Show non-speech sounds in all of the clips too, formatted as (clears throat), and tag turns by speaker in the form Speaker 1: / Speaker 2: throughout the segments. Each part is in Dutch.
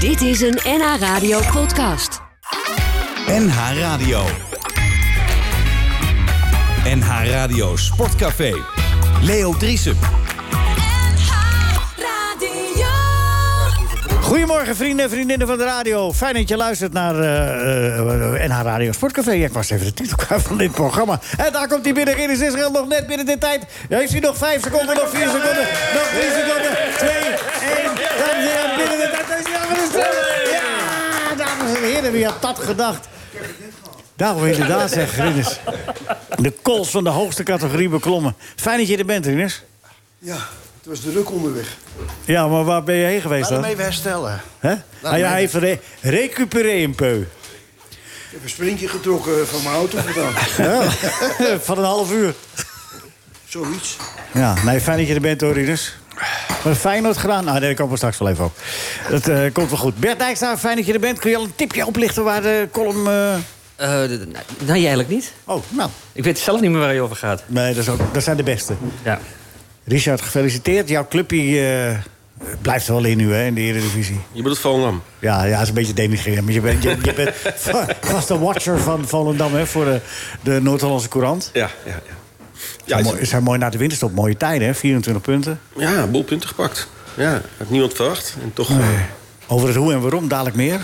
Speaker 1: Dit is een NH Radio podcast.
Speaker 2: NH Radio. NH Radio Sportcafé. Leo Driesen.
Speaker 3: Goedemorgen vrienden en vriendinnen van de radio. Fijn dat je luistert naar eh, eh, NH Radio Sportcafé. Ja, ik was even de titel kwijt van dit programma. En daar komt hij binnen in. Is Israël nog net binnen de tijd? Ja, Heeft hij nog vijf seconden, nog vier seconden, nog drie seconden, twee, één. Dames en heren, binnen de tijd. Is hij alweer stil? Ja, dames en heren, wie had dat gedacht? Daarom inderdaad, zeg Rinus. De calls van de hoogste categorie beklommen. Fijn dat je er bent, Rinus.
Speaker 4: Ja, het was druk onderweg.
Speaker 3: Ja, maar waar ben je heen geweest
Speaker 4: Laat hem
Speaker 3: dan?
Speaker 4: even herstellen.
Speaker 3: Hè?
Speaker 4: Laat
Speaker 3: Ah, ja,
Speaker 4: mij-
Speaker 3: hij heeft re recuperé een peu.
Speaker 4: Ik heb een sprintje
Speaker 5: eh,
Speaker 4: getrokken van mijn auto (laughs) vandaan.
Speaker 3: Ja, (laughs) van een half uur.
Speaker 4: Zoiets.
Speaker 3: Ja, nee, fijn dat je er bent hoor, Rinus. Maar Feyenoord gedaan? Nou, nee, daar komen we straks wel even op. Dat eh, komt wel goed. Bert Dijkstra, fijn dat je er bent. Kun je al een tipje oplichten waar de column... eh,
Speaker 6: Eh, d- d- nee, eigenlijk niet.
Speaker 3: Oh, nou.
Speaker 6: Ik weet zelf niet meer waar je over gaat.
Speaker 3: Nee, dat, is ook, dat zijn de beste.
Speaker 6: Ja.
Speaker 3: Richard, gefeliciteerd. Jouw clubje eh, blijft er wel in nu, hè, in de Eredivisie.
Speaker 7: Je bedoelt Volendam.
Speaker 3: Ja, ja, dat is een beetje denigrerend. Maar je bent, je, je
Speaker 7: (laughs)
Speaker 3: bent va- vaste watcher van Volendam, hè, voor de, de Noord-Hollandse Courant.
Speaker 7: Ja, ja, ja. Ja,
Speaker 3: Ja,
Speaker 7: is-
Speaker 3: mooi, zijn mooi na de winterstop. Mooie tijden, hè, 24 punten.
Speaker 7: ja, een boel punten gepakt. Ja, had niemand verwacht. En toch... eh,
Speaker 3: Over het hoe en waarom dadelijk meer.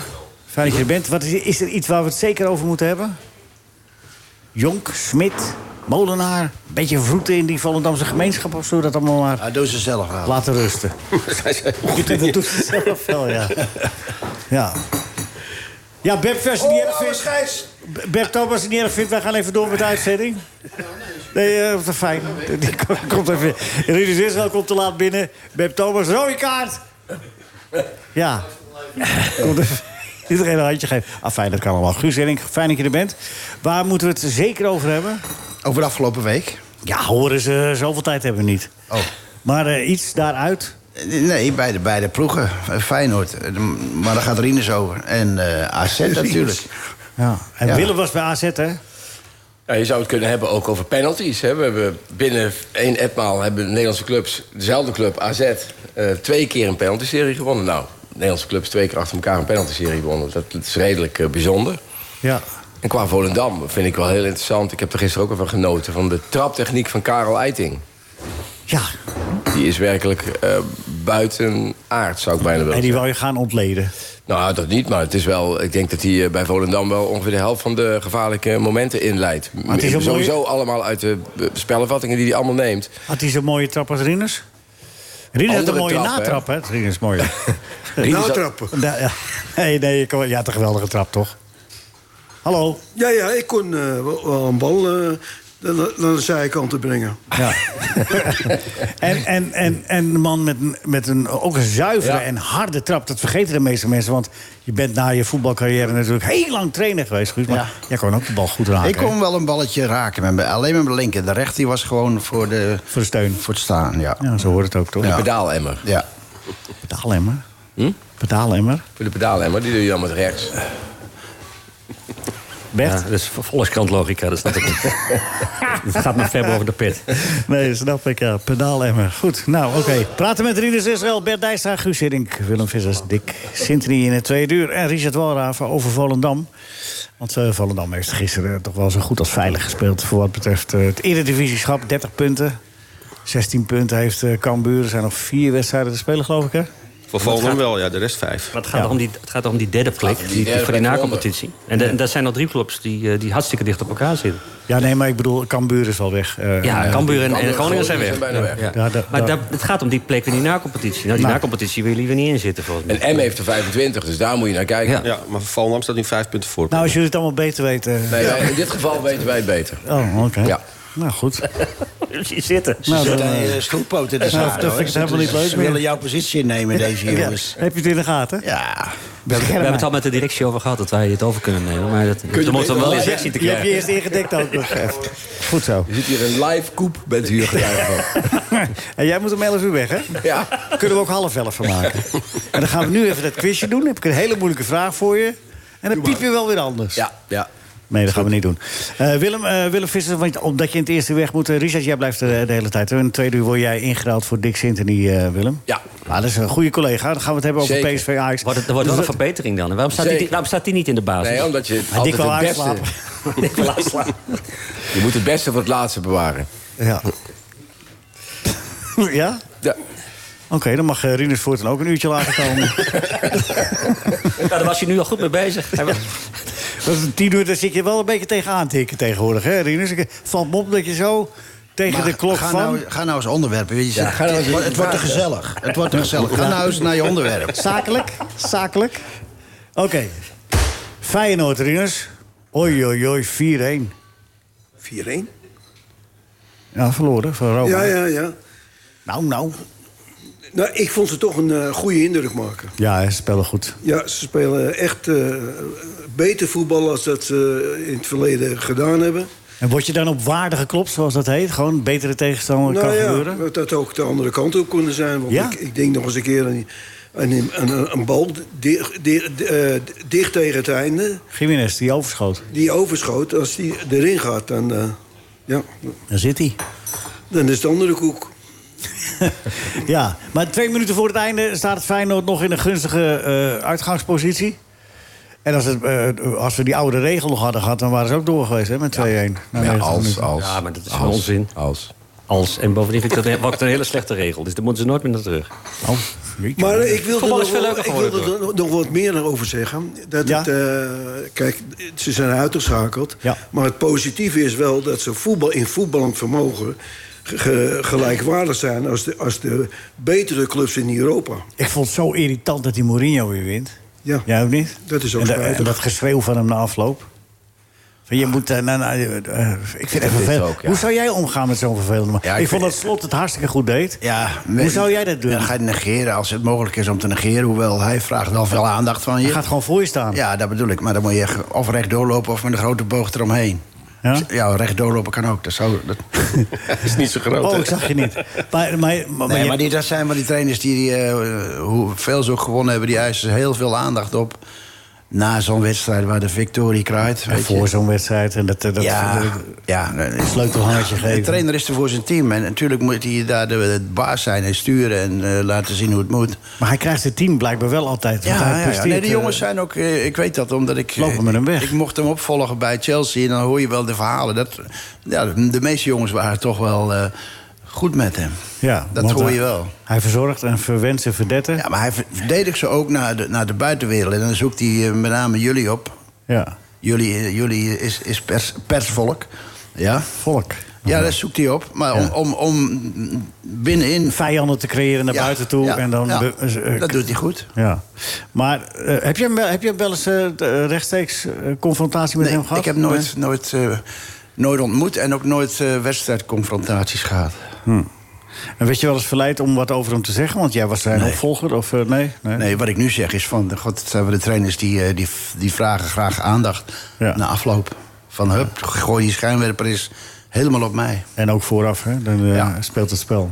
Speaker 3: Fijn dat je er bent. Wat is, is er iets waar we het zeker over moeten hebben? Jonk, Smit, Molenaar. Een beetje vroeten in die Volendamse gemeenschap of zo. Dat allemaal maar
Speaker 4: Ah, doe ze zelf aan.
Speaker 3: laten
Speaker 7: (laughs)
Speaker 3: rusten.
Speaker 7: zij zijn
Speaker 3: Goed,
Speaker 7: goed in
Speaker 3: dat
Speaker 7: je-
Speaker 3: doet ze zelf wel, ja. Ja. Ja, Beb Vers die erg vindt.
Speaker 4: scheids.
Speaker 3: Beb Thomas die niet erg vindt. Wij gaan even door met de uitzending. Nee, eh, dat is fijn. Die (laughs) komt even. Rinus Israël komt te laat binnen. Beb Thomas, rode kaart. Ja. Komt even- Iedereen een handje geven. Ah, fijn, dat kan allemaal. Guus Hiddink, fijn dat je er bent. Waar moeten we het zeker over hebben?
Speaker 4: Over de afgelopen week?
Speaker 3: Ja, horen ze, zoveel tijd hebben we niet.
Speaker 4: Oh.
Speaker 3: Maar eh, iets daaruit.
Speaker 4: Eh, Nee, bij de, bij de ploegen. Eh, Feyenoord. Eh, Maar daar gaat Rinus over. En eh, AZ natuurlijk.
Speaker 3: Ja. En
Speaker 4: Ja.
Speaker 3: Willem was bij AZ, hè?
Speaker 8: Ja, je zou het kunnen hebben ook over penalties. Hè. We hebben binnen één etmaal hebben de Nederlandse clubs, dezelfde club AZ, eh, twee keer een penalty-serie gewonnen. Nou, Nederlandse clubs twee keer achter elkaar een penalty-serie gewonnen. Dat, is redelijk eh, bijzonder.
Speaker 3: Ja.
Speaker 8: En qua Volendam vind ik wel heel interessant. Ik heb er gisteren ook al van genoten van de traptechniek van Karel Eiting.
Speaker 3: Ja,
Speaker 8: Die is werkelijk eh buiten aard, zou ik bijna willen
Speaker 3: en die wou je gaan ontleden.
Speaker 8: Nou, dat niet, maar het is wel, ik denk dat hij eh, bij Volendam wel ongeveer de helft van de gevaarlijke momenten inleidt.
Speaker 3: Maar het is een
Speaker 8: Sowieso allemaal uit de eh, spellenvattingen die hij allemaal neemt.
Speaker 3: Had hij zo'n mooie trap als Rinus? Rinus had een
Speaker 8: Andere
Speaker 3: mooie
Speaker 8: trap, hè?
Speaker 3: natrap, hè? Rinus, mooi.
Speaker 4: (laughs)
Speaker 8: Rinus had-
Speaker 3: Nou, ja. Nee, nee, je kon- je had een geweldige trap, toch? Hallo.
Speaker 5: Ja, ja, ik kon eh, wel wel een bal eh, naar de- naar de zijkant te brengen.
Speaker 3: Ja. en, en, en, en de man met, een- met een, ook een zuivere
Speaker 8: Ja.
Speaker 3: en harde trap. Dat vergeten de meeste mensen. Want je bent na je voetbalcarrière natuurlijk heel lang trainer geweest. Guus, maar
Speaker 4: Ja.
Speaker 3: jij kon ook de bal goed raken.
Speaker 4: Ik
Speaker 3: hè?
Speaker 4: kon wel een balletje raken. Met mijn, alleen met mijn linker. De rechter die was gewoon voor, de,
Speaker 3: Voor de steun.
Speaker 4: voor het staan. Ja.
Speaker 3: Ja, zo hoort het ook, toch?
Speaker 4: Ja.
Speaker 8: Pedaalemmer.
Speaker 4: ja.
Speaker 3: Pedaalemmer.
Speaker 8: Hm?
Speaker 3: Pedaalemmer.
Speaker 8: Voor de pedaalemmer, die doe je dan met rechts.
Speaker 3: Bert?
Speaker 6: Ja, dat is volkskrant logica, dat snap ik niet. (laughs) Het gaat maar ver boven de pit.
Speaker 3: (laughs) Nee, snap ik, ja. Pedaalemmer. Goed, nou, oké. Praten met Rinus Israël, Bert Dijstra, Guus Hiddink, Willem Vissers, Dick Sintony in het tweede uur... en Richard Walraven over Volendam. Want eh, Volendam heeft gisteren toch wel zo goed als veilig gespeeld... voor wat betreft eh, het eredivisieschap, 30 punten. 16 punten heeft eh, Cambuur. Er zijn nog vier wedstrijden te spelen, geloof ik, hè?
Speaker 7: Voor Volendam wel, ja. De rest vijf.
Speaker 6: Maar het gaat,
Speaker 3: Ja.
Speaker 6: om die, het gaat om die derde plek
Speaker 8: om
Speaker 6: die,
Speaker 8: die
Speaker 6: die
Speaker 8: derde
Speaker 6: voor die
Speaker 8: plek
Speaker 6: na-competitie. En da- en daar zijn al drie clubs die, eh, die hartstikke dicht op elkaar zitten.
Speaker 3: Ja, nee, maar ik bedoel, Cambuur is al weg. eh,
Speaker 6: Ja,
Speaker 3: eh,
Speaker 6: Cambuur en, en
Speaker 8: Cambuur en
Speaker 6: Groningen zijn weg.
Speaker 8: Groningen zijn bijna
Speaker 6: Ja.
Speaker 3: weg. Ja, da-
Speaker 6: maar
Speaker 3: da-
Speaker 6: daar- het gaat om die plek in die na-competitie. Nou, die
Speaker 3: Nou.
Speaker 6: na-competitie willen jullie weer niet in zitten, volgens mij.
Speaker 8: En M heeft er 25, dus daar moet je naar kijken.
Speaker 6: Ja.
Speaker 7: Ja, maar voor Volendam staat nu vijf punten voor.
Speaker 3: Nou, als jullie het allemaal beter weten...
Speaker 8: Nee, wij- in dit geval weten wij het beter.
Speaker 3: Oh, oké.
Speaker 8: Ja.
Speaker 3: Nou, goed.
Speaker 6: Die zitten.
Speaker 3: Nou, dan, eh,
Speaker 4: Zijn stoelpoten in de zaal,
Speaker 3: dat vind ik
Speaker 4: hoor.
Speaker 3: het helemaal niet leuk
Speaker 4: Ze
Speaker 3: meer.
Speaker 4: willen jouw positie innemen, deze
Speaker 3: ja,
Speaker 4: jongens.
Speaker 3: heb je het in de gaten?
Speaker 4: Ja.
Speaker 6: We hebben het al met de directie over gehad dat wij het over kunnen nemen. Maar dat, er moet dan wel in sessie te
Speaker 3: Je hebt
Speaker 6: krijgen.
Speaker 3: je eerst ingedekt ook nog.
Speaker 8: (laughs)
Speaker 3: Goed zo.
Speaker 8: Je zit hier een live koep, bent u hier getuige van.
Speaker 3: (laughs) En jij moet om 11 uur weg, hè?
Speaker 8: Ja.
Speaker 3: Kunnen we ook half 11 van maken. En dan gaan we nu even dat quizje doen. Dan heb ik een hele moeilijke vraag voor je. En dan piep je wel weer anders.
Speaker 8: Ja, ja.
Speaker 3: Nee, dat gaan we niet doen. Eh, Willem, eh, Willem Visser, want omdat je in het eerste weg moet... eh, Richard, jij blijft eh, de hele tijd. hè? In het tweede uur word jij ingeruild voor Dick Sintony, eh, Willem.
Speaker 8: Ja.
Speaker 3: Maar dat is een goede collega. Dan gaan we het hebben over
Speaker 8: Zeker.
Speaker 3: PSV Ajax.
Speaker 6: Wordt het, er wordt wel
Speaker 3: Dus
Speaker 6: een
Speaker 3: dat-
Speaker 6: verbetering dan. En Waarom staat, die,
Speaker 8: Zeker.
Speaker 6: waarom staat die niet in de basis?
Speaker 8: Nee, omdat je
Speaker 3: Hij dik
Speaker 8: altijd
Speaker 3: wel
Speaker 8: het beste...
Speaker 3: uitslapen.
Speaker 6: Ik wil (laughs) afslaan.
Speaker 8: Je moet het beste voor het laatste bewaren.
Speaker 3: Ja. (laughs) ja?
Speaker 8: Ja.
Speaker 3: Oké, dan mag eh, Rinus Voort dan ook een uurtje later komen.
Speaker 6: Nou, daar was je nu al goed mee bezig. Hij was-
Speaker 3: Dat is tien uur, daar zit je wel een beetje tegenaan tikken tegenwoordig, hè, Rinus? Ik- eh, Valt me op dat je zo tegen
Speaker 4: Maar
Speaker 3: de klok
Speaker 4: ga
Speaker 3: van...
Speaker 4: Nou, ga nou eens onderwerpen. weet Je
Speaker 8: Ja,
Speaker 4: zit-
Speaker 8: ga nou eens-
Speaker 4: het wordt te gezellig. Het wordt te gezellig. Ga nou eens naar je
Speaker 3: (laughs)
Speaker 4: onderwerp.
Speaker 3: Zakelijk? Zakelijk? Oké. Feyenoord, Rinus. Oei, oei, oei, 4-1.
Speaker 5: 4-1?
Speaker 3: Ja, verloren van Roma.
Speaker 5: Ja, ja, ja.
Speaker 3: Nou, nou.
Speaker 5: Nou, ik vond ze toch een eh, goede indruk maken.
Speaker 3: Ja, ze spelen goed.
Speaker 5: Ja, ze spelen echt eh, beter voetbal als dat ze in het verleden gedaan hebben.
Speaker 3: En word je dan op waarde geklopt, zoals dat heet? Gewoon betere tegenstander
Speaker 5: Nou
Speaker 3: kan gebeuren?
Speaker 5: dat had ook de andere kant op kunnen zijn. Want
Speaker 3: Ja.
Speaker 5: ik, ik denk nog eens een keer aan, die- aan, die- aan een- een bal di- di- di- eh, dicht tegen het einde.
Speaker 3: Jiménez, die overschoot.
Speaker 5: Die overschoot, als die erin gaat, dan, eh, ja,
Speaker 3: Daar zit hij.
Speaker 5: dan is het andere koek.
Speaker 3: Ja, maar twee minuten voor het einde staat het Feyenoord nog in een gunstige eh, uitgangspositie. En als, het, eh, als we die oude regel nog hadden gehad, dan waren ze ook door geweest hè, met 2-1. Nou,
Speaker 8: Ja,
Speaker 3: nee,
Speaker 8: als, als.
Speaker 6: Ja, maar dat is
Speaker 8: als,
Speaker 6: onzin.
Speaker 8: Als.
Speaker 6: Als, en bovendien vind ik dat wat een hele slechte regel. Dus daar moeten ze nooit meer naar terug.
Speaker 3: Oh, wie-
Speaker 5: Maar ik
Speaker 6: eh,
Speaker 5: wilde,
Speaker 6: Voetbal is
Speaker 5: nog,
Speaker 6: veel
Speaker 5: wel-
Speaker 6: leuker
Speaker 5: ik wilde
Speaker 6: geworden,
Speaker 5: er nog- nog wat meer over zeggen. Dat
Speaker 3: Ja?
Speaker 5: het, eh, kijk, ze zijn uitgeschakeld.
Speaker 3: Ja.
Speaker 5: Maar het positieve is wel dat ze voetbal, in voetballend vermogen... ge- gelijkwaardig zijn als de, als de betere clubs in Europa.
Speaker 3: Ik vond het zo irritant dat die Mourinho weer wint.
Speaker 5: Ja.
Speaker 3: Jij ook niet?
Speaker 5: Dat is ook
Speaker 3: en, da-
Speaker 5: spijtig.
Speaker 3: en dat geschreeuw van hem na afloop. Van,
Speaker 6: Ah.
Speaker 3: je moet... eh, nou, nou, eh, eh, ik vind het vervelend.
Speaker 8: ook, ja.
Speaker 3: Hoe zou jij omgaan met zo'n vervelende man?
Speaker 4: Ja,
Speaker 3: ik,
Speaker 4: ik
Speaker 3: vond dat
Speaker 4: vind-
Speaker 3: Slot het hartstikke goed deed.
Speaker 4: Ja,
Speaker 3: Hoe zou jij dat doen?
Speaker 4: Dan ga je negeren als het mogelijk is om te negeren. Hoewel hij vraagt wel veel aandacht van
Speaker 3: Hij
Speaker 4: je.
Speaker 3: gaat gewoon voor je staan.
Speaker 4: Ja, dat bedoel ik. Maar dan moet je echt of recht doorlopen of met een grote boog eromheen. Dus,
Speaker 3: Ja?
Speaker 4: Ja, recht doorlopen kan ook. Dat zou,
Speaker 3: (laughs)
Speaker 4: dat...
Speaker 7: (laughs) Het is niet zo groot.
Speaker 3: Oh,
Speaker 7: hè?
Speaker 3: ik zag je niet. Maar, maar, maar, maar
Speaker 4: Nee,
Speaker 3: je-
Speaker 4: maar die, dat zijn wel die trainers die, die eh, hoeveel ze ook gewonnen hebben... die eisen heel veel aandacht op
Speaker 3: Ah,
Speaker 4: na zo'n wedstrijd waar de victorie kraait.
Speaker 3: En
Speaker 4: weet je.
Speaker 3: voor zo'n wedstrijd. En dat, dat,
Speaker 4: ja,
Speaker 3: dat-
Speaker 4: ja,
Speaker 3: een sleutelhangertje
Speaker 4: De
Speaker 3: geven.
Speaker 4: trainer is er voor zijn team. En natuurlijk moet hij daar de, de baas zijn en sturen en eh, laten zien hoe het moet.
Speaker 3: maar hij krijgt het team blijkbaar wel altijd. want hij
Speaker 4: Ja, ja, ja.
Speaker 3: presteert,
Speaker 4: Nee, die jongens
Speaker 3: eh,
Speaker 4: zijn ook... eh, ik weet dat, omdat ik... eh,
Speaker 3: Lopen met hem weg.
Speaker 4: Ik mocht hem opvolgen bij Chelsea. En dan hoor je wel de verhalen. Dat, ja, de meeste jongens waren toch wel eh, goed met hem.
Speaker 3: ja,
Speaker 4: dat
Speaker 3: want eh,
Speaker 4: hoor
Speaker 3: hij-
Speaker 4: je wel.
Speaker 3: Hij verzorgt en verwenst en verdetten. Ja.
Speaker 4: Ja, maar hij ver- verdedigt ze ook naar de, naar de buitenwereld. En dan zoekt hij eh, met name jullie op. Jullie, eh, jullie is, is pers, persvolk. Ja.
Speaker 3: Volk.
Speaker 4: ja, dat zoekt hij op. Maar om, om, om binnenin...
Speaker 3: Vijanden te creëren naar
Speaker 4: Ja,
Speaker 3: buiten toe.
Speaker 4: ja,
Speaker 3: en dan
Speaker 4: ja.
Speaker 3: be- eh, eh,
Speaker 4: dat doet hij goed.
Speaker 3: Ja. Maar eh, heb, je hem, wel- heb je hem wel eens eh, de- rechtstreeks eh, confrontatie met
Speaker 4: Nee,
Speaker 3: hem gehad?
Speaker 4: ik heb nooit, nooit, eh, nooit ontmoet en ook nooit eh, wedstrijdconfrontaties gehad.
Speaker 3: Hm, En werd je wel eens verleid om wat over hem te zeggen? Want jij was zijn opvolger, of eh, nee? Nee.
Speaker 4: Nee, wat ik nu zeg is van, god, het zijn we de trainers die, eh, die, die vragen graag aandacht
Speaker 3: Ja.
Speaker 4: na afloop. Van, hup, gooi die schijnwerper is helemaal op mij.
Speaker 3: En ook vooraf, hè? Dan eh,
Speaker 4: Ja.
Speaker 3: speelt het spel.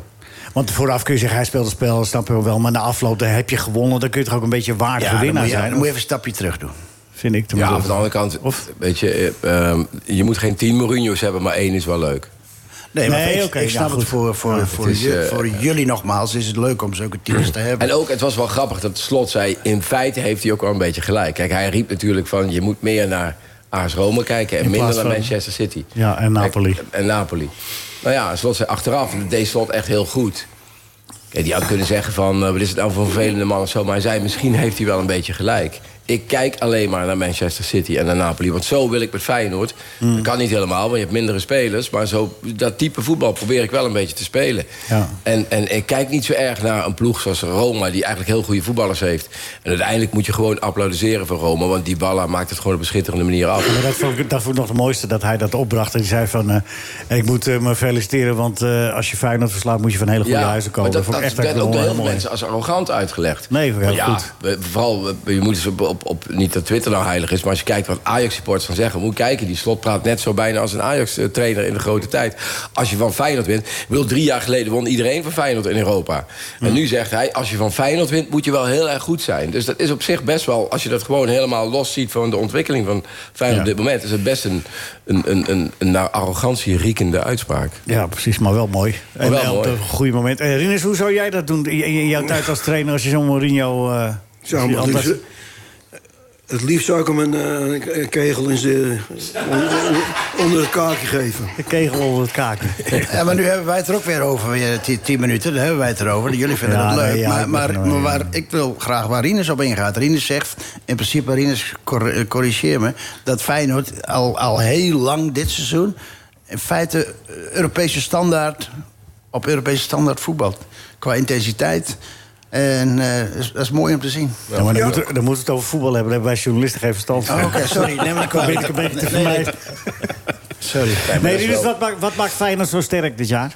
Speaker 3: Want vooraf kun je zeggen, hij speelt het spel, snap je wel. Maar na afloop, dan heb je gewonnen. Dan kun je toch ook een beetje waardige
Speaker 4: dan moet,
Speaker 3: winnaar
Speaker 4: je, dan
Speaker 3: zijn.
Speaker 4: moet je even een stapje terug doen.
Speaker 3: Vind ik
Speaker 8: Ja, aan
Speaker 3: tenminste.
Speaker 8: de andere kant,
Speaker 3: Of-
Speaker 8: weet je, eh, ehm, je moet geen tien Mourinho's hebben, maar één is wel leuk.
Speaker 4: Nee, maar
Speaker 3: Nee,
Speaker 4: ik,
Speaker 3: oké,
Speaker 4: ik
Speaker 3: ja,
Speaker 4: snap
Speaker 3: goed.
Speaker 4: het voor, voor, voor,
Speaker 8: is,
Speaker 4: ju-
Speaker 8: eh,
Speaker 4: voor jullie nogmaals. Is het leuk om zulke teams te hebben.
Speaker 8: En ook, het was wel grappig dat Slot zei... in feite heeft hij ook wel een beetje gelijk. Kijk, hij riep natuurlijk van... je moet meer naar AS Rome kijken... en
Speaker 3: In
Speaker 8: minder
Speaker 3: plaats
Speaker 8: naar
Speaker 3: van-
Speaker 8: Manchester City.
Speaker 3: Ja, en Napoli.
Speaker 8: Kijk, en Napoli. Nou ja, Slot zei achteraf, dat deed Slot echt heel goed. Kijk, die had kunnen zeggen van... eh, wat is het nou voor een vervelende man of zo... maar hij zei, misschien heeft hij wel een beetje gelijk. Ik kijk alleen maar naar Manchester City en naar Napoli. Want zo wil ik met Feyenoord.
Speaker 3: Mm.
Speaker 8: Dat kan niet helemaal, want je hebt mindere spelers. Maar zo, dat type voetbal probeer ik wel een beetje te spelen.
Speaker 3: Ja.
Speaker 8: En, en ik kijk niet zo erg naar een ploeg zoals Roma... die eigenlijk heel goede voetballers heeft. En uiteindelijk moet je gewoon applaudisseren voor Roma... want Dybala maakt het gewoon op een schitterende manier af.
Speaker 3: (laughs) Maar dat vond, ik, dat vond ik nog het mooiste, dat hij dat opbracht. En die zei van, eh, ik moet eh, me feliciteren... want eh, als je Feyenoord verslaat, moet je van hele goede huizen komen.
Speaker 8: maar dat,
Speaker 3: vond
Speaker 8: dat
Speaker 3: echt
Speaker 8: werd
Speaker 3: wel
Speaker 8: ook door heel
Speaker 3: heel
Speaker 8: veel
Speaker 3: mooi.
Speaker 8: mensen als arrogant uitgelegd.
Speaker 3: Nee, heel
Speaker 8: Maar ja,
Speaker 3: goed.
Speaker 8: we- vooral, we- je moet eens op, op, op, niet dat Twitter nou heilig is... maar als je kijkt wat Ajax-supporters gaan zeggen... moet je kijken, die slot praat net zo bijna als een Ajax-trainer in de grote tijd. Als je van Feyenoord wint... Ik bedoel, drie jaar geleden won iedereen van Feyenoord in Europa. En nu zegt hij, als je van Feyenoord wint... moet je wel heel erg goed zijn. Dus dat is op zich best wel... als je dat gewoon helemaal los ziet van de ontwikkeling van Feyenoord op dit moment... is het best een, een, een, een, een naar arrogantie riekende uitspraak.
Speaker 3: Ja, precies, maar wel mooi. En
Speaker 8: wel
Speaker 3: eh, op
Speaker 8: mooi.
Speaker 3: een goede moment. Eh, Rinus, hoe zou jij dat doen in, in jouw tijd als trainer als je zo'n Mourinho... eh,
Speaker 5: Zou
Speaker 3: als
Speaker 5: hem
Speaker 3: je
Speaker 5: het,
Speaker 3: anders-
Speaker 5: liefst, het liefst zou ik hem een, eh, een kegel in zijn- onder, onder het kaakje geven.
Speaker 3: De kegel onder het kaken.
Speaker 4: (laughs) Ja, maar nu hebben wij het er ook weer over, weer die tien minuten. Daar hebben wij het erover. Jullie vinden
Speaker 3: Ja,
Speaker 4: het leuk.
Speaker 3: nee, ja,
Speaker 4: maar
Speaker 3: ik
Speaker 4: maar,
Speaker 3: ben er wel
Speaker 4: maar
Speaker 3: mee.
Speaker 4: waar, ik wil graag waar Rinus op ingaat. Rinus zegt, in principe, Rinus, cor- eh, corrigeer me... dat Feyenoord al, al heel lang dit seizoen... in feite eh, Europese standaard, op Europese standaard voetbalt. Qua intensiteit. En eh, dat is- dat is mooi om te zien.
Speaker 3: Ja, maar dan, moeten moet, dan moet het over voetbal hebben. Daar hebben wij journalisten geen verstand van.
Speaker 4: Oh, Oké, sorry. Neem me niet
Speaker 3: Probeer
Speaker 4: kwalijk.
Speaker 3: (laughs) ik een beetje te
Speaker 4: Nee, nee,
Speaker 3: vermijden.
Speaker 4: Sorry.
Speaker 3: Nee, Rinus, wat maakt, wat maakt Feyenoord zo sterk dit jaar?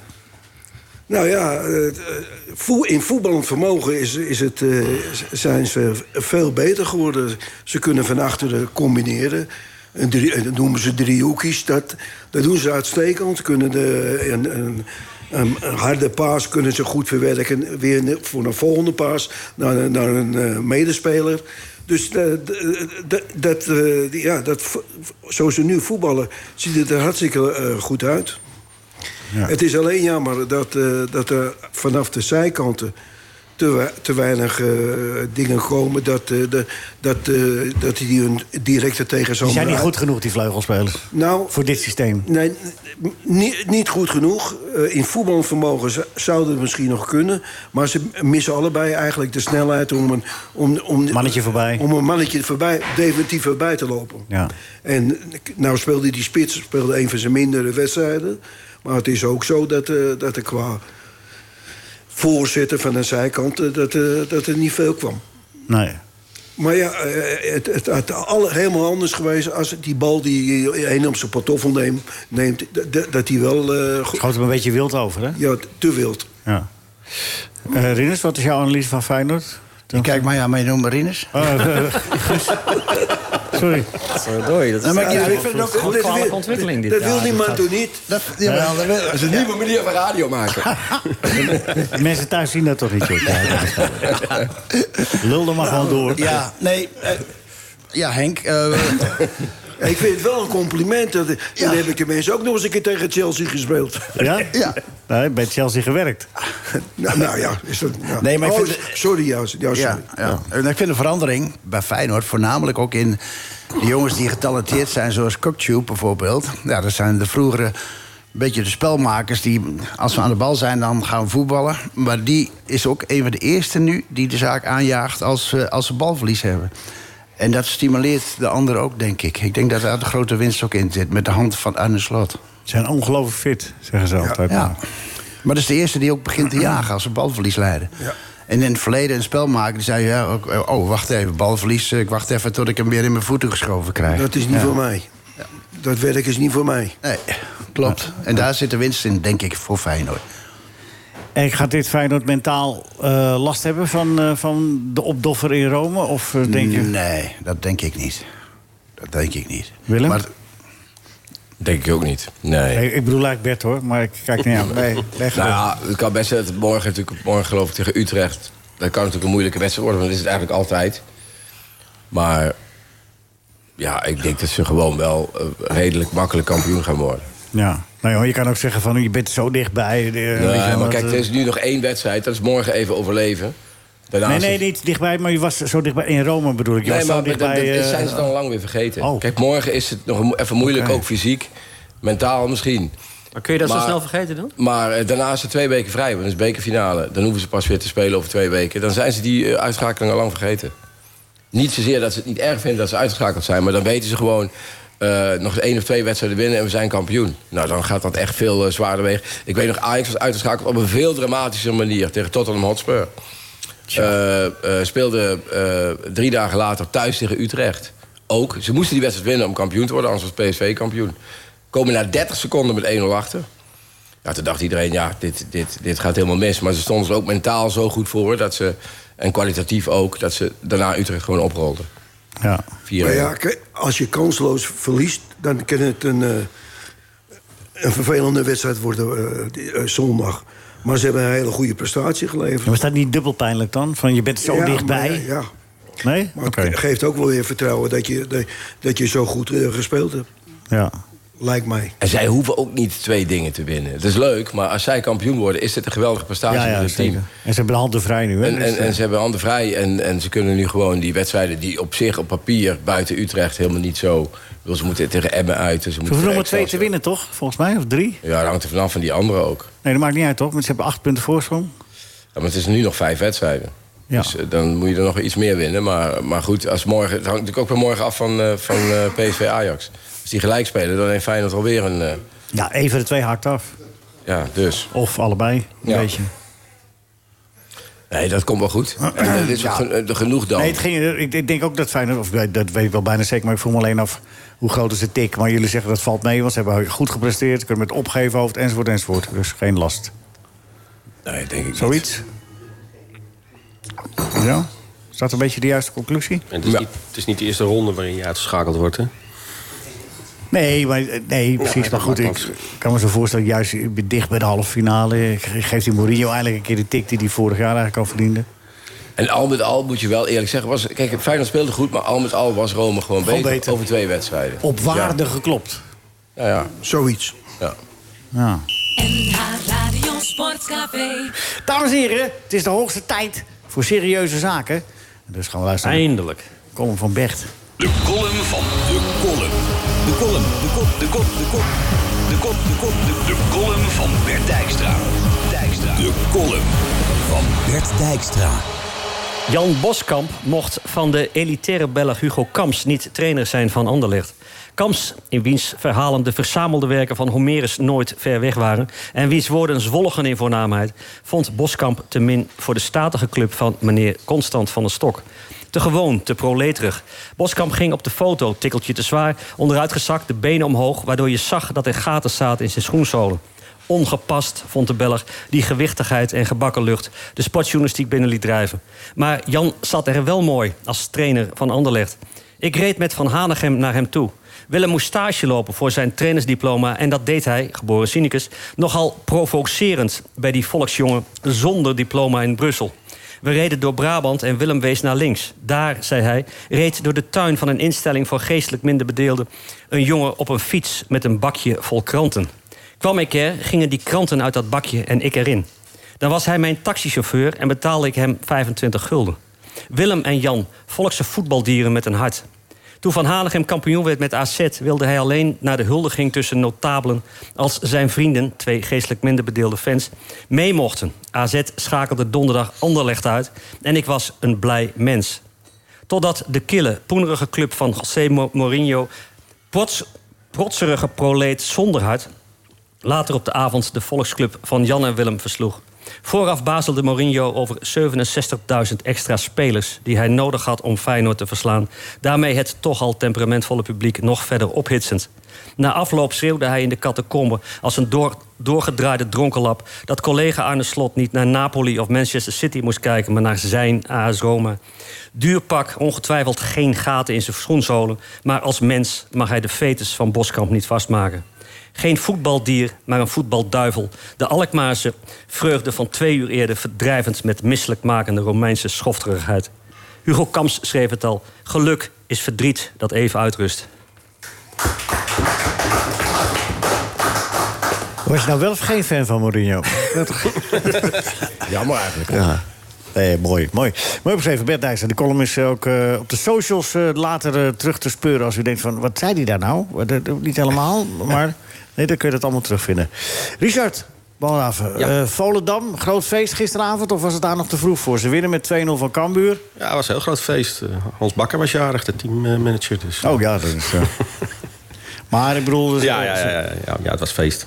Speaker 5: Nou ja, eh, eh, voe- in voetballend vermogen is, is het, eh, z- zijn ze veel beter geworden. Ze kunnen van achteren combineren. Een drie, eh, dat noemen ze driehoekjes. Dat, dat doen ze uitstekend. Ze Kunnen de, een, een, een, een harde paas kunnen ze goed verwerken. Weer ne- voor een volgende paas naar, een- naar een eh, medespeler. Dus eh, d- d- dat, eh, die- ja, dat, vo- zoals ze nu voetballen, ziet het er hartstikke eh, goed uit. Het is alleen jammer dat, eh, dat er vanaf de zijkanten te, we- te weinig eh, dingen komen... dat, eh, de, dat, eh, dat die hun directe
Speaker 3: Die
Speaker 5: tegenstander...
Speaker 3: zijn niet
Speaker 5: uit-
Speaker 3: goed genoeg, die vleugelspelers.
Speaker 5: Nou,
Speaker 3: Voor dit systeem.
Speaker 5: nee, n- niet, niet goed genoeg. Eh, in voetbalvermogen z- zouden het misschien nog kunnen... maar ze missen allebei eigenlijk de snelheid om een... Om, om,
Speaker 3: Mannetje voorbij.
Speaker 5: Om een mannetje voorbij, definitief voorbij te lopen.
Speaker 4: (laughs)
Speaker 3: Ja.
Speaker 5: En nou speelde die spits speelde een van zijn mindere wedstrijden. Maar het is ook zo dat, eh, dat er qua voorzitter van de zijkant... eh, dat, eh, dat er niet veel kwam.
Speaker 3: Nee.
Speaker 5: Maar ja, eh, het, het had alle, helemaal anders geweest als die bal die een op zijn pantoffel neemt, neemt d- d- dat die wel eh, go-
Speaker 3: Schoot hem een beetje wild over, hè?
Speaker 5: ja, te wild.
Speaker 3: Ja. Eh, Rinus, wat is jouw analyse van Feyenoord?
Speaker 4: Ik Kijk maar, ja, maar je noemt me Rinus.
Speaker 3: Eh, eh, Sorry.
Speaker 6: Sorry, dat is
Speaker 4: Nou, maar ik-
Speaker 6: eigenlijk
Speaker 4: ik
Speaker 6: wel
Speaker 4: vind
Speaker 6: een
Speaker 4: het ook-
Speaker 6: goed
Speaker 5: dit-
Speaker 6: kwalijke
Speaker 5: dit-
Speaker 6: ontwikkeling. dit
Speaker 5: Dat
Speaker 6: jaar. dus
Speaker 5: wil
Speaker 6: Dat
Speaker 5: niemand
Speaker 6: gaat-
Speaker 5: doen niet.
Speaker 4: Dat, jawel, dat wil-
Speaker 8: Dat is een nieuwe manier van radio maken.
Speaker 3: (laughs) Mensen thuis zien dat toch niet, joh? Ja, dat is wel- Lul er maar gewoon door.
Speaker 4: Ja, nee. eh, ja,
Speaker 5: (laughs)
Speaker 4: Henk. eh,
Speaker 5: Ik vind het wel een compliment. Dat,
Speaker 4: Ja.
Speaker 5: Dan heb ik de mensen ook nog eens een keer tegen Chelsea gespeeld.
Speaker 4: (laughs)
Speaker 3: Ja?
Speaker 4: Ja.
Speaker 3: Nee, bij Chelsea gewerkt. (laughs)
Speaker 5: nou, nou ja, is dat... nou.
Speaker 4: Nee, maar ik
Speaker 5: Oh,
Speaker 4: vind-
Speaker 5: Sorry, ja, ja,
Speaker 4: ja,
Speaker 5: sorry.
Speaker 4: ja. En ik vind de verandering bij Feyenoord voornamelijk ook in de jongens die getalenteerd zijn, zoals Cooktube bijvoorbeeld. Ja, dat zijn de vroegere een beetje de spelmakers die, als we aan de bal zijn, dan gaan we voetballen. Maar die is ook een van de eerste nu die de zaak aanjaagt als, ze- als ze balverlies hebben. En dat stimuleert de anderen ook, denk ik. Ik denk dat daar de grote winst ook in zit, met de hand van Arne Slot.
Speaker 3: Ze zijn ongelooflijk fit, zeggen ze altijd.
Speaker 4: Ja. Maar dat is de eerste die ook begint te jagen als ze balverlies leiden. En in het verleden een spelmaker die zei... Ja, ook, eh, oh, wacht even, balverlies, eh, ik wacht even tot ik hem weer in mijn voeten geschoven krijg.
Speaker 5: Dat is niet voor mij. Dat werk is niet voor mij.
Speaker 4: Nee, klopt. En daar zit de winst in, denk ik, voor Feyenoord.
Speaker 3: En gaat dit Feyenoord mentaal eh, last hebben van, eh, van de opdoffer in Rome? Of eh, denk je...
Speaker 4: Nee, dat denk ik niet. Dat denk ik niet.
Speaker 3: Willem?
Speaker 4: Maar,
Speaker 8: Denk ik (laughs) ook niet. Nee.
Speaker 3: Nee, ik bedoel eigenlijk Bert, hoor. Maar ik kijk niet aan. Nee, leg
Speaker 8: Nou
Speaker 3: uit.
Speaker 8: ja, het kan best zijn dat morgen, natuurlijk, morgen geloof ik tegen Utrecht... dat kan natuurlijk een moeilijke wedstrijd worden, want dat is het eigenlijk altijd. Maar ja, ik denk dat ze gewoon wel eh, redelijk makkelijk kampioen gaan worden.
Speaker 3: Ja. Nou ja, je kan ook zeggen van je bent zo dichtbij. eh, weet je
Speaker 8: Nee,
Speaker 3: wel,
Speaker 8: maar
Speaker 3: dat,
Speaker 8: kijk,
Speaker 3: eh,
Speaker 8: er is nu nog één wedstrijd, dat is morgen even overleven. Daarna
Speaker 3: Nee,
Speaker 8: is
Speaker 3: nee,
Speaker 8: het-
Speaker 3: niet dichtbij, maar je was zo dichtbij. In Rome bedoel ik. Je
Speaker 8: Nee,
Speaker 3: was zo
Speaker 8: maar dat,
Speaker 3: dichtbij.
Speaker 8: dat
Speaker 3: eh,
Speaker 8: zijn ze dan lang weer vergeten.
Speaker 3: Oh.
Speaker 8: Kijk, morgen is het nog een- even moeilijk,
Speaker 3: Oké.
Speaker 8: ook fysiek. Mentaal misschien.
Speaker 6: Maar kun je dat zo
Speaker 8: Maar-
Speaker 6: snel vergeten dan?
Speaker 8: Maar eh, daarna is ze twee weken vrij, want het is bekerfinale. Dan hoeven ze pas weer te spelen over twee weken. Dan zijn ze die eh, uitschakeling al lang vergeten. Niet zozeer dat ze het niet erg vinden dat ze uitgeschakeld zijn... maar dan weten ze gewoon eh, nog één of twee wedstrijden winnen en we zijn kampioen. Nou, dan gaat dat echt veel eh, zwaarder wegen. Ik weet nog, Ajax was uitgeschakeld op een veel dramatischer manier... tegen Tottenham Hotspur. Eh, eh, speelde eh, drie dagen later thuis tegen Utrecht. Ook, ze moesten die wedstrijd winnen om kampioen te worden... anders was PSV kampioen. Komen na 30 seconden met 1-0 achter. Ja, toen dacht iedereen, ja, dit, dit, dit gaat helemaal mis. Maar ze stonden er ook mentaal zo goed voor dat ze, en kwalitatief ook, dat ze daarna Utrecht gewoon oprolden.
Speaker 3: Ja.
Speaker 8: Vier,
Speaker 5: Maar ja, kijk, als je kansloos verliest, dan kan het een, eh, een vervelende wedstrijd worden eh, die- eh, zondag. Maar ze hebben een hele goede prestatie geleverd.
Speaker 3: Maar is dat niet dubbel pijnlijk dan? Van je bent zo
Speaker 5: Ja,
Speaker 3: dichtbij.
Speaker 5: maar Ja, ja.
Speaker 3: Nee?
Speaker 5: maar het geeft ook wel weer vertrouwen dat je, dat- dat je zo goed eh, gespeeld hebt.
Speaker 3: Ja.
Speaker 5: Lijkt mij.
Speaker 8: En zij hoeven ook niet twee dingen te winnen. Het is leuk, maar als zij kampioen worden, is dit een geweldige prestatie
Speaker 3: Ja,
Speaker 8: voor
Speaker 3: ja,
Speaker 8: het team.
Speaker 3: zeker. En ze hebben de handen vrij nu, hè?
Speaker 8: dus En,
Speaker 3: Dus,
Speaker 8: en,
Speaker 3: eh,
Speaker 8: en ze hebben handen vrij en, en ze kunnen nu gewoon die wedstrijden die op zich op papier buiten Utrecht helemaal niet zo. ik bedoel, ze moeten tegen Emmen uit. en Ze
Speaker 3: ze
Speaker 8: moeten
Speaker 3: hoeven nog maar
Speaker 8: tegen
Speaker 3: twee te
Speaker 8: Excelsior.
Speaker 3: winnen, toch? Volgens mij, of drie?
Speaker 8: Ja, dat hangt er vanaf van die anderen ook.
Speaker 3: Nee, dat maakt niet uit, toch? Want ze hebben acht punten voorsprong.
Speaker 8: Ja, maar het is nu nog vijf wedstrijden.
Speaker 3: Ja.
Speaker 8: Dus eh, dan moet je er nog iets meer winnen. Maar, maar goed, als morgen, het hangt natuurlijk ook weer morgen af van, eh, van eh, PSV Ajax. Als die gelijk spelen, dan heeft Feyenoord alweer een... eh,
Speaker 3: Ja, even de twee hard af.
Speaker 8: ja, dus.
Speaker 3: Of allebei, een
Speaker 8: Ja.
Speaker 3: beetje.
Speaker 8: Nee, dat komt wel
Speaker 3: (clears throat)
Speaker 8: goed. En, eh, dit is ook gen- eh, genoeg dan.
Speaker 3: Nee, het ging, eh, ik, ik denk ook dat Feyenoord, of eh, dat weet ik wel bijna zeker... maar ik voel me alleen af hoe groot is de tik. Maar jullie zeggen dat valt mee, want ze hebben goed gepresteerd... ze kunnen met opgeven hoofd, enzovoort, enzovoort. Dus geen last.
Speaker 8: Nee, denk ik niet.
Speaker 3: Zoiets? Ja? Is dat een beetje de juiste conclusie?
Speaker 7: En het, is
Speaker 8: Ja.
Speaker 7: niet, het is niet de eerste ronde waarin je uitgeschakeld wordt. Hè?
Speaker 3: Nee, maar, eh, nee precies.
Speaker 7: dat
Speaker 3: maar goed,
Speaker 7: maakt
Speaker 3: ik kan me zo voorstellen... juist dicht bij de halve finale... eh, geeft die Mourinho eigenlijk een keer de tik... die hij vorig jaar eigenlijk al verdiende.
Speaker 8: En al met al moet je wel eerlijk zeggen... Was, kijk, Feyenoord speelde goed, maar al met al was Rome gewoon
Speaker 3: Gewoon
Speaker 8: beter,
Speaker 3: beter.
Speaker 8: over twee wedstrijden.
Speaker 3: Op waarde geklopt.
Speaker 8: Ja, ja,
Speaker 5: Zoiets.
Speaker 8: ja.
Speaker 3: Ja.
Speaker 1: NH Radio Sportcafé.
Speaker 3: Dames en heren, het is de hoogste tijd voor serieuze zaken. Dus gaan we luisteren naar
Speaker 6: Eindelijk.
Speaker 3: de column van Bert.
Speaker 2: De column van de column. De column, de kop, de kop, de kop. De kop, de kop, de De column van Bert Dijkstra. Dijkstra. De column van Bert Dijkstra.
Speaker 9: Jan Boskamp mocht van de elitaire Belg Hugo Kamps niet trainer zijn van Anderlecht. Kamps, in wiens verhalen de verzamelde werken van Homerus nooit ver weg waren... en wiens woorden zwolgen in voornaamheid... vond Boskamp te min voor de statige club van meneer Constant van der Stok. Te gewoon, te proleterig. Boskamp ging op de foto, tikkeltje te zwaar, onderuitgezakt, de benen omhoog... waardoor je zag dat er gaten zaten in zijn schoenzolen. Ongepast, vond de Belg, die gewichtigheid en gebakken lucht de sportjournalistiek binnen liet drijven. Maar Jan zat er wel mooi als trainer van Anderlecht. Ik reed met Van Hanegem naar hem toe. Willem moest stage lopen voor zijn trainersdiploma en dat deed hij, geboren cynicus, nogal provocerend bij die volksjongen zonder diploma in Brussel. We reden door Brabant en Willem wees naar links. Daar, zei hij, reed door de tuin van een instelling voor geestelijk minder bedeelden een jongen op een fiets met een bakje vol kranten. Kwam ik er, gingen die kranten uit dat bakje en ik erin. Dan was hij mijn taxichauffeur en betaalde ik hem 25 gulden. Willem en Jan, volkse voetbaldieren met een hart. Toen Van Hanegem kampioen werd met AZ... wilde hij alleen naar de huldiging tussen notabelen... als zijn vrienden, twee geestelijk minder bedeelde fans, mee mochten. AZ schakelde donderdag Anderlecht uit en ik was een blij mens. Totdat de kille, poenerige club van José Mo- Mourinho... Prots, protserige proleet zonder hart Later op de avond de volksclub van Jan en Willem versloeg. Vooraf bazelde Mourinho over 67.000 extra spelers... die hij nodig had om Feyenoord te verslaan. Daarmee het toch al temperamentvolle publiek nog verder ophitsend. Na afloop schreeuwde hij in de catacombe als een door, doorgedraaide dronkenlap... dat collega Arne Slot niet naar Napoli of Manchester City moest kijken... maar naar zijn AS Roma. Duur pak, ongetwijfeld geen gaten in zijn schoenzolen... maar als mens mag hij de fetus van Boskamp niet vastmaken. Geen voetbaldier, maar een voetbalduivel. De Alkmaarse vreugde van twee uur eerder verdrijvend met misselijkmakende Romeinse schofterigheid. Hugo Kamps schreef het al: Geluk is verdriet dat even uitrust.
Speaker 3: Was je nou wel of geen fan van Mourinho? (laughs)
Speaker 8: Jammer eigenlijk.
Speaker 3: Nee, mooi, mooi. Mooi beschreven, Bert Dijkstra. De column is ook eh, op de socials eh, later eh, terug te speuren... als u denkt van, wat zei die daar nou? Wat, eh, niet helemaal, maar nee, dan kun je dat allemaal terugvinden. Richard, Balraven,
Speaker 7: Ja.
Speaker 3: eh, Volendam, groot feest gisteravond... of was het daar nog te vroeg voor? Ze winnen met 2-0 van Cambuur.
Speaker 7: Ja, het was een heel groot feest. Eh, Hans Bakker was jarig, de teammanager. Dus.
Speaker 3: Oh ja, dat
Speaker 7: (laughs)
Speaker 3: is... eh. maar ik bedoel... dus,
Speaker 7: Ja, ja,
Speaker 3: eh,
Speaker 7: ja, ja, ja, ja, het was feest.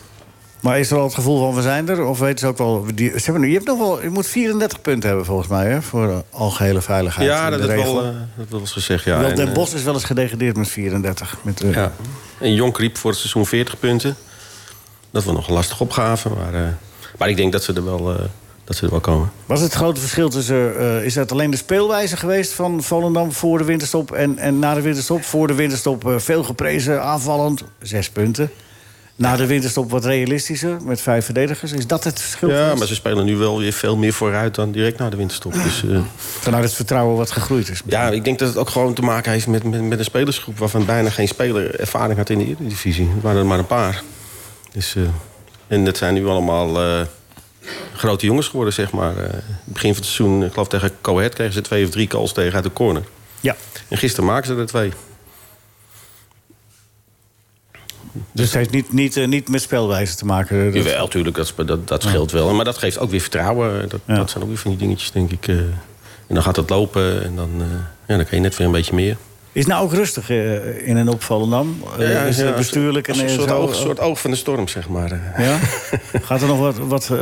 Speaker 3: Maar is er al het gevoel van we zijn er? Of weten ze ook wel. Die, ze hebben, nu- je, hebt nog wel je moet 34 punten hebben volgens mij hè, voor eh, algehele veiligheid.
Speaker 7: Ja,
Speaker 3: in de
Speaker 7: dat werd
Speaker 3: regel.
Speaker 7: wel, eh, dat was gezegd. Ja.
Speaker 3: Wel,
Speaker 7: En,
Speaker 3: Den
Speaker 7: eh,
Speaker 3: Bos is wel eens gedegradeerd met 34. Met, eh,
Speaker 7: Ja. En Jonk riep voor het seizoen 40 punten. Dat was nog een lastige opgave. Maar, eh, maar ik denk dat ze er wel, eh, dat ze er wel komen.
Speaker 3: Was het grote verschil tussen... eh, is dat alleen de speelwijze geweest van Volendam voor de winterstop... en, en na de winterstop? Voor de winterstop eh, veel geprezen, aanvallend. Zes punten. Na de winterstop wat realistischer, met vijf verdedigers. Is dat het verschil?
Speaker 7: Ja,
Speaker 3: geweest?
Speaker 7: maar ze spelen nu wel weer veel meer vooruit dan direct na de winterstop. Dus, eh,
Speaker 3: Vanuit het vertrouwen wat gegroeid is.
Speaker 7: ja, ik denk dat het ook gewoon te maken heeft met, met, met een spelersgroep... waarvan bijna geen speler ervaring had in de Eredivisie. Het waren er maar een paar. Dus, eh, en dat zijn nu allemaal eh, grote jongens geworden, zeg maar. Eh, begin van het seizoen, ik geloof tegen Coët... kregen ze twee of drie calls tegen uit de corner.
Speaker 3: Ja.
Speaker 7: En gisteren maken ze er twee.
Speaker 3: Dus het heeft niet, niet, eh, niet met speelwijze te maken. eh, dat-
Speaker 7: Jawel, natuurlijk, dat, spe- dat, dat scheelt wel. Maar dat geeft ook weer vertrouwen. eh, Dat, dat zijn ook weer van die dingetjes, denk ik. eh. en dan gaat het lopen en dan, eh, ja, dan kan je net weer een beetje meer.
Speaker 3: Is nou ook rustig eh, in en op Volendam? Eh, is het bestuurlijk
Speaker 7: als
Speaker 3: en
Speaker 7: een soort,
Speaker 3: zo-
Speaker 7: oog, soort oog van de storm, zeg maar. eh.
Speaker 3: Ja? (laughs) Gaat er nog wat... wat eh,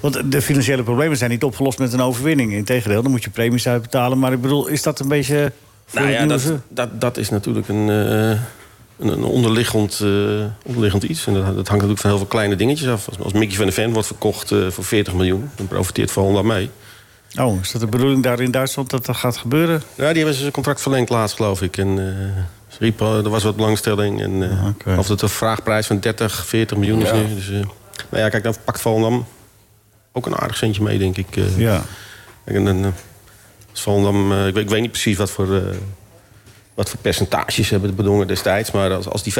Speaker 3: want de financiële problemen zijn niet opgelost met een overwinning. Integendeel, dan moet je premies uitbetalen. Maar ik bedoel, is dat een beetje... voor
Speaker 7: Nou ja,
Speaker 3: het nieuwe
Speaker 7: dat,
Speaker 3: seizoen?
Speaker 7: dat, dat is natuurlijk een, eh, een, een onderliggend, eh, onderliggend iets. En dat, dat hangt natuurlijk van heel veel kleine dingetjes af. Als, als Mickey van de Ven wordt verkocht eh, voor 40 miljoen... dan profiteert Volendam mee.
Speaker 3: Oh, is dat de bedoeling daar in Duitsland dat dat gaat gebeuren?
Speaker 7: Ja, Nou, die hebben ze zijn contract verlengd laatst, geloof ik. En eh, ze riepen, eh, er was wat belangstelling. En, eh, Of het een vraagprijs van 30, 40 miljoen is
Speaker 8: Ja.
Speaker 7: nu. Dus, eh, nou ja, kijk, dan pakt Volendam ook een aardig centje mee, denk ik. eh.
Speaker 3: Ja.
Speaker 7: Kijk, en dan, eh, als Volendam, eh, ik, weet, ik weet niet precies wat voor, eh, wat voor percentages ze hebben bedongen destijds. Maar als, als die 25%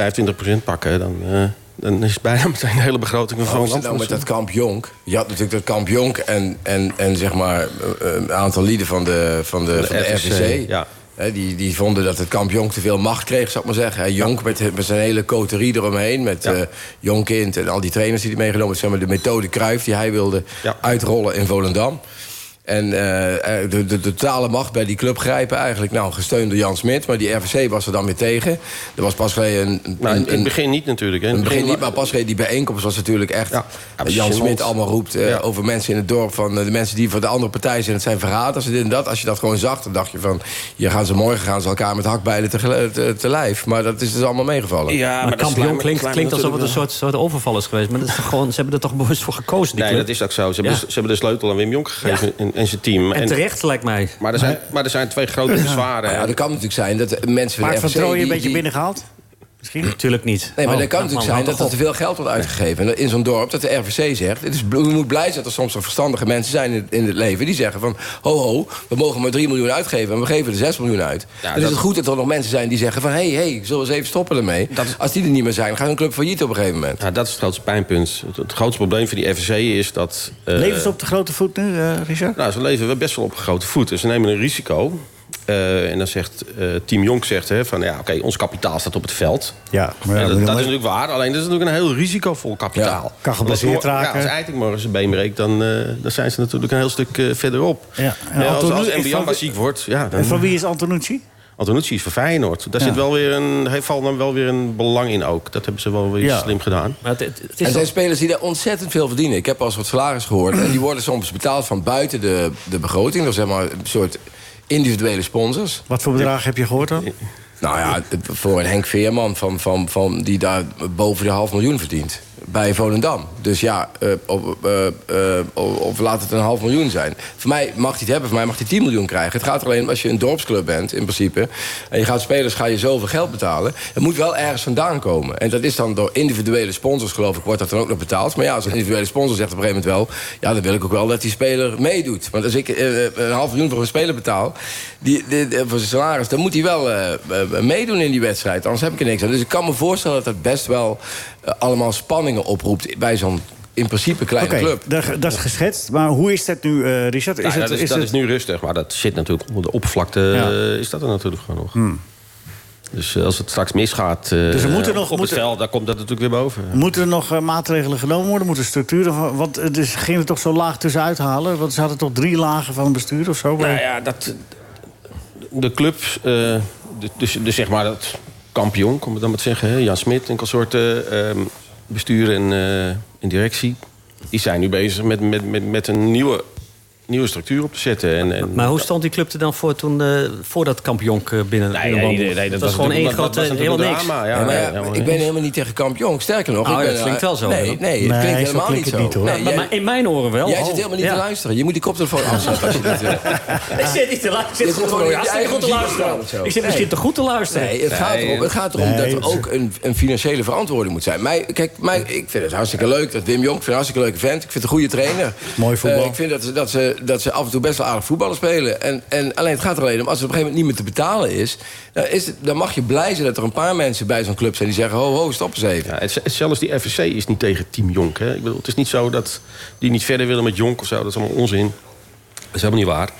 Speaker 7: pakken, dan, eh, dan is het bijna (laughs) meteen de hele begroting van
Speaker 8: Hoe is
Speaker 7: Volendam.
Speaker 8: het nou met dat kamp Jonk? Je had natuurlijk dat kamp Jonk en, en, en zeg maar eh, een aantal lieden van de, van de, van de RVC.
Speaker 7: Ja.
Speaker 8: Hè, die, die vonden dat het kamp Jonk te veel macht kreeg, zou ik maar zeggen. Hè, Jonk met, met zijn hele coterie eromheen. Met eh Jonkind en al die trainers die hij meegenomen heeft. Zeg maar de methode Kruif die hij wilde
Speaker 7: Ja.
Speaker 8: uitrollen in Volendam. En eh, eh, de, de totale macht bij die club grijpen eigenlijk. Nou, gesteund door Jan Smit. Maar die RVC was er dan weer tegen. Er was pas geleden een... een-
Speaker 7: Nou, in in
Speaker 8: een-
Speaker 7: het begin niet natuurlijk. Hè. In
Speaker 8: het
Speaker 7: het
Speaker 8: begin niet,
Speaker 7: wa-
Speaker 8: maar pas reed die bijeenkomst was natuurlijk echt...
Speaker 7: Ja,
Speaker 8: dat
Speaker 7: ja,
Speaker 8: Jan
Speaker 7: gênant.
Speaker 8: Smit allemaal roept eh,
Speaker 7: Ja.
Speaker 8: over mensen in het dorp... van eh, de mensen die voor de andere partij zijn, het zijn verraders en dit en dat. Als je dat gewoon zag, dan dacht je van... hier gaan ze morgen gaan ze elkaar met hakbijlen te, gel- te, te lijf. Maar dat is dus allemaal meegevallen.
Speaker 7: Ja, dat
Speaker 9: maar
Speaker 7: is klein-
Speaker 9: kampioen klinkt,
Speaker 7: klein
Speaker 9: klinkt alsof het een
Speaker 7: natuurlijk wel.
Speaker 9: soort, soort overval is geweest. Maar dat is toch gewoon, ze hebben er toch bewust voor gekozen, die
Speaker 7: Nee,
Speaker 9: club?
Speaker 7: dat is ook zo. Ze, hebben,
Speaker 9: Ja.
Speaker 7: de- ze hebben de sleutel aan Wim Jonk gegeven en, en zijn team.
Speaker 9: En terecht, lijkt mij.
Speaker 7: Maar er, zijn, maar er zijn twee
Speaker 9: (clears throat)
Speaker 7: grote bezwaren.
Speaker 8: Nou ja, dat kan natuurlijk zijn dat de mensen van
Speaker 3: Maar
Speaker 8: de
Speaker 3: het van
Speaker 8: RVC...
Speaker 3: Trooien
Speaker 8: die-
Speaker 3: een beetje
Speaker 8: die-
Speaker 3: binnengehaald? Misschien?
Speaker 9: Natuurlijk niet.
Speaker 8: Nee, maar
Speaker 9: Oh,
Speaker 8: dat kan
Speaker 9: nou,
Speaker 8: natuurlijk zijn
Speaker 9: man,
Speaker 8: dat er
Speaker 9: hou
Speaker 8: te
Speaker 9: toch
Speaker 8: veel geld wordt uitgegeven. En In zo'n dorp, dat de RVC zegt... Het is, je moet blij zijn dat er soms nog verstandige mensen zijn in, in het leven... die zeggen van, ho ho, we mogen maar 3 miljoen uitgeven... en we geven er 6 miljoen uit.
Speaker 7: Ja,
Speaker 8: dan is
Speaker 7: dat-
Speaker 8: het goed dat er nog mensen zijn die zeggen van... hé, hey, hey, zullen we eens even stoppen ermee? Als die er niet meer zijn, dan gaat een club failliet op een gegeven moment.
Speaker 7: Ja, dat is het grootste pijnpunt. Het, het grootste probleem van die FVC is dat... eh,
Speaker 3: Leven ze op de grote voet nu, eh, Richard?
Speaker 7: Nou, ze leven wel best wel op grote voet. Dus ze nemen een risico. Eh, en dan zegt eh, Team Jonk zegt, hè, van ja, oké, ons kapitaal staat op het veld.
Speaker 3: Ja, maar ja,
Speaker 7: En dat,
Speaker 3: bedoel-
Speaker 7: dat is natuurlijk waar, alleen dat is natuurlijk een heel risicovol kapitaal.
Speaker 8: Ja,
Speaker 3: kan geblesseerd
Speaker 7: Want als mor-
Speaker 3: raken.
Speaker 7: Ja, als Eiting morgen zijn been breekt, dan, eh, dan zijn ze natuurlijk een heel stuk eh, verderop.
Speaker 3: Ja, en
Speaker 7: Eh, als
Speaker 3: Antonou-
Speaker 7: als
Speaker 3: is van-
Speaker 7: Mbiyamba ziek wordt, ja, dan,
Speaker 3: En van wie is Antonucci?
Speaker 7: Antonucci is van Feyenoord. Daar
Speaker 3: Ja.
Speaker 7: zit wel weer een, heeft Volendam wel weer een belang in ook. Dat hebben ze wel weer
Speaker 3: Ja.
Speaker 7: slim gedaan.
Speaker 9: Maar het, het- het
Speaker 8: En
Speaker 9: is
Speaker 8: er
Speaker 9: toch-
Speaker 8: zijn spelers die daar ontzettend veel verdienen. Ik heb al eens wat salaris gehoord. En die worden soms betaald van buiten de, de begroting. Dat zeg maar een soort individuele sponsors.
Speaker 3: Wat voor bedrag heb je gehoord dan?
Speaker 8: Nou ja, voor een Henk Veerman van, van, van, die daar boven de half miljoen verdient. Bij Volendam. Dus ja, eh, op, eh, eh, of- of laat het een half miljoen zijn. Voor mij mag hij het hebben, voor mij mag hij 10 miljoen krijgen. Het gaat er alleen om als je een dorpsclub bent, in principe. En je gaat spelers, ga je zoveel geld betalen. Het moet wel ergens vandaan komen. En dat is dan door individuele sponsors, geloof ik, wordt dat dan ook nog betaald. Maar ja, als een individuele sponsor zegt op een gegeven moment wel... ja, dan wil ik ook wel dat die speler meedoet. Want als ik eh, een half miljoen voor een speler betaal... Die, die- die- voor zijn salaris, dan moet hij wel eh, eh, meedoen in die wedstrijd. Anders heb ik er niks aan. Dus ik kan me voorstellen dat dat best wel eh, allemaal spanningen oproept... bij zo'n in principe kleine
Speaker 3: Oké,
Speaker 8: club.
Speaker 3: daar- dat is geschetst. Maar hoe is dat nu, eh, Richard? Is
Speaker 7: Nou Ja,
Speaker 3: het-
Speaker 7: dat is,
Speaker 3: is
Speaker 7: dat
Speaker 3: het-
Speaker 7: is nu rustig, maar dat zit natuurlijk onder de oppervlakte.
Speaker 3: Ja. Hmm.
Speaker 7: eh, Is dat er natuurlijk gewoon nog. Dus eh, als het straks misgaat eh,
Speaker 3: Dus er moeten
Speaker 7: op
Speaker 3: nog-
Speaker 7: het
Speaker 3: moeten-
Speaker 7: veld, dan komt dat natuurlijk weer boven.
Speaker 3: Moeten er nog eh, maatregelen genomen worden? Moeten structuren... van- Want het is, gingen we toch zo laag tussenuit halen? Want ze hadden toch drie lagen van bestuur of zo?
Speaker 7: Nou ja, dat, de club, eh, de- dus, dus zeg maar dat kampioen, kom ik dan maar te zeggen. Hè? Jan Smit en consorten, ehm, bestuur en, eh, en directie. Die zijn nu bezig met, met, met, met een nieuwe nieuwe structuur op te zetten. En, en
Speaker 9: Maar hoe stond die club er dan voor toen, eh, voordat kampionk
Speaker 7: Nee,
Speaker 9: binnen binnenwandelde?
Speaker 7: nee, nee, nee,
Speaker 9: dat,
Speaker 7: dat
Speaker 9: was
Speaker 7: was
Speaker 9: gewoon één
Speaker 7: natuurlijk- dat
Speaker 9: grote,
Speaker 7: was
Speaker 9: helemaal
Speaker 7: natuurlijk een drama,
Speaker 9: niks.
Speaker 7: ja.
Speaker 8: Ja, maar ja,
Speaker 7: helemaal
Speaker 8: ik ben
Speaker 7: eens.
Speaker 8: helemaal niet tegen Kamp Jong. Sterker nog,
Speaker 9: Oh,
Speaker 8: ik
Speaker 9: dat
Speaker 8: ben, eh,
Speaker 9: klinkt wel zo,
Speaker 8: Nee,
Speaker 9: hoor.
Speaker 8: nee, het
Speaker 3: Nee,
Speaker 8: klinkt
Speaker 3: zo
Speaker 8: helemaal niet
Speaker 3: klinkt het
Speaker 8: zo.
Speaker 3: niet, hoor.
Speaker 8: Nee,
Speaker 9: Maar,
Speaker 8: jij,
Speaker 9: maar in mijn oren wel.
Speaker 8: jij
Speaker 9: Oh,
Speaker 8: zit helemaal niet
Speaker 9: ja.
Speaker 8: te luisteren. Je moet die koptelefoon afzetten
Speaker 9: (laughs)
Speaker 8: als je dat wil.
Speaker 9: Ik zit niet
Speaker 8: Je
Speaker 9: te luisteren. Ik zit
Speaker 8: komt
Speaker 9: gewoon
Speaker 8: gewoon
Speaker 9: hartstikke
Speaker 8: je
Speaker 9: goed te
Speaker 8: eigen muziek aan of
Speaker 9: luisteren.
Speaker 8: zo.
Speaker 9: Ik zit misschien
Speaker 8: Nee.
Speaker 9: te goed te luisteren.
Speaker 8: Nee, het gaat erom, het gaat erom
Speaker 3: Nee,
Speaker 8: dat
Speaker 3: het
Speaker 8: er
Speaker 3: is-
Speaker 8: ook een, een financiële verantwoording moet zijn. Mij, kijk, mij, ik vind het hartstikke leuk dat Wim Jong, ik vind het hartstikke leuke vent. Ik vind het een goede trainer.
Speaker 3: Mooi voetbal.
Speaker 8: Eh, ik vind dat, ze- dat, ze, dat ze af en toe best wel aardig voetballen spelen. En, en alleen het gaat er alleen om, als het op een gegeven moment niet meer te betalen is... Dan, is het- dan mag je blij zijn dat er een paar mensen bij zo'n club zijn die zeggen... ho, ho, stop eens even.
Speaker 7: Ja, en z- zelfs die FSC is niet tegen Team Jonk. Hè. Ik bedoel, het is niet zo dat die niet verder willen met Jonk of zo. Dat is allemaal onzin. Dat is helemaal niet waar.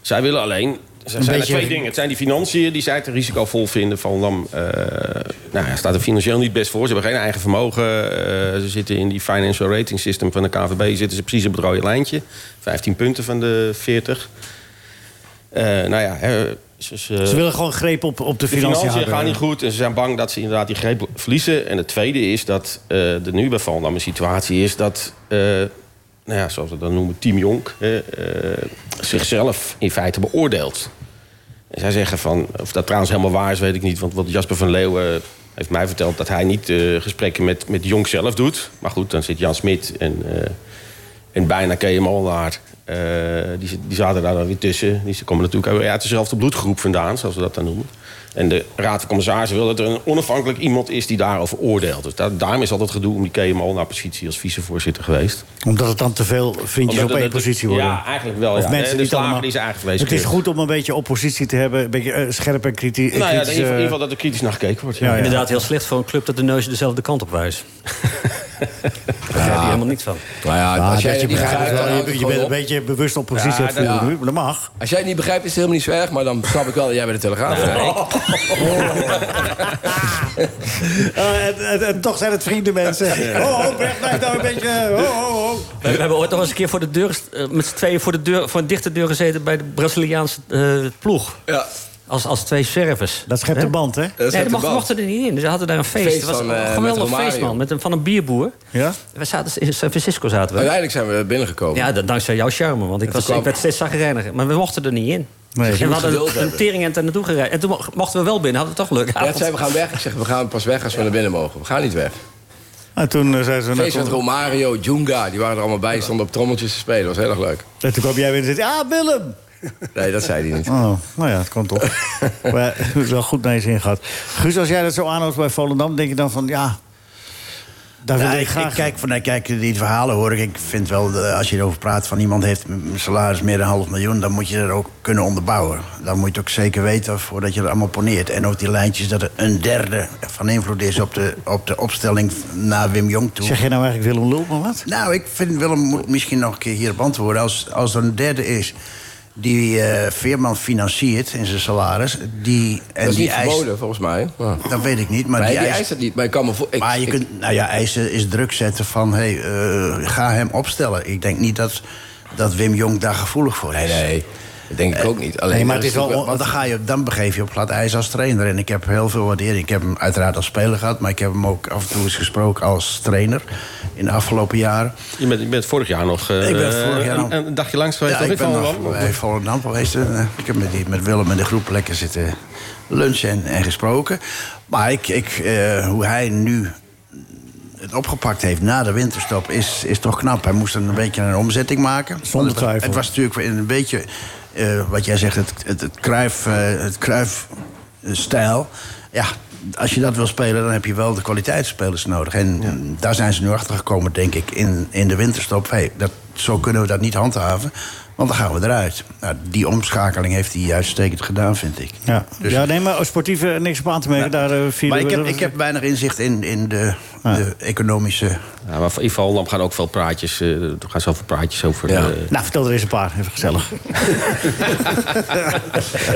Speaker 7: Zij willen alleen... Er zijn er
Speaker 3: beetje-
Speaker 7: twee dingen. Het zijn die financiën die zij te risicovol vinden. Van Lam eh, nou, ja, staat er financieel niet best voor. Ze hebben geen eigen vermogen. Eh, ze zitten in die financial rating system van de KVB. Zitten ze precies op het rode lijntje. 15 punten van de 40. Eh, nou ja, hè, ze- ze-
Speaker 3: Ze willen gewoon greep op, op de
Speaker 7: eh, de
Speaker 3: financiën
Speaker 7: financiën gaan
Speaker 3: houden.
Speaker 7: niet goed en ze zijn bang dat ze inderdaad die greep verliezen. En het tweede is dat eh er nu bij Van Dam een situatie is dat, eh, nou ja, zoals we dat noemen, Team Jonk, eh, eh, zichzelf in feite beoordeelt. En zij zeggen van, of dat trouwens helemaal waar is, weet ik niet. Want wat Jasper van Leeuwen heeft mij verteld dat hij niet eh, gesprekken met, met Jonk zelf doet. Maar goed, dan zit Jan Smit en, eh, en bijna K.M. Molenaar. eh, die, zit- die zaten daar dan weer tussen. Die ze komen natuurlijk ook weer uit dezelfde bloedgroep vandaan, zoals we dat dan noemen. En de Raad van Commissarissen wil dat er een onafhankelijk iemand is die daarover oordeelt. Dus daar, daarom is altijd gedoe om die K.M. Molenaar-positie als vicevoorzitter geweest.
Speaker 3: Omdat het dan te veel vriendjes
Speaker 7: Omdat
Speaker 3: op één
Speaker 7: het-
Speaker 3: positie worden.
Speaker 7: Ja, eigenlijk wel.
Speaker 3: Of
Speaker 7: ja.
Speaker 3: mensen
Speaker 7: de
Speaker 3: die het
Speaker 7: slager
Speaker 3: allemaal-
Speaker 7: die zijn eigen vlees
Speaker 3: Het is
Speaker 7: keurt.
Speaker 3: goed om een beetje oppositie te hebben. Een beetje eh, scherp en kriti- kritisch.
Speaker 7: Nou ja, in ieder geval- in ieder geval
Speaker 3: eh,
Speaker 7: dat er kritisch naar gekeken wordt.
Speaker 3: Ja, ja.
Speaker 9: Inderdaad, heel slecht voor een club dat de neus dezelfde kant op
Speaker 3: (laughs)
Speaker 9: wijst. Daar begrijp je helemaal niets van.
Speaker 8: Nou ja,
Speaker 3: ah,
Speaker 8: als jij
Speaker 3: dat je
Speaker 8: het niet
Speaker 3: begrijpt
Speaker 8: begrijpt,
Speaker 3: wel.
Speaker 8: dan houdt het
Speaker 3: Je- Je, bent
Speaker 8: gewoon
Speaker 3: een
Speaker 8: op.
Speaker 3: beetje bewust oppositie aan het voeren
Speaker 8: ja.
Speaker 3: nu, maar dat mag.
Speaker 8: Als jij het niet begrijpt, is het helemaal niet zo erg. Maar dan snap ik wel dat jij bij de Telegraaf bent.
Speaker 3: Eh, en, en- en toch zijn het vrienden, mensen. Oh, oh, Bert, blijf nou een beetje... eh, Oh, oh, oh.
Speaker 9: We, we hebben ooit nog eens een keer voor de deur, eh, met z'n tweeën voor, de deur, voor een dichte deur gezeten bij de Braziliaanse eh, ploeg.
Speaker 8: Ja,
Speaker 9: Als, als twee servers.
Speaker 3: Dat schept een band, hè?
Speaker 8: dat is
Speaker 9: Nee,
Speaker 8: het
Speaker 9: dat mocht,
Speaker 8: debat.
Speaker 9: mochten er niet in. Dus Ze hadden daar een feest.
Speaker 8: Feest
Speaker 9: Het was
Speaker 8: van,
Speaker 9: een
Speaker 8: eh,
Speaker 9: geweldig
Speaker 8: met Romario.
Speaker 9: feest, man. Met een, van een bierboer.
Speaker 3: Ja?
Speaker 9: We zaten in San Francisco zaten we.
Speaker 8: Uiteindelijk zijn we binnengekomen.
Speaker 9: Ja, dat, dankzij jouw charme, want ik, was,
Speaker 8: kwam-
Speaker 9: ik werd steeds zagrijniger. Maar we mochten er niet in.
Speaker 3: Nee, je
Speaker 9: en we
Speaker 8: moet
Speaker 9: hadden
Speaker 8: geduld
Speaker 9: een- een
Speaker 8: hebben.
Speaker 9: tering en naartoe gereden. En toen mo- mochten we wel binnen, hadden we toch leuk.
Speaker 8: Ja,
Speaker 9: avond.
Speaker 8: toen zei, we gaan weg. Ik zeg, we gaan pas weg als we naar binnen mogen. We gaan niet weg.
Speaker 3: En toen eh, zijn ze...
Speaker 8: Feest met
Speaker 3: naartoe-
Speaker 8: Romario, Junga, die waren er allemaal bij, stonden op trommeltjes te spelen. Dat was heel erg leuk.
Speaker 3: En toen kwam jij weer en zei... Ah, Willem!
Speaker 8: Nee, dat zei hij niet.
Speaker 3: Oh, nou ja, het
Speaker 7: (laughs)
Speaker 3: kan toch. maar het is wel goed naar je zin gehad. Guus, als jij dat zo aanhoudt bij Volendam, denk je dan van... Ja, daar wil
Speaker 4: Ja,
Speaker 3: ik
Speaker 4: ik,
Speaker 3: graag...
Speaker 4: ik kijk van, nou, kijk, die verhalen hoor ik. Ik vind wel, eh, als je erover praat van iemand heeft een salaris meer dan half miljoen, dan moet je dat ook kunnen onderbouwen. Dan moet je het ook zeker weten voordat je er allemaal poneert. En ook die lijntjes dat er een derde van invloed is op de, op de opstelling naar Wim Jong toe.
Speaker 3: Zeg je nou eigenlijk Willem Lul, maar wat?
Speaker 4: Nou, ik vind Willem moet misschien nog een keer hierop antwoorden. Als, als er een derde is die eh, Veerman financiert in zijn salaris, die, en
Speaker 8: dat is
Speaker 4: die
Speaker 8: niet
Speaker 4: eist,
Speaker 8: verboden, volgens mij. Maar
Speaker 4: dat weet ik niet, maar
Speaker 8: nee,
Speaker 4: die,
Speaker 8: die eist,
Speaker 4: eist
Speaker 8: het niet. Maar ik kan me voor... ik-
Speaker 4: maar je
Speaker 8: ik-
Speaker 4: kunt, nou ja, eisen is druk zetten van, hey, eh, ga hem opstellen. Ik denk niet dat, dat Wim Jong daar gevoelig voor is. Eh,
Speaker 8: Nee, nee, dat denk ik ook niet. Alleen,
Speaker 3: Nee, maar het is wel-
Speaker 4: Want dan, ga je, dan begeef je op glad ijs als trainer. En ik heb heel veel waardering. Ik heb hem uiteraard als speler gehad, maar ik heb hem ook af en toe eens gesproken als trainer in de afgelopen jaren.
Speaker 7: Je, bent, je bent vorig jaar nog eh,
Speaker 4: Ik ben vorig jaar
Speaker 7: een-
Speaker 4: nog-
Speaker 7: een, dagje langs geweest.
Speaker 4: Ja,
Speaker 7: toch,
Speaker 4: ik
Speaker 7: in
Speaker 4: ben
Speaker 7: Volendam?
Speaker 4: nog eh, bij Volendam geweest. En, eh, ik heb met, die, met Willem en de groep lekker zitten lunchen en, en gesproken. Maar ik, ik, eh, hoe hij nu het opgepakt heeft na de winterstop is, is toch knap. Hij moest een beetje een omzetting maken.
Speaker 3: Zonder
Speaker 4: Want het-
Speaker 3: twijfel.
Speaker 4: Het was natuurlijk weer een beetje, eh, wat jij zegt, het, het, het, kruif, eh, het kruifstijl. Ja, als je dat wil spelen, dan heb je wel de kwaliteitsspelers nodig. En mm, daar zijn ze nu achter gekomen, denk ik, in, in de winterstop. Hey, dat, zo kunnen we dat niet handhaven, want dan gaan we eruit. Nou, die omschakeling heeft hij uitstekend gedaan, vind ik.
Speaker 3: Ja,
Speaker 4: Dus-
Speaker 3: ja nee, maar sportief eh, niks op aan te merken.
Speaker 7: Nou,
Speaker 3: Daar, eh, vieren
Speaker 4: Maar ik
Speaker 3: we
Speaker 4: heb,
Speaker 3: de-
Speaker 4: ik heb weinig inzicht in, in de, de economische
Speaker 7: Ja, maar in Volendam gaan ook veel praatjes. eh, er gaan zoveel praatjes over.
Speaker 8: Ja.
Speaker 7: eh,
Speaker 4: (laughs)
Speaker 3: Nou, vertel er eens een paar. Even gezellig.
Speaker 7: (laughs)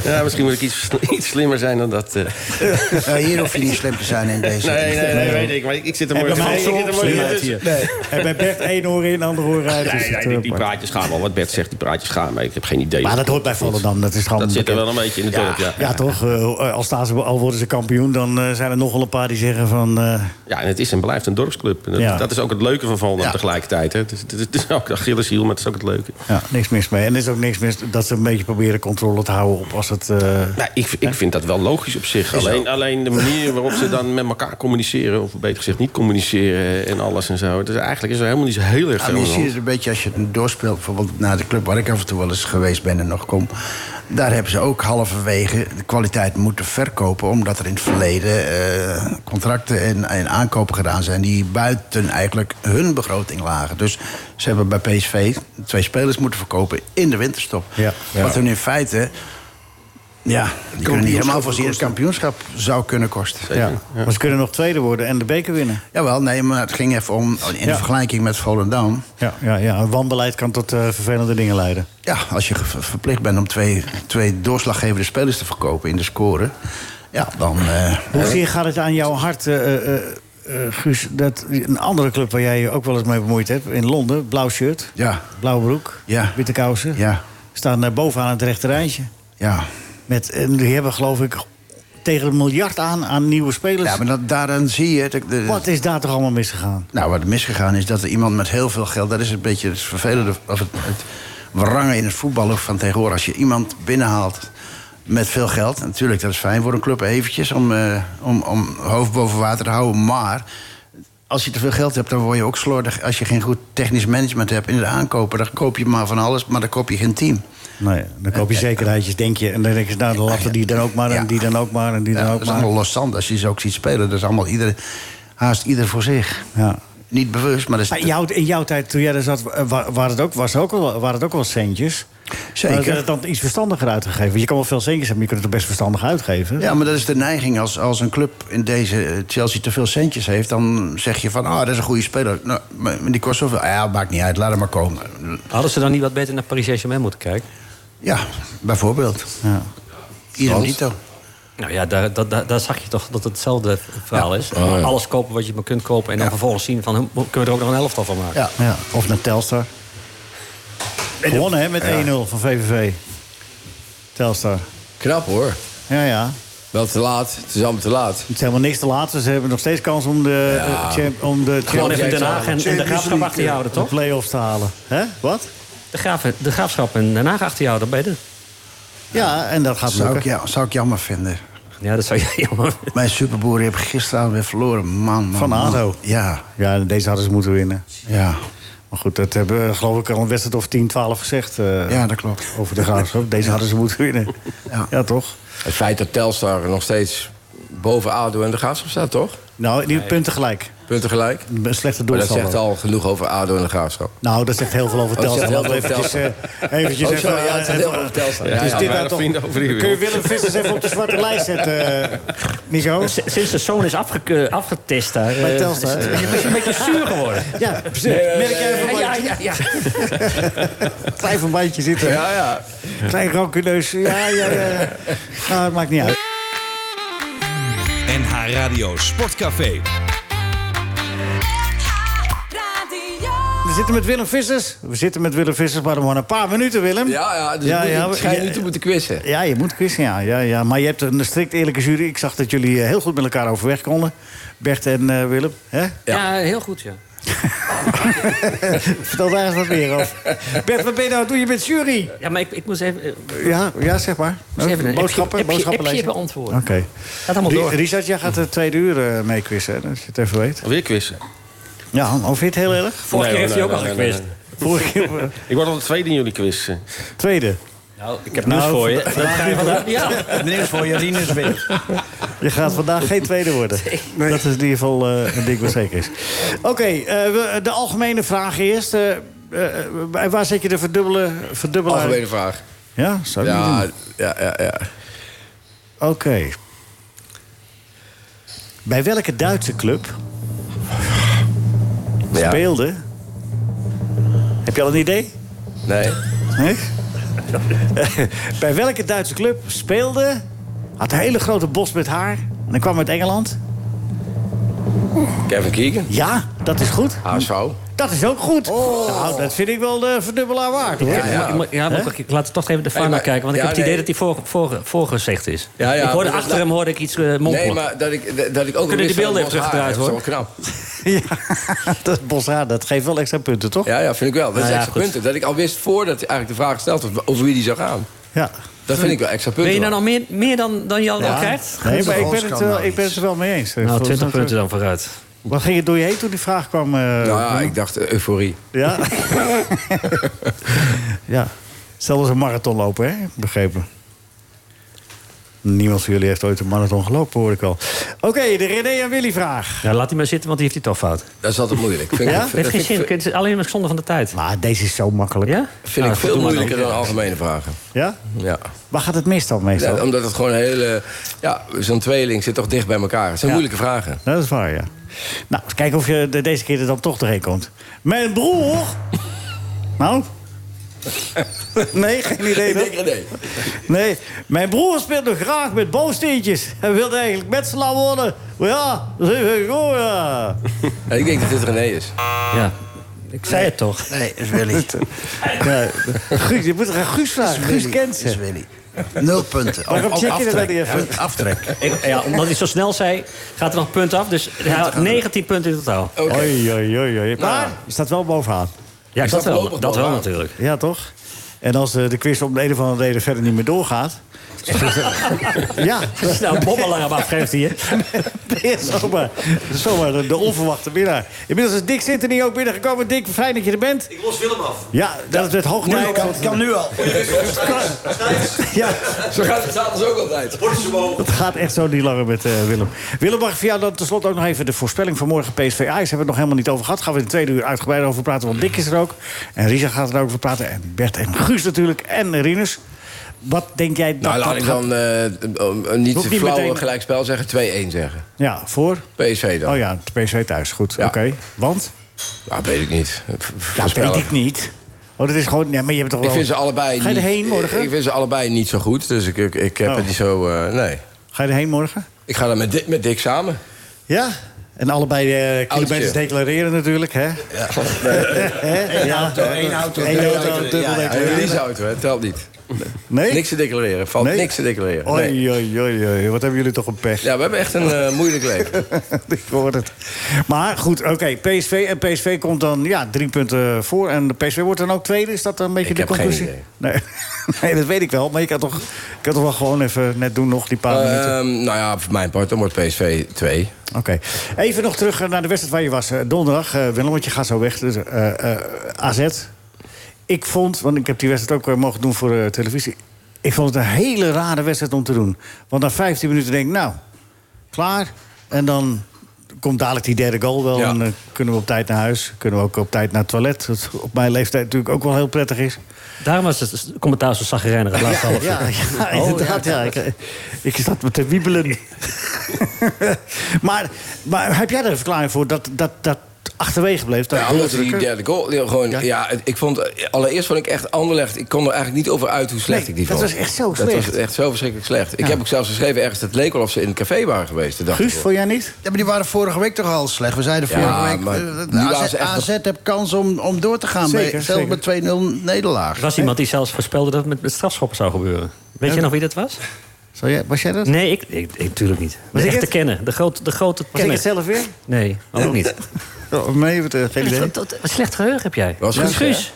Speaker 7: ja, misschien moet ik iets, iets slimmer zijn dan dat. eh.
Speaker 4: Ja, Nou, hier hoef je niet slim te zijn in deze.
Speaker 7: Nee, nee, nee, weet ik. Maar ik, ik zit er mooi
Speaker 3: bij mij
Speaker 7: tussen.
Speaker 3: zo
Speaker 7: Ik zit er mooi
Speaker 3: slimheid
Speaker 7: tussen.
Speaker 3: (laughs) hier. En bij Bert één oor in, ander oor uit.
Speaker 7: Nee,
Speaker 3: is
Speaker 7: nee,
Speaker 3: het,
Speaker 7: die,
Speaker 3: eh,
Speaker 7: die
Speaker 3: apart.
Speaker 7: praatjes gaan wel. Wat Bert zegt, die praatjes gaan, maar ik heb geen idee.
Speaker 3: Maar dat hoort bij Volendam. Dat, is gewoon
Speaker 7: Dat zit er
Speaker 3: bekend.
Speaker 7: wel een beetje in het dorp, ja.
Speaker 3: Ja, toch? Eh, al, staan ze, al worden ze kampioen, dan eh, zijn er nogal een paar die zeggen van... eh,
Speaker 7: Ja, en het is en blijft een dorpsclub. En dat,
Speaker 3: Ja.
Speaker 7: dat is ook het leuke van Volendam
Speaker 3: Ja.
Speaker 7: tegelijkertijd. Hè. Het, is, het is- het is ook de Achilleshiel, maar het is ook het leuke.
Speaker 3: ja, niks mis mee. En er is ook niks mis dat ze een beetje proberen controle te houden op als het... eh,
Speaker 7: Nou, ik, ik vind dat wel logisch op zich. Alleen, alleen de manier waarop ze dan met elkaar communiceren... of beter gezegd niet communiceren en alles en zo. Dus eigenlijk is er helemaal niet zo heel erg
Speaker 4: Ja,
Speaker 7: veel
Speaker 4: maar
Speaker 7: aan de
Speaker 4: je ziet
Speaker 7: hand.
Speaker 4: Ah, het een beetje als je het doorspeelt. Bijvoorbeeld naar de club waar ik af en toe wel eens geweest ben en nog kom. Daar hebben ze ook halverwege de kwaliteit moeten verkopen. Omdat er in het verleden eh, contracten en, en aankopen gedaan zijn. die buiten eigenlijk hun begroting lagen. Dus ze hebben bij PSV twee spelers moeten verkopen in de winterstop.
Speaker 3: Ja.
Speaker 4: Wat hun in feite. Ja, die kunnen niet helemaal voorzien. Het kampioenschap zou kunnen kosten.
Speaker 3: ja. Maar ze kunnen nog tweede worden en de beker winnen.
Speaker 4: Jawel, nee, maar het ging even om. in
Speaker 3: Ja.
Speaker 4: vergelijking met Volendam.
Speaker 3: Ja, ja, ja. Een wanbeleid kan tot eh, vervelende dingen leiden.
Speaker 4: Ja, als je ge- verplicht bent om twee, twee doorslaggevende spelers te verkopen in de score. Ja, dan. eh,
Speaker 3: Hoezeer gaat het aan jouw hart, eh, eh, eh, Guus, dat een andere club waar jij je ook wel eens mee bemoeid hebt... in Londen, blauw shirt,
Speaker 4: ja,
Speaker 3: blauwe broek,
Speaker 4: Ja.
Speaker 3: witte kousen...
Speaker 4: ja,
Speaker 3: staan eh, bovenaan het rechte rijtje.
Speaker 4: ja.
Speaker 3: Met, en die hebben geloof ik tegen een miljard aan aan nieuwe spelers.
Speaker 4: Ja, maar dat, daaraan zie je. dat- de-
Speaker 3: Wat is daar toch allemaal misgegaan?
Speaker 4: Nou, wat misgegaan is dat er iemand met heel veel geld. Dat is een beetje het vervelende. Of het, het wrangen in het voetballen van tegenwoordig. Als je iemand binnenhaalt met veel geld. Natuurlijk, dat is fijn voor een club eventjes. Om, eh, om, om hoofd boven water te houden. Maar. Als je te veel geld hebt, dan word je ook slordig. Als je geen goed technisch management hebt in de aankopen, dan koop je maar van alles, maar dan koop je geen team. Eh,
Speaker 3: Nee, dan koop je zekerheidjes, denk je. En dan denk je, nou, dan laten die dan ook maar, en
Speaker 4: Ja.
Speaker 3: die dan ook maar, en die dan
Speaker 4: Ja, dat
Speaker 3: ook
Speaker 4: is allemaal
Speaker 3: maar.
Speaker 4: loszand als je ze ook ziet spelen. Dat is allemaal ieder, haast ieder voor zich.
Speaker 3: Ja.
Speaker 4: Niet bewust, maar dat is
Speaker 3: Maar jouw, in jouw tijd, toen jij daar zat, eh, wa- waren het ook, was het ook wel, waren het ook wel centjes.
Speaker 4: Zeker.
Speaker 3: Maar het werd dan iets verstandiger uitgegeven. Want je kan wel veel centjes hebben, maar je kunt het best verstandig uitgeven.
Speaker 4: Ja, maar dat is de neiging. Als, als een club in deze eh, Chelsea te veel centjes heeft... dan zeg je van, ah, dat is een goede speler. Nou, maar die kost zoveel. Ah, Ja, maakt niet uit, laat hem maar komen.
Speaker 6: Hadden ze dan niet wat beter naar Paris Saint-Germain moeten kijken?
Speaker 4: Ja, bijvoorbeeld.
Speaker 3: Ja.
Speaker 4: Ironito.
Speaker 6: Nou ja, daar, daar, daar, daar zag je toch dat het hetzelfde verhaal is.
Speaker 3: Oh,
Speaker 6: Alles kopen wat je maar kunt kopen. En dan vervolgens zien van, hm, kunnen we er ook nog een elftal van maken?
Speaker 4: Ja.
Speaker 3: Ja, Of naar Telstar. Gewonnen, hè, met 1-0 van VVV. Telstar.
Speaker 8: Knap hoor.
Speaker 3: Ja, ja.
Speaker 8: Wel te laat. Het is allemaal te laat.
Speaker 3: Het is helemaal niks te laat. dus Ze hebben nog steeds kans om de, eh, champ- om de
Speaker 6: Gewoon
Speaker 3: champ- eh,
Speaker 6: even Den Haag en, en de graafschap achter je houden,
Speaker 3: de
Speaker 6: toch?
Speaker 3: play-offs te halen. Hè? Wat?
Speaker 6: De, graaf, de graafschap en Den Haag achter je houden, bij de...
Speaker 3: Ja, en dat gaat
Speaker 4: Zou ik,
Speaker 3: lukken.
Speaker 4: ja, zou ik jammer vinden.
Speaker 6: Ja, dat zou je (laughs) jammer...
Speaker 4: Mijn superboer heeft gisteravond weer verloren. Man, man,
Speaker 3: Van
Speaker 4: man.
Speaker 3: ADO.
Speaker 4: Ja,
Speaker 3: Ja, deze hadden ze moeten winnen.
Speaker 4: ja.
Speaker 3: Maar goed, dat hebben we, geloof ik al een wedstrijd of 10, 12 gezegd. eh,
Speaker 4: Ja, dat klopt.
Speaker 3: Over de graafschap. Deze hadden ze moeten winnen. Ja,
Speaker 4: Ja.
Speaker 3: toch?
Speaker 8: Het feit dat Telstar nog steeds boven ADO en de Graafschap staat, toch?
Speaker 3: Nou, die punten gelijk.
Speaker 8: Punten gelijk.
Speaker 3: Een slechte
Speaker 8: Maar dat zegt
Speaker 3: doelsaldo.
Speaker 8: al genoeg over ADO en de Graafschap.
Speaker 3: Nou, dat zegt heel veel over
Speaker 8: Oh, dat
Speaker 3: Telstar.
Speaker 8: zegt
Speaker 3: Laten we
Speaker 8: heel veel
Speaker 3: eventjes...
Speaker 8: over
Speaker 3: eh, eventjes
Speaker 8: Oh, sorry,
Speaker 3: even, eh,
Speaker 8: ja, het zegt heel veel over Telstar. Ja,
Speaker 3: Het is
Speaker 8: ja,
Speaker 3: dit
Speaker 7: weinig
Speaker 3: nou toch...
Speaker 7: vrienden over die
Speaker 3: Kun je
Speaker 7: wereld.
Speaker 3: Willem Vissers even op de
Speaker 8: (laughs)
Speaker 3: zwarte lijst zetten, eh, Nico?
Speaker 9: S- Sinds de zoon is afge- afgetest daar... eh,
Speaker 3: Bij Telstar.
Speaker 9: is het een beetje zuur geworden.
Speaker 3: Ja, precies. Merk jij even een
Speaker 9: Ja,
Speaker 3: bandje?
Speaker 9: ja, ja.
Speaker 3: Klein verbandje zitten.
Speaker 8: Ja, ja.
Speaker 3: Klein rancuneus. Ja, ja, ja. Nou, dat maakt niet uit.
Speaker 2: NH Radio Sportcafé.
Speaker 1: Radio.
Speaker 3: We zitten met Willem Vissers. We zitten met Willem Vissers, maar nog een paar minuten, Willem.
Speaker 8: Ja, ja. Dus
Speaker 3: Ja,
Speaker 8: ja,
Speaker 3: ja,
Speaker 8: ja,
Speaker 3: we-
Speaker 8: schijnt
Speaker 3: ja,
Speaker 8: niet te moeten quizzen.
Speaker 3: Ja, je moet quizzen, ja. ja, ja. Maar je hebt een strikt eerlijke jury. Ik zag dat jullie eh, heel goed met elkaar overweg konden. Bert en eh, Willem. Hè?
Speaker 6: Ja, heel goed, ja.
Speaker 3: (laughs) Vertel daar eens wat meer over. Bert, wat ben je nou aan het doen? Je bent jury.
Speaker 6: Ja, maar ik, ik moest even, eh,
Speaker 3: Ja, ja zeg maar.
Speaker 6: moest even een
Speaker 3: boodschappen,
Speaker 6: appje, appje,
Speaker 3: boodschappen
Speaker 6: appje
Speaker 3: lezen.
Speaker 6: beantwoorden.
Speaker 3: Oké.
Speaker 6: Gaat allemaal
Speaker 3: Ri-
Speaker 6: door.
Speaker 3: Richard, jij gaat de tweede uur eh, mee quizzen, hè, dat je het even weet.
Speaker 7: Weer quizzen.
Speaker 3: Ja, oh, vind je het heel erg?
Speaker 9: Vorige keer
Speaker 7: Nee,
Speaker 9: heeft hij
Speaker 7: nee,
Speaker 9: ook al
Speaker 7: nee, nee,
Speaker 9: gekwist.
Speaker 3: Vorige keer, eh,
Speaker 7: (laughs) Ik word al de tweede in jullie quiz.
Speaker 3: tweede.
Speaker 6: Nou, ik heb
Speaker 3: Nou,
Speaker 6: nieuws voor je.
Speaker 3: vanda-
Speaker 6: Dat ga je vandaag niet aan.
Speaker 3: (laughs)
Speaker 4: Niks voor
Speaker 9: Dus
Speaker 4: Jarinus weer.
Speaker 3: Je gaat vandaag geen tweede
Speaker 9: (laughs)
Speaker 3: worden. Dat is in ieder geval eh, een ding wat zeker is. Oké, eh, we- de algemene vraag eerst. eh, eh, eh, waar zet je de verdubbele, verdubbelaar?
Speaker 8: Algemene vraag.
Speaker 3: Ja, zou ik niet
Speaker 8: Ja,
Speaker 3: doen.
Speaker 8: ja, ja, ja.
Speaker 3: Oké. Bij welke Duitse club
Speaker 8: Ja.
Speaker 3: speelde... Heb je al een idee?
Speaker 8: Nee.
Speaker 3: Nee? (laughs) Bij welke Duitse club speelde... Had een hele grote bos met haar. En dan kwam uit Engeland.
Speaker 8: Kevin Keegan.
Speaker 3: Ja, dat is goed.
Speaker 8: HSV.
Speaker 3: Dat is ook goed.
Speaker 8: Oh.
Speaker 3: Nou, dat vind ik wel de verdubbelaar waard. hoor.
Speaker 9: Ja, ja. maar- ja, maar
Speaker 3: Hè? (laughs)
Speaker 9: ik- ik laat toch even de fauna
Speaker 8: Nee, maar-
Speaker 9: kijken. Want ik
Speaker 8: ja,
Speaker 9: heb het idee
Speaker 8: nee.
Speaker 9: dat hij voor, voor, voorgezegd is.
Speaker 8: Ja, ja,
Speaker 9: ik hoorde
Speaker 8: maar dat-
Speaker 9: achter hem hoorde ik iets eh, mompelen.
Speaker 8: Nee, maar dat ik, dat- dat ik ook
Speaker 9: Kunnen
Speaker 8: een
Speaker 9: die beelden
Speaker 8: wist van Bos
Speaker 9: even
Speaker 8: Haar
Speaker 9: teruggedraaid
Speaker 8: heb, Dat is wel knap.
Speaker 3: Ja, (laughs) dat bosraad, dat geeft wel extra punten, toch?
Speaker 8: Ja, ja, vind ik wel. Dat is
Speaker 9: Nou ja,
Speaker 8: extra
Speaker 9: goed.
Speaker 8: punten. Dat ik al wist voordat eigenlijk de vraag gesteld was over wie die zou gaan.
Speaker 3: Ja.
Speaker 8: Dat vind ik wel extra punten.
Speaker 9: ben je nou
Speaker 8: hoor.
Speaker 9: nog meer, meer dan, dan je al al krijgt?
Speaker 3: Nee, maar ik
Speaker 4: Gunter
Speaker 3: ben,
Speaker 4: Hofs
Speaker 3: het
Speaker 4: kan
Speaker 3: wel,
Speaker 4: nou
Speaker 3: ik ben
Speaker 4: iets.
Speaker 3: het er wel mee eens.
Speaker 9: Nou, 20 punten dan vooruit.
Speaker 3: Wat ging het door je heen toen die vraag kwam? eh,
Speaker 8: Nou Ja, ik dacht eh, euforie.
Speaker 3: Ja. ja. Zelfs een marathon lopen, hè? Heb ik Begrepen. Niemand van jullie heeft ooit een marathon gelopen, hoor ik al. Oké, de René en Willy vraag.
Speaker 9: Ja, laat hij maar zitten, want die heeft hij toch fout. Het
Speaker 8: Dat is altijd moeilijk. Vind
Speaker 3: Ja?
Speaker 8: ik,
Speaker 9: heeft
Speaker 8: dat
Speaker 9: geen
Speaker 8: vind
Speaker 9: zin.
Speaker 8: ik-
Speaker 9: Het is alleen maar zonde van de tijd.
Speaker 3: Maar deze is zo makkelijk.
Speaker 9: Ja?
Speaker 8: Vind
Speaker 3: Ah,
Speaker 9: Nou,
Speaker 8: ik veel
Speaker 9: doe maar dan.
Speaker 8: moeilijker dan algemene vragen.
Speaker 3: Ja?
Speaker 4: (laughs)
Speaker 8: Ja.
Speaker 3: Waar gaat het mis dan meestal?
Speaker 8: Ja, omdat het gewoon een hele... Ja, zo'n tweeling zit toch dicht bij elkaar. Het zijn
Speaker 3: Ja.
Speaker 8: moeilijke vragen.
Speaker 3: Dat is waar, ja. Nou, eens kijken of je de- deze keer er dan toch doorheen komt. Mijn
Speaker 8: (laughs)
Speaker 3: broer... nou? nee, geen idee.
Speaker 8: Ik
Speaker 3: toch?
Speaker 8: denk René.
Speaker 3: Nee, mijn broer speelde graag met boosteentjes. Hij wilde eigenlijk metselaar worden. Maar ja, dat is even goed, ja.
Speaker 8: Ja, Ik denk dat dit René is.
Speaker 9: Ja. Ik zei het toch.
Speaker 4: Nee, is Willy.
Speaker 3: (laughs) Ja, Guus, je moet gaan Guus vragen. Guus kent
Speaker 4: is
Speaker 3: ze.
Speaker 4: Willy. Nul punten. Ook,
Speaker 3: Waarom
Speaker 4: ook
Speaker 3: check je dat
Speaker 4: aftrek.
Speaker 3: dan niet even?
Speaker 4: Punt aftrek.
Speaker 9: Ik- ja, omdat hij zo snel zei, gaat er nog een punt af. Dus hij had 19 punten in totaal.
Speaker 8: Oké.
Speaker 3: Oei, oei, oei, oei. Maar je staat wel bovenaan.
Speaker 9: Ja,
Speaker 8: sta
Speaker 9: dat wel.
Speaker 8: voorlopig
Speaker 9: Dat wel
Speaker 8: bovenaan.
Speaker 9: natuurlijk.
Speaker 3: Ja, toch? En als eh, de quiz om de een of andere reden verder niet meer
Speaker 9: (laughs)
Speaker 3: doorgaat... ja,
Speaker 9: Nou, bobbelaar afgeeft
Speaker 3: (laughs)
Speaker 9: hij, hè?
Speaker 3: ben je zomaar, zomaar de, de onverwachte winnaar. Inmiddels is Dick Sintony ook binnengekomen. Dick, fijn dat je er bent.
Speaker 6: Ik los Willem af.
Speaker 3: Ja, dat is het hoog tijd.
Speaker 4: nu al.
Speaker 3: Ja,
Speaker 8: Zo gaat het s'avonds ook altijd.
Speaker 3: Het gaat echt zo niet langer met eh, Willem. Willem, mag ik voor jou dan tenslotte ook nog even de voorspelling van morgen PSV Ajax? Hebben we het nog helemaal niet over gehad. Gaan we in de tweede uur uitgebreid over praten. Want Dick is er ook. En Risa gaat er ook over praten. En Bert en Guus natuurlijk. En Rinus. Wat denk jij dat
Speaker 8: Nou,
Speaker 3: dat
Speaker 8: laat ik
Speaker 3: gaat-
Speaker 8: dan eh, eh, niet
Speaker 3: Hoeft
Speaker 8: te
Speaker 3: niet
Speaker 8: flauw
Speaker 3: meteen-
Speaker 8: gelijkspel zeggen. 2-1 zeggen.
Speaker 3: Ja, voor?
Speaker 8: PSV dan.
Speaker 3: Oh ja, het PSV thuis. Goed,
Speaker 8: Ja.
Speaker 3: oké. Want?
Speaker 8: Nou, weet ik niet. V-
Speaker 3: Dat
Speaker 8: voorspellen.
Speaker 3: weet ik niet. Oh, dat is gewoon... Nee, maar je hebt toch
Speaker 8: Ik
Speaker 3: wel...
Speaker 8: vind ze allebei
Speaker 3: Ga je
Speaker 8: niet,
Speaker 3: erheen morgen?
Speaker 8: Ik vind ze allebei niet zo goed. Dus ik, ik, ik heb
Speaker 3: Oh.
Speaker 8: het niet zo... eh, nee.
Speaker 3: Ga je erheen morgen?
Speaker 8: Ik ga dan met Dick, met Dick samen.
Speaker 3: Ja? En allebei eh kilometers
Speaker 8: Oudje.
Speaker 3: declareren natuurlijk, hè? Ja. ja.
Speaker 4: Eén auto.
Speaker 3: Eén
Speaker 4: twee
Speaker 3: auto,
Speaker 4: auto's.
Speaker 3: dubbel
Speaker 4: Ja, ja.
Speaker 8: Ja, Jullie auto, hè. Telt niet.
Speaker 3: Nee?
Speaker 8: Niks te declareren. Valt
Speaker 3: Nee?
Speaker 8: niks te declareren. Nee.
Speaker 3: Oei, oei, oei, oei, wat hebben jullie toch een pech.
Speaker 8: Ja, we hebben echt een eh, moeilijk leven.
Speaker 3: Ik hoor het. Maar goed, oké, PSV. En PSV komt dan ja, drie punten voor. En de PSV wordt dan ook tweede. Is dat dan een beetje
Speaker 8: Ik
Speaker 3: de
Speaker 8: heb geen
Speaker 3: conclusie?
Speaker 8: idee.
Speaker 3: Nee. (laughs) nee, dat weet ik wel. Maar je kan toch, je kan toch wel gewoon even net doen nog die paar minuten.
Speaker 8: Ehm, nou ja, voor mijn part, dan wordt PSV 2.
Speaker 3: Oké. Even nog terug eh, naar de wedstrijd waar je was. eh, Donderdag, eh Willem, want je gaat zo weg. Dus, eh, eh, AZ. Ik vond, want ik heb die wedstrijd ook eh, mogen doen voor eh, televisie. Ik vond het een hele rare wedstrijd om te doen. Want na 15 minuten denk ik, nou, klaar. En dan komt dadelijk die derde goal wel.
Speaker 8: Ja.
Speaker 3: En eh, kunnen we op tijd naar huis. Kunnen we ook op tijd naar het toilet. Wat op mijn leeftijd natuurlijk ook wel heel prettig is.
Speaker 9: Daarom was het commentaar zo zagrijnig. het laatste half uur.
Speaker 3: Ja, ja inderdaad. ja. Ik, ik zat me te wiebelen. maar, maar heb jij er een verklaring voor dat dat, dat achterwege bleef? Dat
Speaker 8: Ja, omdat die
Speaker 3: doordrukken?
Speaker 8: derde goal. ja, Gewoon,
Speaker 3: Ja.
Speaker 8: ja. het- ik vond, eh, allereerst vond ik echt Anderlecht. Ik kon er eigenlijk niet over uit hoe slecht
Speaker 3: Nee,
Speaker 8: ik die
Speaker 3: dat
Speaker 8: vond.
Speaker 3: was echt zo
Speaker 8: Dat
Speaker 3: slecht.
Speaker 8: was echt zo verschrikkelijk slecht. Ik heb ook zelfs geschreven ergens... dat het leek wel of ze in een café waren geweest de dag
Speaker 3: Guus,
Speaker 8: ervoor.
Speaker 3: vond jij niet?
Speaker 4: Ja, maar die waren vorige week toch al slecht. We zeiden
Speaker 8: Ja,
Speaker 4: vorige week...
Speaker 8: maar
Speaker 4: eh,
Speaker 8: nu waren
Speaker 4: AZ,
Speaker 8: ze echt-
Speaker 4: AZ heeft kans om, om door te gaan.
Speaker 3: Zeker,
Speaker 4: bij,
Speaker 3: zeker.
Speaker 4: zelfs met 2-0 nederlaag.
Speaker 9: Er was iemand die zelfs voorspelde dat het met, met strafschoppen zou gebeuren. Weet je nog wie dat was?
Speaker 3: Zou jij, was jij dat?
Speaker 9: Nee, ik, ik, ik natuurlijk niet.
Speaker 3: Was
Speaker 9: De
Speaker 3: ik
Speaker 9: echte
Speaker 3: het?
Speaker 9: kennen. De, grote de grote
Speaker 3: Was ik het
Speaker 9: kenner.
Speaker 3: zelf weer?
Speaker 9: Nee, ook niet.
Speaker 3: Oh, nee, wat, eh, geen idee.
Speaker 9: Wat- wat- Wat slecht geheugen heb jij.
Speaker 8: Was
Speaker 9: Guus,
Speaker 8: goed, hè?
Speaker 9: Guus.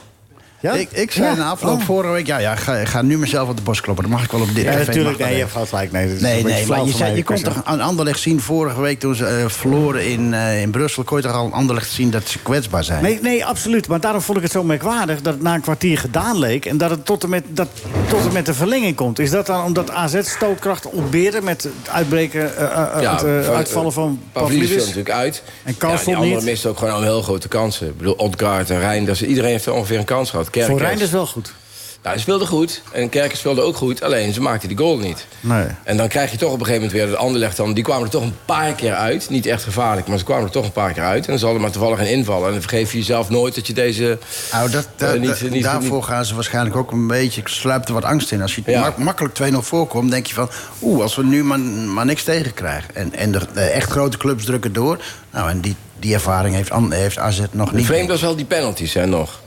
Speaker 3: Ja?
Speaker 4: Ik, ik zei
Speaker 3: Ja.
Speaker 4: na afloop
Speaker 3: Oh.
Speaker 4: vorige week... Ja, ja, ik ga, ik ga nu mezelf op de bos kloppen. Dat mag ik wel op dit
Speaker 3: Ja,
Speaker 4: café, mag
Speaker 3: natuurlijk.
Speaker 4: dat
Speaker 3: Nee, je
Speaker 4: even.
Speaker 3: hebt gehad gelijk. Nee, dat is een
Speaker 4: Nee,
Speaker 3: beetje
Speaker 4: nee,
Speaker 3: flauw
Speaker 4: maar je,
Speaker 3: van
Speaker 4: zei,
Speaker 3: mij,
Speaker 4: je kon
Speaker 3: Guus.
Speaker 4: toch aan Anderlecht zien vorige week toen ze eh, verloren in, eh, in Brussel. Kon je toch al aan Anderlecht zien dat ze kwetsbaar zijn?
Speaker 3: Nee, nee, absoluut. Maar daarom vond ik het zo merkwaardig dat het na een kwartier gedaan leek... en dat het tot en met, dat, tot en met de verlenging komt. Is dat dan omdat AZ stootkracht ontberen met het, uitbreken, eh, eh, eh,
Speaker 8: Ja,
Speaker 3: het eh,
Speaker 8: van-
Speaker 3: uitvallen van
Speaker 8: Pavlidis viel
Speaker 3: Pavlidis?
Speaker 8: natuurlijk uit.
Speaker 3: En Kans
Speaker 8: die
Speaker 3: stond
Speaker 8: anderen
Speaker 3: niet.
Speaker 8: misten ook gewoon al heel grote kansen. Ik bedoel, Odgaard en Reinders. Iedereen heeft ongeveer een kans gehad. Kerkers.
Speaker 3: Voor Reinders wel goed.
Speaker 8: Nou, die speelde goed. En Kerkers speelde ook goed. Alleen, ze maakten die goal niet.
Speaker 3: Nee.
Speaker 8: En dan krijg je toch op een gegeven moment weer dat Anderlecht dan... die kwamen er toch een paar keer uit. Niet echt gevaarlijk, maar ze kwamen er toch een paar keer uit. En dan zal er maar toevallig een invallen. En dan vergeef je jezelf nooit dat je deze...
Speaker 4: Nou, dat, dat-
Speaker 8: Eh, niet-
Speaker 4: dat-
Speaker 8: niet-
Speaker 4: daarvoor
Speaker 8: niet-
Speaker 4: gaan ze waarschijnlijk ook een beetje... sluipt er wat angst in. Als je
Speaker 8: Ja.
Speaker 4: mak- makkelijk 2-0 voorkomt, denk je van... eh, oeh, als we nu maar, maar niks tegenkrijgen. En, en de, de echt grote clubs drukken door. Nou, en die, die ervaring heeft, An- heeft AZ nog
Speaker 8: Het
Speaker 4: niet.
Speaker 8: vreemd was wel die penalties, hè, nog.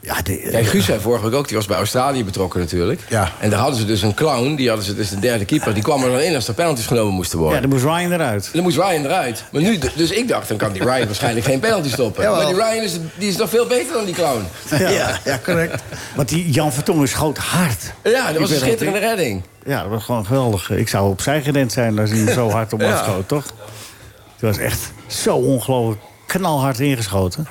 Speaker 4: Ja, de-
Speaker 8: Kijk, Guus zei vorige week ook, die was bij Australië betrokken natuurlijk.
Speaker 4: Ja.
Speaker 8: En daar hadden ze dus een clown, die hadden ze dus de derde keeper... die kwam er dan in als er penalties genomen moesten worden.
Speaker 3: Ja, dan moest Ryan eruit.
Speaker 8: Dan moest Ryan eruit. Maar nu, dus ik dacht, dan kan die Ryan waarschijnlijk geen penalty stoppen.
Speaker 4: Jawel.
Speaker 8: Maar die Ryan is, die is nog veel beter dan die clown.
Speaker 4: (laughs) ja. Ja, correct.
Speaker 3: Want die Jan Vertongen schoot hard.
Speaker 8: Ja, dat was een
Speaker 3: penalty.
Speaker 8: schitterende redding.
Speaker 3: Ja, dat was gewoon geweldig. Ik zou opzij gerend zijn als hij hem zo
Speaker 8: (laughs)
Speaker 3: hard op
Speaker 8: Ja.
Speaker 3: ja. schoot, toch? Het was echt zo ongelooflijk knalhard ingeschoten.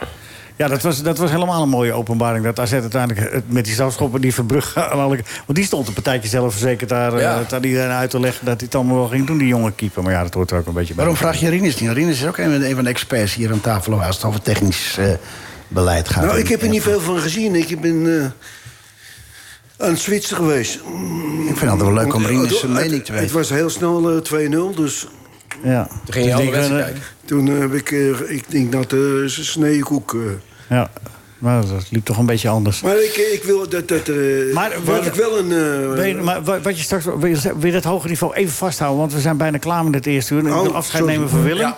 Speaker 3: Ja, dat was, dat was helemaal een mooie openbaring. Dat AZ uiteindelijk het- met die strafschoppen die Verbrugge... (laughs) aan alle- Want die stond een partijtje zelfverzekerd daar, eh,
Speaker 8: Ja.
Speaker 3: het aan iedereen uit te leggen... dat hij het allemaal wel ging doen, die jonge keeper. Maar ja, dat hoort er ook een beetje bij.
Speaker 4: Waarom vraag je Rinus niet? Nou, Rinus is ook een, een van de experts hier aan tafel... als het over technisch eh, beleid gaat.
Speaker 5: Nou, ik heb er
Speaker 4: En-
Speaker 5: niet veel van gezien. Ik ben eh, aan het switchen geweest. Oh,
Speaker 4: Ik vind het altijd wel leuk om Rinus zijn
Speaker 5: Het-
Speaker 4: mening te
Speaker 5: Het
Speaker 4: weten.
Speaker 5: was heel snel eh, 2-0, dus
Speaker 3: Ja.
Speaker 8: Toen ging je
Speaker 3: Dus
Speaker 8: alle
Speaker 3: die
Speaker 8: wedstrijd
Speaker 3: kunnen-
Speaker 8: kijken.
Speaker 5: toen eh, heb ik... eh, ik denk dat eh ze sneden koek... eh.
Speaker 3: Ja, maar dat liep toch een beetje anders.
Speaker 5: Maar ik, ik wil dat... dat eh,
Speaker 3: Maar
Speaker 5: wat
Speaker 3: wat-
Speaker 5: ik wel een... eh,
Speaker 3: Weet je, maar wa- wat je straks wil je wil je dat hoge niveau even vasthouden, want we zijn bijna klaar met het eerste uur. En Ik
Speaker 5: Oh,
Speaker 3: wil afscheid
Speaker 5: sorry.
Speaker 3: nemen van Willem.
Speaker 5: Ja.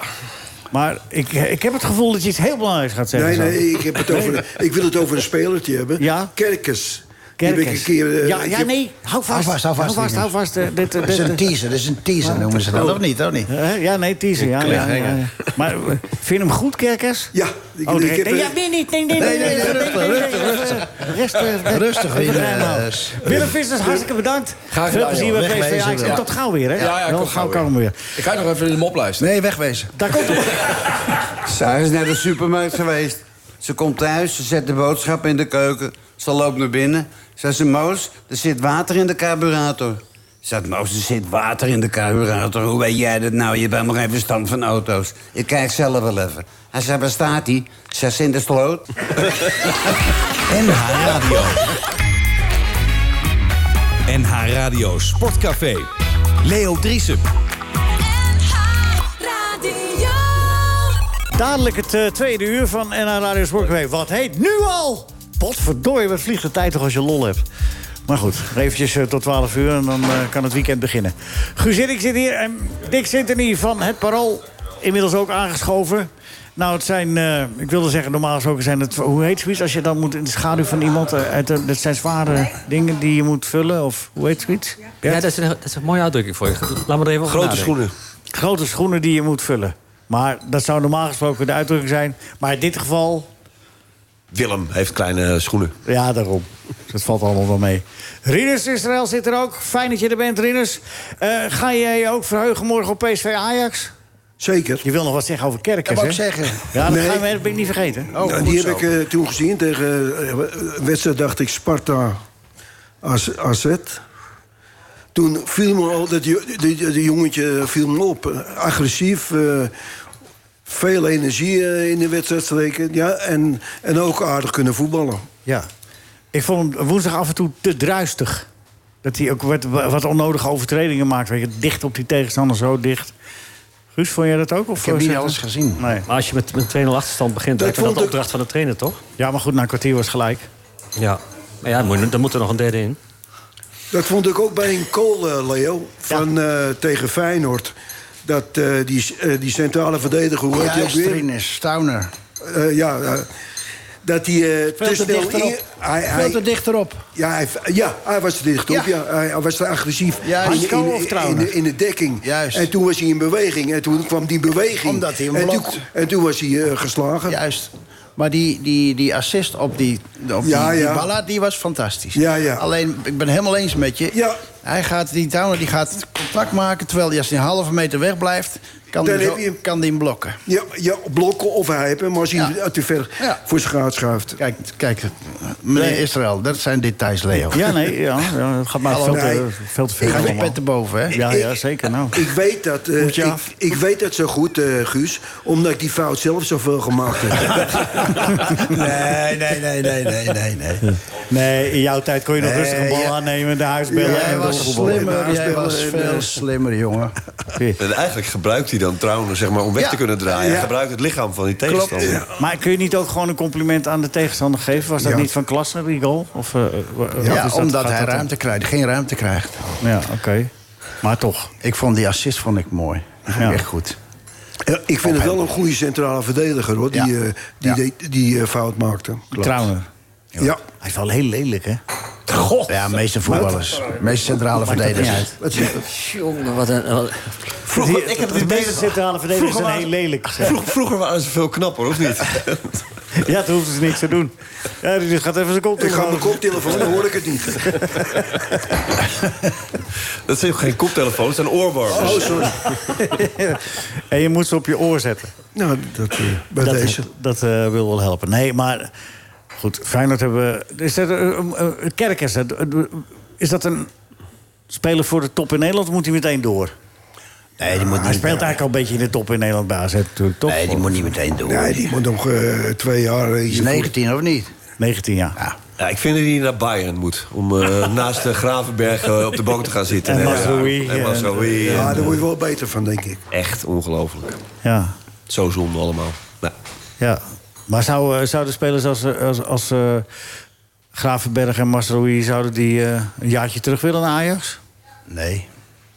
Speaker 3: Maar ik, ik heb het gevoel dat je iets heel belangrijks gaat zeggen.
Speaker 5: Nee,
Speaker 3: zo.
Speaker 5: nee, ik, heb het over, ik wil het over een spelertje hebben.
Speaker 3: Ja?
Speaker 5: Kerkers. Die heb ik
Speaker 3: Kerkens.
Speaker 5: een keer, eh,
Speaker 3: ja,
Speaker 5: ik
Speaker 3: ja,
Speaker 5: heb-
Speaker 3: nee, hou vast.
Speaker 4: Hou vast, hou vast,
Speaker 3: Hou vast, hou
Speaker 4: Rinus.
Speaker 3: vast, eh, dit, eh,
Speaker 4: Dat is
Speaker 3: dit,
Speaker 4: een
Speaker 3: eh,
Speaker 4: teaser, dat is een teaser noemen ze
Speaker 3: Oh.
Speaker 4: dat. Of niet, of niet?
Speaker 3: hè? ja, nee, teaser. Ja, ja, ja, ja. Maar eh, vind je hem goed, Kerkers?
Speaker 5: Ja, ik-
Speaker 3: Ik, oh,
Speaker 5: ik
Speaker 3: direct-
Speaker 5: heb-
Speaker 3: nee, ja, weer niet. Nee, nee, nee.
Speaker 4: Nee, nee, rustig, rustig,
Speaker 3: rustig. Rustig,
Speaker 4: Rustig, Rinus.
Speaker 3: Willem Vissers, hartstikke bedankt.
Speaker 8: gedaan,
Speaker 3: Veel plezier
Speaker 8: joh.
Speaker 3: bij PSV
Speaker 4: Wegwezen,
Speaker 3: Ajax. En
Speaker 4: ja.
Speaker 3: tot gauw weer, hè?
Speaker 8: Ja, ja,
Speaker 3: Wel,
Speaker 8: tot
Speaker 3: gauw
Speaker 8: gauw
Speaker 3: komen weer.
Speaker 8: Ik ga nog even in de mop luisteren.
Speaker 4: Nee, wegwezen.
Speaker 3: Daar komt het op.
Speaker 10: (laughs) Zij is naar de supermarkt geweest. Ze komt thuis, ze zet de boodschap in de keuken. Ze loopt naar binnen. Zij ze Moos, er zit water in de carburator. Ze zegt, Moos, er zit water in de carburator. Hoe weet jij dat nou? Je bent maar geen verstand van auto's. Ik kijk zelf wel even. Hij zei, waar staat hij? Ze zegt, in de sloot.
Speaker 4: NH Radio.
Speaker 2: NH Radio Sportcafé. Leo Driesen.
Speaker 1: Radio.
Speaker 3: Dadelijk het eh, tweede uur van NH Radio Sportcafé. Wat heet nu al? Potverdorie, wat vliegt de tijd toch als je lol hebt. Maar goed, eventjes eh, tot 12 uur en dan eh, kan het weekend beginnen. Guus ik zit hier en Dick Sintony van Het Parool. Inmiddels ook aangeschoven. Nou, het zijn, eh, ik wilde zeggen, normaal gesproken zijn het... Hoe heet zoiets als je dan moet in de schaduw van iemand... eh, uit de- dat zijn zware dingen die je moet vullen of hoe heet zoiets?
Speaker 6: Ja, dat is, een, dat is een mooie uitdrukking voor je. Laat me er even over
Speaker 7: Grote
Speaker 6: nadenken.
Speaker 7: schoenen.
Speaker 3: grote schoenen die je moet vullen. Maar dat zou normaal gesproken de uitdrukking zijn. Maar in dit geval,
Speaker 11: Willem heeft kleine schoenen.
Speaker 3: ja, daarom. Dat valt allemaal wel mee. Rinus Israël zit er ook. Fijn dat je er bent, Rinus. Eh, ga jij je ook verheugen morgen op PSV Ajax?
Speaker 5: Zeker.
Speaker 3: Je wil nog wat zeggen over Kerkers,
Speaker 4: Dat
Speaker 3: hè?
Speaker 4: wou ik zeggen.
Speaker 3: Ja, dat,
Speaker 5: Nee.
Speaker 3: gaan we, dat ben ik niet vergeten.
Speaker 4: Oh,
Speaker 5: Nou,
Speaker 4: goed
Speaker 5: die
Speaker 4: zo.
Speaker 5: heb ik eh, toen gezien tegen eh, een wedstrijd, dacht ik, Sparta AZ. AZ. Toen viel me al, dat jo- die- die- die jongetje viel me op. Agressief, eh, veel energie eh, in de wedstrijd steken. Ja, en, en ook aardig kunnen voetballen.
Speaker 3: Ja. Ik vond hem woensdag af en toe te druistig. Dat hij ook wat, wat onnodige overtredingen maakt. Weet je, dicht op die tegenstander, zo dicht. Guus, vond jij dat ook? Of
Speaker 4: Ik heb niet
Speaker 3: eh,
Speaker 4: alles gezien.
Speaker 3: Nee.
Speaker 6: Maar als je met, met 2-0 achterstand begint,
Speaker 5: Dat
Speaker 6: dan is dat
Speaker 5: vond
Speaker 6: de
Speaker 5: ik-
Speaker 6: opdracht van de trainer, toch?
Speaker 3: Ja, maar goed, na een kwartier was het gelijk.
Speaker 6: Ja. Maar ja, dan moet, dan moet er nog een derde in.
Speaker 5: Dat vond ik ook bij een goal, eh, Leo, van, eh, tegen Feyenoord. Dat eh, die, eh, die centrale verdediger, hoe heet die ook
Speaker 4: Juist,
Speaker 5: weer?
Speaker 4: Rinus, Stauner.
Speaker 5: Eh, ja, eh, dat hij eh,
Speaker 4: Veel
Speaker 5: te
Speaker 4: te
Speaker 5: snel... in-
Speaker 4: dichterop.
Speaker 5: Hij,
Speaker 4: Veel te
Speaker 5: hij,
Speaker 4: dichterop.
Speaker 5: ja, hij, ja, hij was te dicht op.
Speaker 4: Ja.
Speaker 5: Ja. hij, hij was te agressief.
Speaker 4: Ja,
Speaker 5: in,
Speaker 4: Hansko
Speaker 5: in-
Speaker 4: of
Speaker 5: in-
Speaker 4: Trauner?
Speaker 5: in, de- in de dekking.
Speaker 4: Juist.
Speaker 5: En toen was hij in beweging. En toen kwam die beweging.
Speaker 4: Omdat hij hem
Speaker 5: en, toen,
Speaker 4: blokt.
Speaker 5: en toen was hij eh, geslagen. Ja,
Speaker 4: Juist. Maar die, die, die assist op die, op die,
Speaker 5: Ja,
Speaker 4: die
Speaker 5: ja.
Speaker 4: Balla, die was fantastisch.
Speaker 5: Ja, ja.
Speaker 4: Alleen, ik ben helemaal eens met je.
Speaker 5: Ja.
Speaker 4: Hij gaat, die Downer die gaat contact maken, terwijl hij als hij een halve meter weg blijft... kan
Speaker 5: Dan
Speaker 4: hij
Speaker 5: heb je
Speaker 4: hem,
Speaker 5: hem.
Speaker 4: kan die hem blokken.
Speaker 5: ja, blokken of hijpen. Maar als hij
Speaker 4: Ja.
Speaker 5: te ver
Speaker 4: Ja.
Speaker 5: voor zich uitschuift.
Speaker 4: Kijk, kijk meneer Israël, dat zijn details, Leo.
Speaker 3: Ja, nee, ja, ja, het gaat maar
Speaker 4: Hallo,
Speaker 3: veel te,
Speaker 5: nee.
Speaker 3: veel te ver
Speaker 4: Ga je
Speaker 3: allemaal.
Speaker 4: pet erboven, hè?
Speaker 3: Ja,
Speaker 5: Ik-
Speaker 3: ja, zeker. Nou.
Speaker 5: Ik weet dat, eh,
Speaker 3: Moet je
Speaker 5: ik,
Speaker 3: af?
Speaker 5: ik weet dat zo goed, eh, Guus, omdat ik die fout zelf zoveel gemaakt heb.
Speaker 3: (laughs)
Speaker 4: (laughs) Nee, nee, nee, nee, nee, nee. nee.
Speaker 3: Nee, in jouw tijd kon je nog
Speaker 4: Nee,
Speaker 3: rustig een bal
Speaker 4: ja.
Speaker 3: aannemen, de huisbellen.
Speaker 5: Ja,
Speaker 4: Jij
Speaker 3: en
Speaker 4: was
Speaker 3: doorvoetballen.
Speaker 4: slimmer, jij
Speaker 5: Aanspelen
Speaker 4: was
Speaker 5: en,
Speaker 4: veel
Speaker 5: eh,
Speaker 4: slimmer, jongen.
Speaker 11: En eigenlijk gebruikt hij dan trouwen zeg maar, om weg
Speaker 4: Ja.
Speaker 11: te kunnen draaien.
Speaker 5: Ja.
Speaker 11: Hij gebruikt het lichaam van die tegenstander.
Speaker 3: Maar kun je niet ook gewoon een compliment aan de tegenstander geven? Was dat
Speaker 5: Ja.
Speaker 3: niet van klasse, die goal? Of, eh, wa- wat is
Speaker 4: Ja,
Speaker 3: dat?
Speaker 4: omdat
Speaker 3: Gaat
Speaker 4: hij
Speaker 3: dat dan-
Speaker 4: ruimte krijgt, geen ruimte krijgt.
Speaker 3: Ja, oké. Maar toch.
Speaker 4: Ik vond die assist vond ik mooi. Die vond ik
Speaker 3: Ja.
Speaker 4: echt goed.
Speaker 5: Ja, ik vind het wel een goede centrale verdediger, hoor. Die, eh, die, deed- die eh, fout maakte.
Speaker 3: Trouwen.
Speaker 5: Ja. ja.
Speaker 3: Hij is wel heel lelijk, hè? God.
Speaker 4: Ja, meeste voetballers. Meeste centrale
Speaker 3: Maakt dat
Speaker 4: verdedigers.
Speaker 3: niet
Speaker 5: uit.
Speaker 6: Jongen, wat een... wat-
Speaker 11: Vroeger, ik heb
Speaker 3: de
Speaker 11: het
Speaker 3: meeste
Speaker 11: meest
Speaker 3: centrale verdedigers zijn heel lelijk. zeg.
Speaker 11: Vroeger, vroeger waren ze veel knapper, of niet?
Speaker 3: (laughs) Ja, toen hoefden ze niks te doen. Ja, die gaat even zijn kop
Speaker 5: Ik ga mijn koptelefoon, dan hoor ik het niet.
Speaker 11: (laughs)
Speaker 5: (laughs)
Speaker 11: Dat zijn ook geen koptelefoons, dat zijn oorwarmers.
Speaker 5: Oh, sorry.
Speaker 3: (laughs) En je moet ze op je oor zetten.
Speaker 5: Nou, dat, eh, bij
Speaker 3: dat,
Speaker 5: deze.
Speaker 3: Dat eh, wil wel helpen. Nee, maar goed, Feyenoord hebben... Is dat, eh, eh, eh, Kerkers, eh, eh, is dat een speler voor de top in Nederland... of moet hij meteen door?
Speaker 4: Nee, die moet
Speaker 3: Hij
Speaker 4: niet
Speaker 3: speelt eigenlijk al een beetje in de top in Nederland bij AZ natuurlijk, toch?
Speaker 4: Nee, die moet niet meteen door.
Speaker 5: Nee, die moet nog eh, twee jaar... eh,
Speaker 4: is 19 of niet?
Speaker 3: 19 jaar.
Speaker 11: Ja, ik vind dat hij naar Bayern moet. Om eh, naast de Gravenberg eh, op de bank te gaan zitten.
Speaker 3: En
Speaker 11: Ja,
Speaker 3: Mazraoui. eh,
Speaker 11: En Mazraoui.
Speaker 5: Ja,
Speaker 11: En,
Speaker 5: daar word je wel beter van, denk ik.
Speaker 11: Echt ongelooflijk.
Speaker 3: Ja,
Speaker 11: Zo zonde allemaal. Nou,
Speaker 3: ja. Maar zou, eh, zouden spelers als, eh, als, als eh, Gravenberg en Masrowi... zouden die eh, een jaartje terug willen naar Ajax?
Speaker 4: Nee.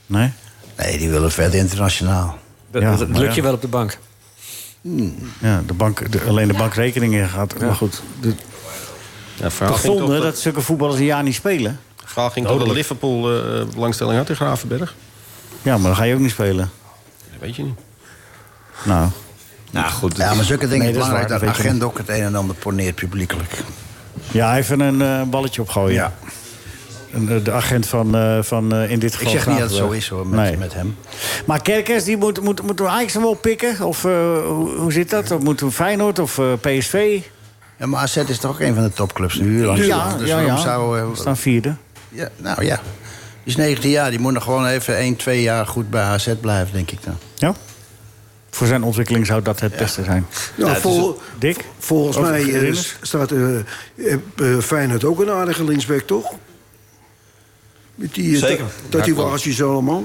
Speaker 3: Nee?
Speaker 4: Nee, die willen verder internationaal.
Speaker 6: Dat,
Speaker 3: Ja,
Speaker 6: dat
Speaker 3: maar
Speaker 6: lukt
Speaker 3: ja.
Speaker 6: je wel op de bank.
Speaker 3: Ja, de bank, de- alleen de bankrekeningen gaat... Maar goed, de,
Speaker 7: Ja,
Speaker 3: toch
Speaker 7: verhaal ging
Speaker 3: zonde
Speaker 7: toch,
Speaker 3: dat zulke voetballers een jaar niet spelen.
Speaker 7: verhaal ging toch dat Liverpool eh, belangstelling had in Gravenberg.
Speaker 3: Ja, maar dan ga je ook niet spelen.
Speaker 7: Dat weet je niet.
Speaker 3: Nou,
Speaker 11: nou goed.
Speaker 4: Ja, maar zulke dingen
Speaker 3: Nee,
Speaker 4: is
Speaker 3: dat is
Speaker 4: belangrijk
Speaker 3: waar,
Speaker 4: dat een
Speaker 3: dat weet je
Speaker 4: agent ook het een en ander poneert publiekelijk.
Speaker 3: ja, even een eh, balletje opgooien.
Speaker 4: Ja.
Speaker 3: En, eh, De agent van, eh, van eh, in dit
Speaker 4: Ik
Speaker 3: geval...
Speaker 4: zeg niet dat het zo
Speaker 3: Gravenberg.
Speaker 4: is hoor, met,
Speaker 3: Nee.
Speaker 4: met hem.
Speaker 3: Maar Kerkers, die moet, moet, moet Ajax hem oppikken? Of eh, hoe, hoe zit dat? Of moet Feyenoord of eh, PSV?
Speaker 4: Ja, maar AZ is toch ook een van de topclubs nu? Langs de, dus waarom zou... eh,
Speaker 3: We staan vierde.
Speaker 4: ja, nou ja, die is 19 jaar. Die moet nog gewoon even 1, 2 jaar goed bij AZ blijven, denk ik dan.
Speaker 3: Ja? Voor zijn ontwikkeling zou dat het beste zijn.
Speaker 5: Ja, vol-
Speaker 3: Dik?
Speaker 5: volgens
Speaker 3: Over
Speaker 5: mij eh,
Speaker 3: Grimmers?
Speaker 5: staat eh eh, eh, Feyenoord ook een aardige linksback, toch? Met die, eh,
Speaker 11: Zeker.
Speaker 5: Dat, dat die waasjes allemaal.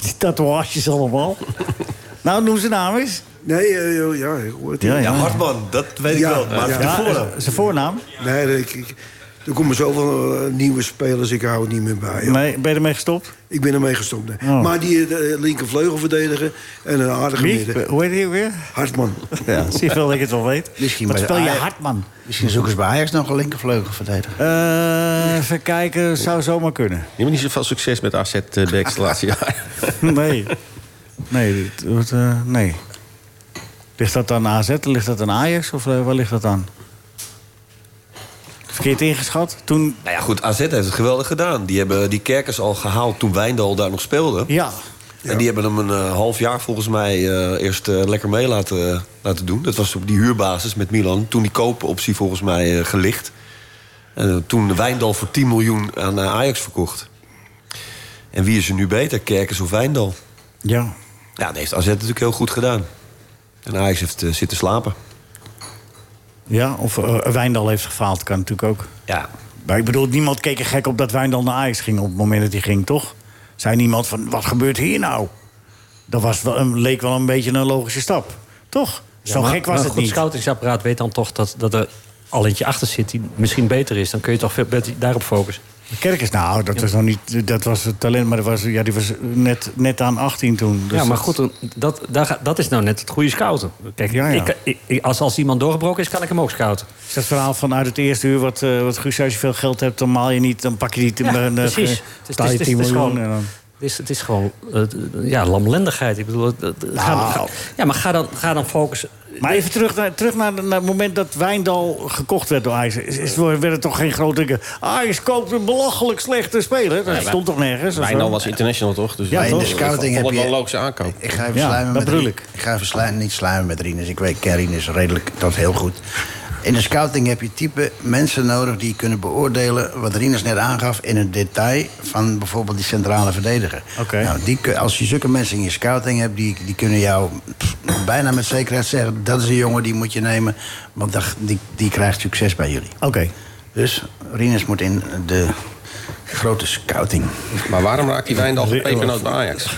Speaker 3: Die tatoeages
Speaker 5: (laughs)
Speaker 3: allemaal. nou, noem zijn naam eens.
Speaker 5: Nee, eh, ja, ik hoor het niet.
Speaker 11: Ja, Hartman, dat weet ik
Speaker 5: Ja,
Speaker 11: wel. Maar
Speaker 5: ja.
Speaker 11: de voornaam.
Speaker 3: eh, zijn voornaam?
Speaker 5: Nee, ik, ik- er komen zoveel eh, nieuwe spelers, ik hou het niet meer bij. joh.
Speaker 3: Nee, ben je ermee gestopt?
Speaker 5: Ik ben ermee gestopt. nee.
Speaker 3: Oh.
Speaker 5: Maar die linkervleugel linkervleugelverdediger en een aardige
Speaker 3: Wie?
Speaker 5: midden.
Speaker 3: eh, Hoe heet hij ook weer?
Speaker 5: Hartman.
Speaker 3: (laughs) Ja. Zie je wel dat ik het wel weet.
Speaker 4: Misschien
Speaker 3: Wat
Speaker 4: bij
Speaker 3: speel je
Speaker 4: Ajax.
Speaker 3: hard, man?
Speaker 4: Misschien zoeken ze bij Ajax nog een linkervleugelverdediger.
Speaker 3: Eh, even kijken, zou zomaar kunnen.
Speaker 7: Je hebt niet zoveel succes met AZ eh, de laatste jaar.
Speaker 3: Nee. Nee, dit wordt, eh, nee. Ligt dat aan AZ, ligt dat aan Ajax of eh, waar ligt dat aan? Verkeerd ingeschat? Toen,
Speaker 11: Nou ja, goed, AZ heeft het geweldig gedaan. Die hebben die kerkers al gehaald toen Wijndal daar nog speelde.
Speaker 3: ja.
Speaker 11: En die hebben hem een eh, half jaar volgens mij eh, eerst eh, lekker mee laten, laten doen. Dat was op die huurbasis met Milan. Toen die koopoptie volgens mij eh, gelicht. En eh, toen Wijndal voor 10 miljoen aan eh, Ajax verkocht. En wie is er nu beter, Kerkers of Wijndal?
Speaker 3: Ja.
Speaker 11: Ja, dat heeft AZ natuurlijk heel goed gedaan. En Ajax heeft eh, zitten slapen.
Speaker 3: Ja, of eh, Wijndal heeft gefaald, kan natuurlijk ook.
Speaker 11: Ja,
Speaker 3: Maar ik bedoel, niemand keek er gek op dat Wijndal naar Ajax ging op het moment dat hij ging, toch? Zei niemand van, wat gebeurt hier nou? Dat was wel, een- leek wel een beetje een logische stap, toch? Zo
Speaker 9: maar-
Speaker 3: gek was
Speaker 9: maar
Speaker 3: het
Speaker 9: goed,
Speaker 3: niet.
Speaker 9: Het scoutingsapparaat weet dan toch dat, dat er al eentje achter zit die misschien beter is. Dan kun je toch veel beter daarop focussen.
Speaker 3: Kerkers, nou, dat was nog niet, dat was het talent, maar dat was, ja, die was net, net aan 18 toen. Dus
Speaker 9: ja, maar
Speaker 3: dat-
Speaker 9: goed, dat, daar ga- dat is nou net het goede scouten. Kijk,
Speaker 3: Ja, ja.
Speaker 9: ik- ik- ik- als, als iemand doorgebroken is, kan ik hem ook scouten.
Speaker 3: is dat verhaal van uit het eerste uur, wat, eh, wat Guus, zei, als je veel geld hebt, dan maal je niet, dan pak je die...
Speaker 9: Ja,
Speaker 3: eh,
Speaker 9: precies.
Speaker 3: eh,
Speaker 9: Het is-
Speaker 3: betaal je
Speaker 9: het is-
Speaker 3: 10
Speaker 9: het is
Speaker 3: miljoen
Speaker 9: gewoon-
Speaker 3: en dan-
Speaker 9: Het is, het is gewoon eh, ja, lamlendigheid. Ik bedoel, het- het- het- ga-
Speaker 3: Nou.
Speaker 9: ga- ja, maar ga dan, ga dan focussen.
Speaker 3: Maar even terug naar, terug naar, naar het moment dat Wijndal gekocht werd door Ajax. Is, is, werd het toch geen grote... Ajax koopt een belachelijk slechte speler. (laughs) Dat stond toch nergens? of zo?
Speaker 7: Wijndal nou was international toch? Dus
Speaker 3: Ja,
Speaker 4: Maar in de
Speaker 3: toch?
Speaker 4: scouting heb
Speaker 7: Vond het wel
Speaker 4: je...
Speaker 7: een logische aankoop.
Speaker 4: Ik ga even
Speaker 3: Ja,
Speaker 4: slijmen
Speaker 3: dat
Speaker 4: met
Speaker 3: bedoel
Speaker 4: Rien-
Speaker 3: ik.
Speaker 4: Ik ga even slijmen, niet slijmen met Rinus. Ik weet, Karin is redelijk, dat is heel goed. In de scouting heb je type mensen nodig die kunnen beoordelen... wat Rinus net aangaf in het detail van bijvoorbeeld die centrale verdediger.
Speaker 3: Oké.
Speaker 4: Nou, die, kun- als je zulke mensen in je scouting hebt... die, die kunnen jou pff, bijna met zekerheid zeggen... dat is een jongen die moet je nemen, want dat, die, die krijgt succes bij jullie.
Speaker 3: Oké.
Speaker 4: Dus Rinus moet in de grote scouting.
Speaker 7: Maar waarom raakt die Wijndal geen pepernoot bij Ajax?
Speaker 3: (laughs)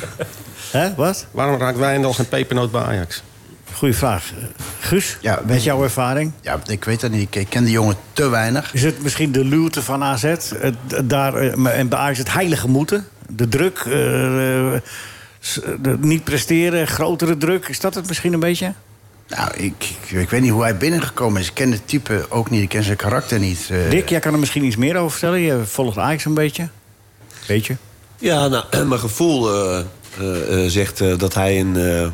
Speaker 3: Hè, wat?
Speaker 7: Waarom raakt Wijndal geen pepernoot bij Ajax?
Speaker 3: Goeie vraag. eh, Guus,
Speaker 4: Ja,
Speaker 3: met
Speaker 4: weet-
Speaker 3: jouw ervaring...
Speaker 4: Ja, ik weet dat niet. Ik ken die jongen te weinig.
Speaker 3: Is het misschien de luwte van AZ? Het, daar, eh, maar- en bij Ajax het heilige moeten? De druk? eh, eh, s- de- niet presteren, grotere druk. Is dat het misschien een beetje?
Speaker 4: Nou, ik, ik, ik weet niet hoe hij binnengekomen is. Ik ken het type ook niet. Ik ken zijn karakter niet. eh.
Speaker 3: Dick, jij kan er misschien iets meer over vertellen. Je volgt Ajax een beetje. Beetje.
Speaker 11: Ja, nou, (clears throat) mijn gevoel eh, eh, eh, zegt eh, dat hij een, eh,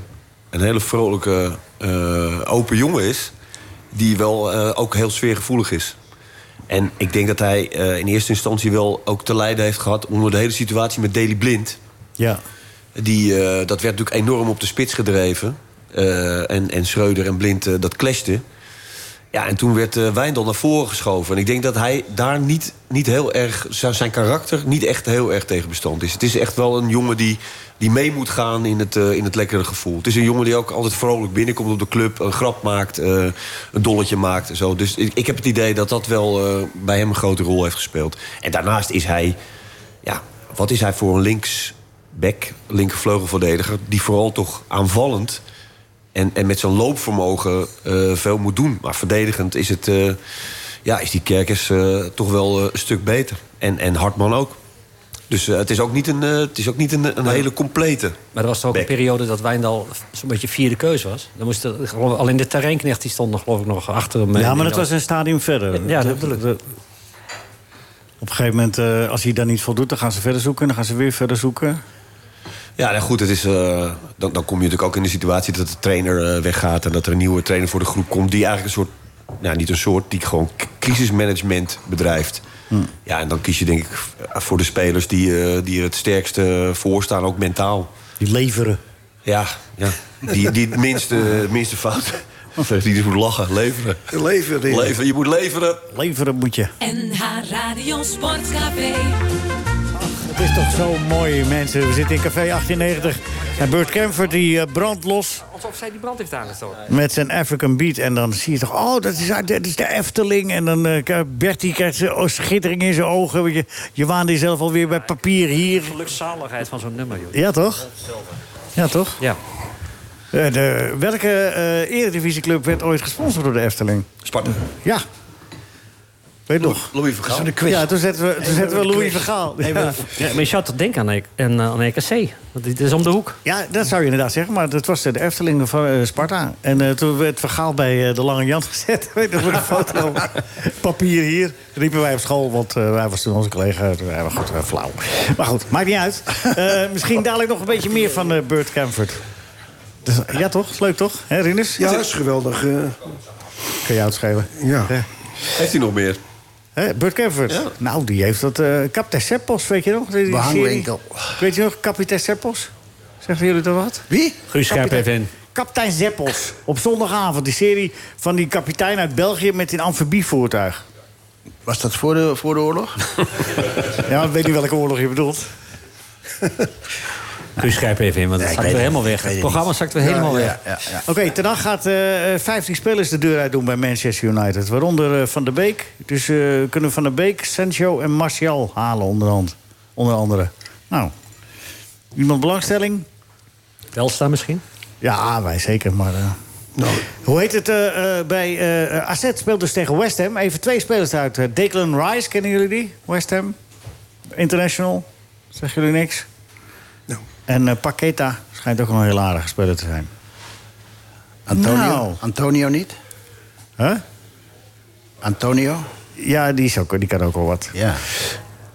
Speaker 11: een hele vrolijke, eh, open jongen is. Die wel eh, ook heel sfeergevoelig is. En ik denk dat hij eh, in eerste instantie wel ook te lijden heeft gehad onder de hele situatie met Daily Blind.
Speaker 3: Ja.
Speaker 11: Die, eh, dat werd natuurlijk enorm op de spits gedreven. Eh, en, en Schreuder en Blind, eh, dat clashte. Ja, en toen werd eh, Wijndal naar voren geschoven. En ik denk dat hij daar niet, niet heel erg... zijn zijn karakter niet echt heel erg tegen bestand is. Het is echt wel een jongen die, die mee moet gaan in het, eh, in het lekkere gevoel. Het is een jongen die ook altijd vrolijk binnenkomt op de club. Een grap maakt, eh, een dolletje maakt en zo. Dus ik, ik heb het idee dat dat wel eh, bij hem een grote rol heeft gespeeld. En daarnaast is hij... Ja, wat is hij voor een linksback, linkervleugelverdediger... die vooral toch aanvallend en, en met zijn loopvermogen eh, veel moet doen. Maar verdedigend is, het, eh, ja, is die Kerkers eh, toch wel eh, een stuk beter. En, en Hartman ook. Dus eh, het is ook niet een, eh, het is ook niet een, een hele complete.
Speaker 6: Maar er was toch ook een periode dat Wijndal zo'n beetje vierde keus was. Dan moest er, geloof ik, alleen de terreinknecht die stond nog, geloof ik, nog achter hem. eh,
Speaker 3: ja,
Speaker 6: En-
Speaker 3: maar
Speaker 6: en
Speaker 3: dat was een stadium verder.
Speaker 6: Ja,
Speaker 3: Dat-
Speaker 6: natuurlijk.
Speaker 3: dat- Op een gegeven moment, eh, als hij dan niet voldoet, dan gaan ze verder zoeken. Dan gaan ze weer verder zoeken.
Speaker 11: Ja, nou goed, het is, eh, dan, dan kom je natuurlijk ook in de situatie dat de trainer eh, weggaat... en dat er een nieuwe trainer voor de groep komt... die eigenlijk een soort, nou niet een soort, die gewoon k- crisismanagement bedrijft. Ja, en dan kies je denk ik voor de spelers die, eh, die er het sterkste voor staan, ook mentaal.
Speaker 3: Die leveren.
Speaker 11: Ja, ja. Die, die het minste, het minste fout. Die dus moet lachen, leveren.
Speaker 5: Leveren.
Speaker 11: leveren. Je moet leveren.
Speaker 3: Leveren moet je.
Speaker 1: NH Radio (laughs) Sportcafé.
Speaker 3: Het is toch zo mooi, mensen. We zitten in café 1890. En Bert Kemfer die eh, brandt los
Speaker 6: Alsof zij die brand heeft aangestoken.
Speaker 3: met zijn African Beat. En dan zie je toch, oh, dat is, dat is de Efteling. En dan eh, Bertie krijgt zijn oh, schittering in zijn ogen. Weet Je, je waande jezelf alweer bij papier hier.
Speaker 6: Gelukszaligheid van zo'n nummer, joh.
Speaker 3: Ja, toch? Ja, toch?
Speaker 6: Ja.
Speaker 3: Eh, de, welke eh, eredivisieclub werd ooit gesponsord door de Efteling?
Speaker 11: Sparta.
Speaker 3: Ja. Weet je nog?
Speaker 11: Louis van
Speaker 3: Gaal. Ja, toen zetten we, toen zetten we Louis van Gaal. Ja.
Speaker 6: Ja, maar je zou toch denken aan, E- en, eh, aan EKC? Want dit is om de hoek.
Speaker 3: Ja, dat zou je inderdaad zeggen, maar dat was de Efteling van eh, Sparta. En eh, toen werd het verhaal bij eh, de Lange Jan gezet. (laughs) Weet je nog, met een foto. Papier hier. Riepen wij op school, want eh, hij was toen onze collega. Ja, maar goed, eh, flauw. Maar goed, maakt niet uit. Eh, misschien dadelijk nog een beetje meer van eh Bert Camford. Dus, ja, toch? Is leuk, toch? Hè, Rinus?
Speaker 5: Ja, is geweldig. eh.
Speaker 3: Kan jou het schelen.
Speaker 5: Ja.
Speaker 11: Heeft hij nog meer?
Speaker 3: Hè, Bert Camford? Nou, die heeft dat... eh Kap Terseppos, weet je nog? Die- die
Speaker 4: Behangwinkel.
Speaker 3: serie. Weet je nog, Kapitein Terseppos? Zeggen jullie dat wat?
Speaker 4: Wie?
Speaker 6: Guus, scherp even in.
Speaker 3: Kapitein Zeppels. Op zondagavond, die serie van die kapitein uit België met een amfibievoertuig.
Speaker 4: Was dat voor de, voor de oorlog?
Speaker 3: Ja, ik weet niet welke oorlog je bedoelt.
Speaker 6: Guus, scherp even in, want
Speaker 4: Nee,
Speaker 6: dat zakt
Speaker 4: ik weet
Speaker 6: weer
Speaker 4: het
Speaker 6: helemaal
Speaker 4: niet.
Speaker 6: weg.
Speaker 4: Ik weet
Speaker 6: Het
Speaker 4: het
Speaker 6: programma
Speaker 4: niet.
Speaker 6: zakt weer helemaal
Speaker 4: Ja,
Speaker 6: weg.
Speaker 4: ja, ja, ja.
Speaker 3: Oké, ten gaat eh eh, 15 spelers de deur uit doen bij Manchester United. Waaronder eh, Van der Beek. Dus eh, we kunnen Van der Beek, Sancho en Martial halen onderhand. Onder andere. Nou, iemand belangstelling?
Speaker 6: Telstar misschien?
Speaker 3: Ja, wij zeker, maar... eh, Hoe heet het eh, eh, bij eh AZ speelt dus tegen West Ham. Even twee spelers uit. Eh, Declan Rice, kennen jullie die? West Ham. International. Zeggen jullie niks? En eh, Paqueta schijnt ook een heel aardige speler te zijn.
Speaker 4: Antonio?
Speaker 3: Nou.
Speaker 4: Antonio niet?
Speaker 3: Huh?
Speaker 4: Antonio?
Speaker 3: Ja, die, is ook, die kan ook wel wat.
Speaker 4: Ja.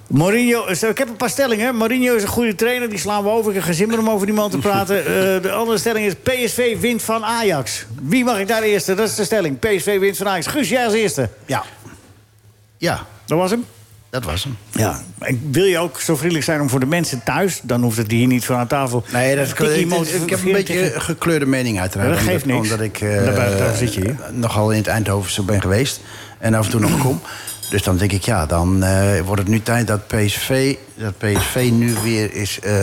Speaker 3: Mourinho, eh, ik heb een paar stellingen. hè. Mourinho is een goede trainer, die slaan we over. Ik heb geen zin meer om over die man te praten. Eh, de andere stelling is PSV wint van Ajax. Wie mag ik daar de eerste? Dat is de stelling. PSV wint van Ajax. Guus, jij als eerste.
Speaker 4: Ja. Ja,
Speaker 3: Dat was hem.
Speaker 4: dat was hem.
Speaker 3: Ja, ik wil je ook zo vriendelijk zijn om voor de mensen thuis... dan hoeft het hier niet van aan tafel.
Speaker 4: Nee, dat
Speaker 3: Tikkie
Speaker 4: ik,
Speaker 3: motiverend
Speaker 4: ik heb een beetje
Speaker 3: tegen-
Speaker 4: een gekleurde mening uiteraard.
Speaker 3: Ja, dat geeft
Speaker 4: Omdat-
Speaker 3: niks.
Speaker 4: Omdat ik eh,
Speaker 3: Daar- daar zit je hier.
Speaker 4: nogal in het Eindhoven zo ben geweest. En af en toe nog kom. Dus dan denk ik, ja, dan eh, wordt het nu tijd dat PSV... dat PSV nu weer is eh,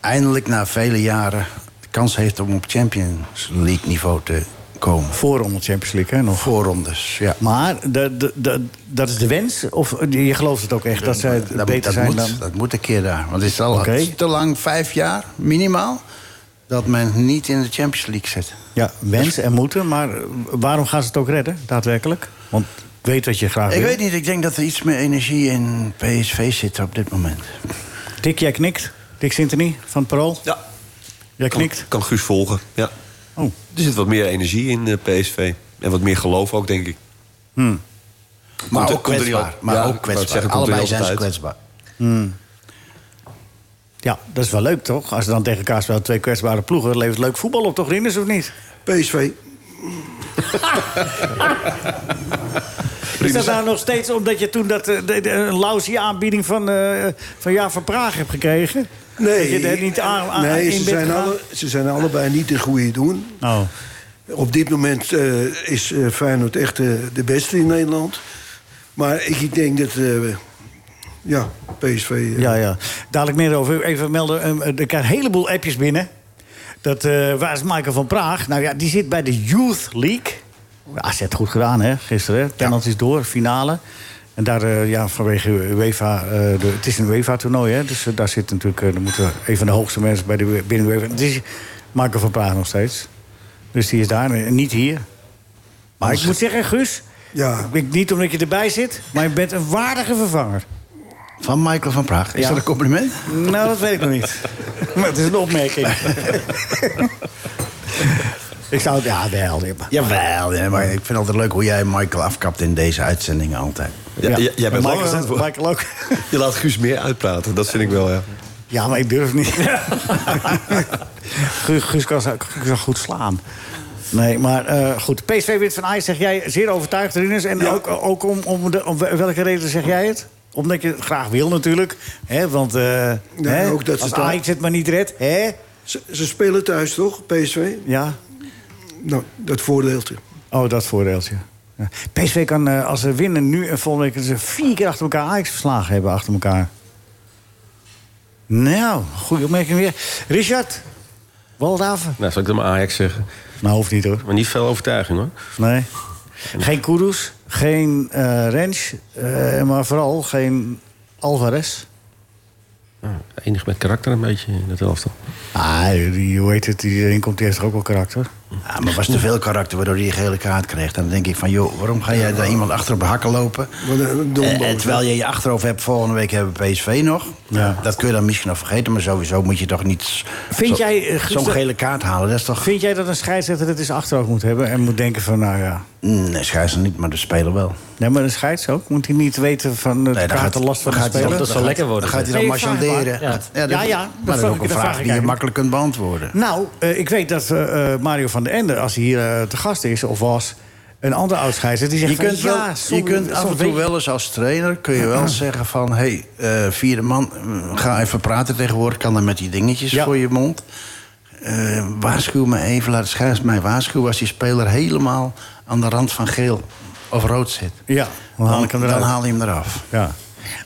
Speaker 4: eindelijk na vele jaren... de kans heeft om op Champions League niveau te komen.
Speaker 3: Voor om de Champions League, hè? Nog.
Speaker 4: Voorrondes, ja.
Speaker 3: Maar de, de, de- dat is de wens? Of je gelooft het ook echt dat zij
Speaker 4: dat,
Speaker 3: beter
Speaker 4: dat
Speaker 3: zijn
Speaker 4: moet,
Speaker 3: dan...
Speaker 4: Dat moet een keer daar. Want het is al
Speaker 3: Oké.
Speaker 4: het is te lang, vijf jaar minimaal... dat men niet in de Champions League zit.
Speaker 3: Ja, wens en moeten, maar eh, waarom gaan ze het ook redden, daadwerkelijk? Want ik weet dat je graag
Speaker 4: Ik
Speaker 3: wil.
Speaker 4: weet niet, ik denk dat er iets meer energie in PSV zit op dit moment.
Speaker 3: Dick, jij knikt. Dick Sintony van het Parool.
Speaker 11: Ja.
Speaker 3: Jij
Speaker 11: kan,
Speaker 3: knikt.
Speaker 11: Kan Guus volgen, ja.
Speaker 3: Oh.
Speaker 11: Er zit wat meer energie in eh, PSV. En wat meer geloof ook, denk ik.
Speaker 3: Hmm.
Speaker 4: Maar
Speaker 11: Komt er-
Speaker 4: ook
Speaker 11: komt er niet
Speaker 4: kwetsbaar.
Speaker 11: al-
Speaker 4: Maar
Speaker 11: ja, ik wou
Speaker 4: ook
Speaker 11: het
Speaker 4: kwetsbaar.
Speaker 11: zeggen, komt er
Speaker 4: Allebei
Speaker 11: niet
Speaker 4: zijn ze
Speaker 11: altijd.
Speaker 4: kwetsbaar.
Speaker 3: Hmm. Ja, dat is wel leuk, toch? Als ze dan tegen elkaar spelen, twee kwetsbare ploegen... dat levert leuk voetbal op, toch, Rinus, of niet? (laughs)
Speaker 5: PSV.
Speaker 3: Is dat nou nog steeds omdat je toen dat, eh, de- de- een lausie aanbieding van, eh van Jaar van Praag hebt gekregen? Dat je er niet aan, aan
Speaker 5: nee
Speaker 3: in Oh.
Speaker 5: ze,
Speaker 3: bent
Speaker 5: zijn
Speaker 3: gegaan?
Speaker 5: alle, ze zijn allebei niet in goede doen. Op dit moment eh, is eh, Feyenoord echt eh, de beste in Nederland. Maar ik denk dat... eh, ja, PSV... eh,
Speaker 3: Ja, ja. Dadelijk meer over. Even melden. ehm, Er krijgen een heleboel appjes binnen. Dat, eh, waar is Michael van Praag? Nou ja, die zit bij de Youth League. AZ goed gedaan, hè? Gisteren. hè? Penalties door, finale. En daar, eh, ja, vanwege UEFA... eh, de, het is een UEFA-toernooi, hè? Dus eh, daar zit natuurlijk... eh, er moeten een van de hoogste mensen bij de, binnen de UEFA... Het is Michael van Praag nog steeds. Dus die is daar, en niet hier. Maar ik moet zeggen, Guus...
Speaker 5: Ja.
Speaker 3: Ik ben niet omdat je erbij zit, maar je bent een waardige vervanger.
Speaker 4: Van Michael van Praag. Is
Speaker 3: Ja.
Speaker 4: dat een compliment?
Speaker 3: Nou, dat weet ik nog niet. Maar het is een opmerking. ik zou het... Ja, wel.
Speaker 4: Jawel, ja, maar ik vind het altijd leuk hoe jij Michael afkapt in deze uitzendingen altijd.
Speaker 11: Ja, j- jij bent
Speaker 3: Michael,
Speaker 11: langer aan
Speaker 3: zegt-
Speaker 11: het woord.
Speaker 3: Michael ook.
Speaker 11: Je laat Guus meer uitpraten, dat vind ik wel, ja.
Speaker 3: Ja, maar ik durf niet. Guus, Guus kan, zo- Guus kan goed slaan. Nee, maar eh, goed. PSV wint van Ajax, zeg jij zeer overtuigd, Rinus. En ook, ook om, om, de, om welke reden zeg jij het? Omdat je het graag wil natuurlijk. Hè? Want eh hè?
Speaker 5: ook dat ze
Speaker 3: als
Speaker 5: daar-
Speaker 3: Ajax het maar niet redt. Hè?
Speaker 5: Ze, ze spelen thuis, toch? PSV?
Speaker 3: Ja.
Speaker 5: Nou, dat voordeeltje.
Speaker 3: Oh, dat voordeeltje. Ja. PSV kan, eh, als ze winnen nu en volgende week... kunnen ze vier keer achter elkaar Ajax verslagen hebben achter elkaar. Nou, goede opmerking weer. Richard, Waldaven.
Speaker 7: Nou, zal ik dan maar Ajax zeggen.
Speaker 3: Nou, hoeft niet hoor.
Speaker 7: Maar niet veel overtuiging hoor.
Speaker 3: Nee. Geen Kudus, geen eh Rens, eh, maar vooral geen Alvarez.
Speaker 7: Enig met karakter een beetje in het elftal.
Speaker 3: Ah, die, hoe heet het, die erin komt, die heeft toch ook wel karakter.
Speaker 4: Ja, maar was te veel karakter waardoor hij die gele kaart kreeg. Dan denk ik van, joh, waarom ga jij daar iemand achter op de hakken lopen?
Speaker 3: eh,
Speaker 5: Wat een domboot.
Speaker 4: En, en terwijl je je achterhoofd hebt, volgende week hebben we PSV nog.
Speaker 3: Ja.
Speaker 4: Dat kun je dan misschien nog vergeten, maar sowieso moet je toch niet s-
Speaker 3: Vind
Speaker 4: zo-
Speaker 3: jij, eh, Guus,
Speaker 4: zo'n
Speaker 3: dat-
Speaker 4: gele kaart halen. Dat is toch...
Speaker 3: Vind jij dat een scheidsrechter dat is achterhoofd moet hebben en moet denken van, nou ja...
Speaker 4: Nee, scheidsrechter niet, maar de speler wel.
Speaker 3: Nee, maar een scheids ook. Moet hij niet weten van eh, de
Speaker 4: Nee, dan gaat-
Speaker 3: kaartenlast van
Speaker 4: dan
Speaker 3: de
Speaker 4: gaat hij
Speaker 3: speler?
Speaker 4: dan- dan Dat zal gaat- lekker worden, dan gaat hij dan
Speaker 3: Nee, vraag
Speaker 4: marchanderen.
Speaker 3: maar. Ja,
Speaker 4: dat-
Speaker 3: ja, ja,
Speaker 4: maar
Speaker 3: dat,
Speaker 4: dat is ook een
Speaker 3: vraag
Speaker 4: vraag
Speaker 3: ik
Speaker 4: die je
Speaker 3: eigenlijk.
Speaker 4: makkelijk kunt beantwoorden.
Speaker 3: Nou, eh, ik weet dat eh, eh, Mario van der Ende, als hij hier eh, te gast is of was... een andere oud-scheidsrechter, die zegt van,
Speaker 4: Je kunt, wel,
Speaker 3: ja,
Speaker 4: je
Speaker 3: soms-
Speaker 4: kunt af
Speaker 3: soms
Speaker 4: en toe
Speaker 3: weet-
Speaker 4: wel eens als trainer kun je wel zeggen van... hé, hey, eh, vierde man, eh, ga even praten tegenwoordig. Kan dan met die dingetjes voor je mond. Eh, waarschuw me even, laat de scheids mij waarschuwen... als die speler helemaal aan de rand van geel of rood zit.
Speaker 3: Ja, dan haal ik hem
Speaker 4: dan
Speaker 3: eruit.
Speaker 4: haal je hem eraf.
Speaker 3: Ja,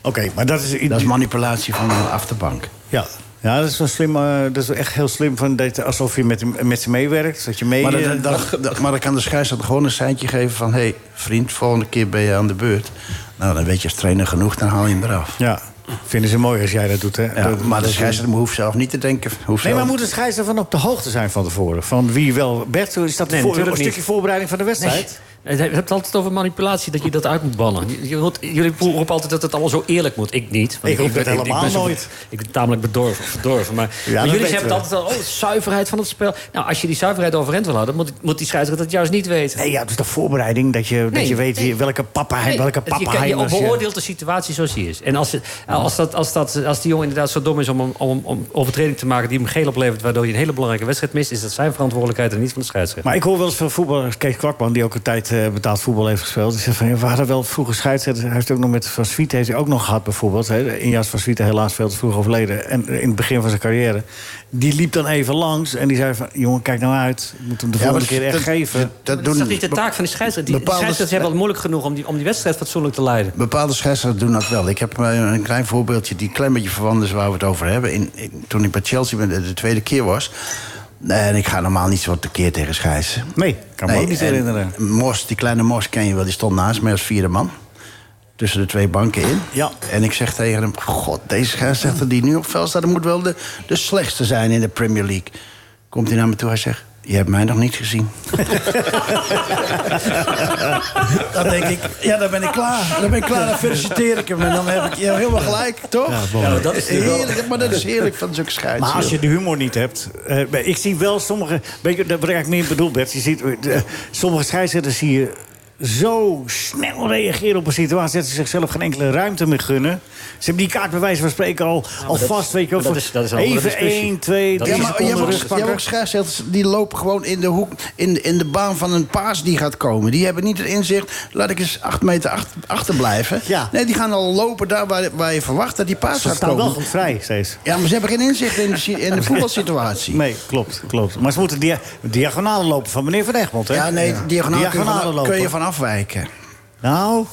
Speaker 3: oké, maar dat is...
Speaker 4: Dat is manipulatie van de achterbank.
Speaker 3: Ja. Ja, dat is wel slim. eh, dat is wel echt heel slim. Van dat, alsof je met, hem- met ze meewerkt. Dat je mee.
Speaker 4: Maar, dat-
Speaker 3: eh,
Speaker 4: dat- dat- dat- maar dan kan de scheidsrechter gewoon een seintje geven van... hé, hey, vriend, volgende keer ben je aan de beurt. Nou, dan weet je als trainer genoeg, dan haal je hem eraf.
Speaker 3: Ja, vinden ze mooi als jij dat doet. Hè?
Speaker 4: Ja,
Speaker 3: Dat-
Speaker 4: maar de
Speaker 3: dat-
Speaker 4: scheidsrechter hoeft zelf niet te denken. Hoeft
Speaker 3: Nee,
Speaker 4: zelf-
Speaker 3: maar moet de scheidsrechter van op de hoogte zijn van tevoren? Van wie wel Bert, is dat
Speaker 9: Nee,
Speaker 3: voor- een
Speaker 9: natuurlijk
Speaker 3: stukje
Speaker 9: niet.
Speaker 3: voorbereiding van de wedstrijd?
Speaker 9: Nee, je hebt het altijd over manipulatie, dat je dat uit moet bannen. Je- je moet- jullie roepen altijd dat het allemaal zo eerlijk moet. Ik niet.
Speaker 3: Ik roep
Speaker 9: ben-
Speaker 3: het helemaal
Speaker 9: ben zo-
Speaker 3: nooit.
Speaker 9: Ik ben tamelijk bedorven. bedorven maar maar
Speaker 3: dat
Speaker 9: jullie
Speaker 3: weten
Speaker 9: hebben het altijd al, oh, de zuiverheid van het spel. Nou, als je die zuiverheid overeind wil houden... moet, moet die scheidsrechter dat juist niet weten.
Speaker 3: Nee, ja, het is de voorbereiding dat je, dat
Speaker 9: Nee,
Speaker 3: je weet
Speaker 9: nee.
Speaker 3: wie- welke papa hij
Speaker 9: Nee,
Speaker 3: welke
Speaker 9: het- je
Speaker 3: papa
Speaker 9: kan-
Speaker 3: hij
Speaker 9: je,
Speaker 3: was, ja.
Speaker 9: beoordeelt de situatie zoals die is. En als, als, dat, als, dat, als die jongen inderdaad zo dom is om, een- om, om overtreding te maken... die hem geel oplevert, waardoor je een hele belangrijke wedstrijd mist... is dat zijn verantwoordelijkheid en niet van de scheidsrechter.
Speaker 3: Maar ik hoor wel eens van voetballers, Kees Kwakman, die ook een tijd eh, betaald voetbal heeft gespeeld. Die zegt van, ja, we hadden wel vroeger scheidsrechters. Hij heeft ook nog met Van Swiet heeft hij ook nog gehad bijvoorbeeld. Hè. Injas Van Swiet, helaas veel te vroeg overleden. En eh, in het begin van zijn carrière. Die liep dan even langs en die zei van, jongen, kijk nou uit. Je moet hem de
Speaker 4: Ja, maar
Speaker 3: volgende keer
Speaker 4: dat-
Speaker 3: echt
Speaker 4: dat-
Speaker 3: geven.
Speaker 4: Dat,
Speaker 9: Maar
Speaker 4: doen,
Speaker 9: dat is toch niet de taak van de scheidsrechter? Die
Speaker 4: bepaalde-
Speaker 9: scheidsrechters hebben het moeilijk genoeg om die, om die wedstrijd fatsoenlijk te leiden.
Speaker 4: Bepaalde scheidsrechters doen dat wel. Ik heb eh, een klein voorbeeldje die een klein beetje verwant is waar we het over hebben. In, in- toen ik bij Chelsea ben, eh, de tweede keer was. En ik ga normaal niet zo tekeer tegen scheids.
Speaker 3: Nee, kan me ook niet
Speaker 4: en
Speaker 3: herinneren.
Speaker 4: Mos, die kleine Mos ken je wel, die stond naast mij als vierde man. Tussen de twee banken in.
Speaker 3: Ja.
Speaker 4: En ik zeg tegen hem: God, deze scheidsrechter die nu op veld staat, dat moet wel de, de slechtste zijn in de Premier League. Komt hij naar me toe, hij zegt: Je hebt mij nog niet gezien.
Speaker 3: Dan denk ik, ja, dan ben ik klaar. Dan ben ik klaar, dan feliciteer ik hem. En dan heb ik je helemaal gelijk, toch?
Speaker 4: Ja, mooi. Ja, dat is natuurlijk wel- Heerlijk, maar dat is heerlijk van zulke scheids,
Speaker 3: Maar als
Speaker 4: joh.
Speaker 3: je de humor niet hebt... eh, ik zie wel sommige... Weet je, dat wat ik eigenlijk meer bedoel, Bert. Je ziet, eh, sommige scheidsrechters zie je zo snel reageren op een situatie... dat ze zichzelf geen enkele ruimte meer gunnen. Ze hebben die kaart bij wijze van spreken al, al
Speaker 4: dat-
Speaker 3: vast, weet je wel.
Speaker 4: maar
Speaker 3: van
Speaker 4: dat is- dat is een andere
Speaker 3: even
Speaker 4: discussie.
Speaker 3: één, twee,
Speaker 4: Ja,
Speaker 3: drie
Speaker 4: maar je
Speaker 3: seconden
Speaker 4: hebt ook-
Speaker 3: rust
Speaker 4: je hebt
Speaker 3: pakken.
Speaker 4: ook scheidsrechters die lopen gewoon in de hoek, in, in de baan van een paas die gaat komen. Die hebben niet het inzicht, laat ik eens acht meter achter, achterblijven. Nee, die gaan al lopen daar waar, waar je verwacht dat die paas
Speaker 3: Ze
Speaker 4: gaat
Speaker 3: staan
Speaker 4: komen.
Speaker 3: wel goed vrij steeds.
Speaker 4: Ja, maar ze hebben geen inzicht in de, si-
Speaker 3: (laughs)
Speaker 4: in de voetbalsituatie.
Speaker 3: Nee, klopt, klopt. Maar ze moeten dia diagonale lopen van meneer Van Egmond, hè?
Speaker 4: Ja, nee, diagonaal diagonale, kun je van- kun je, van afwijken.
Speaker 3: Nou,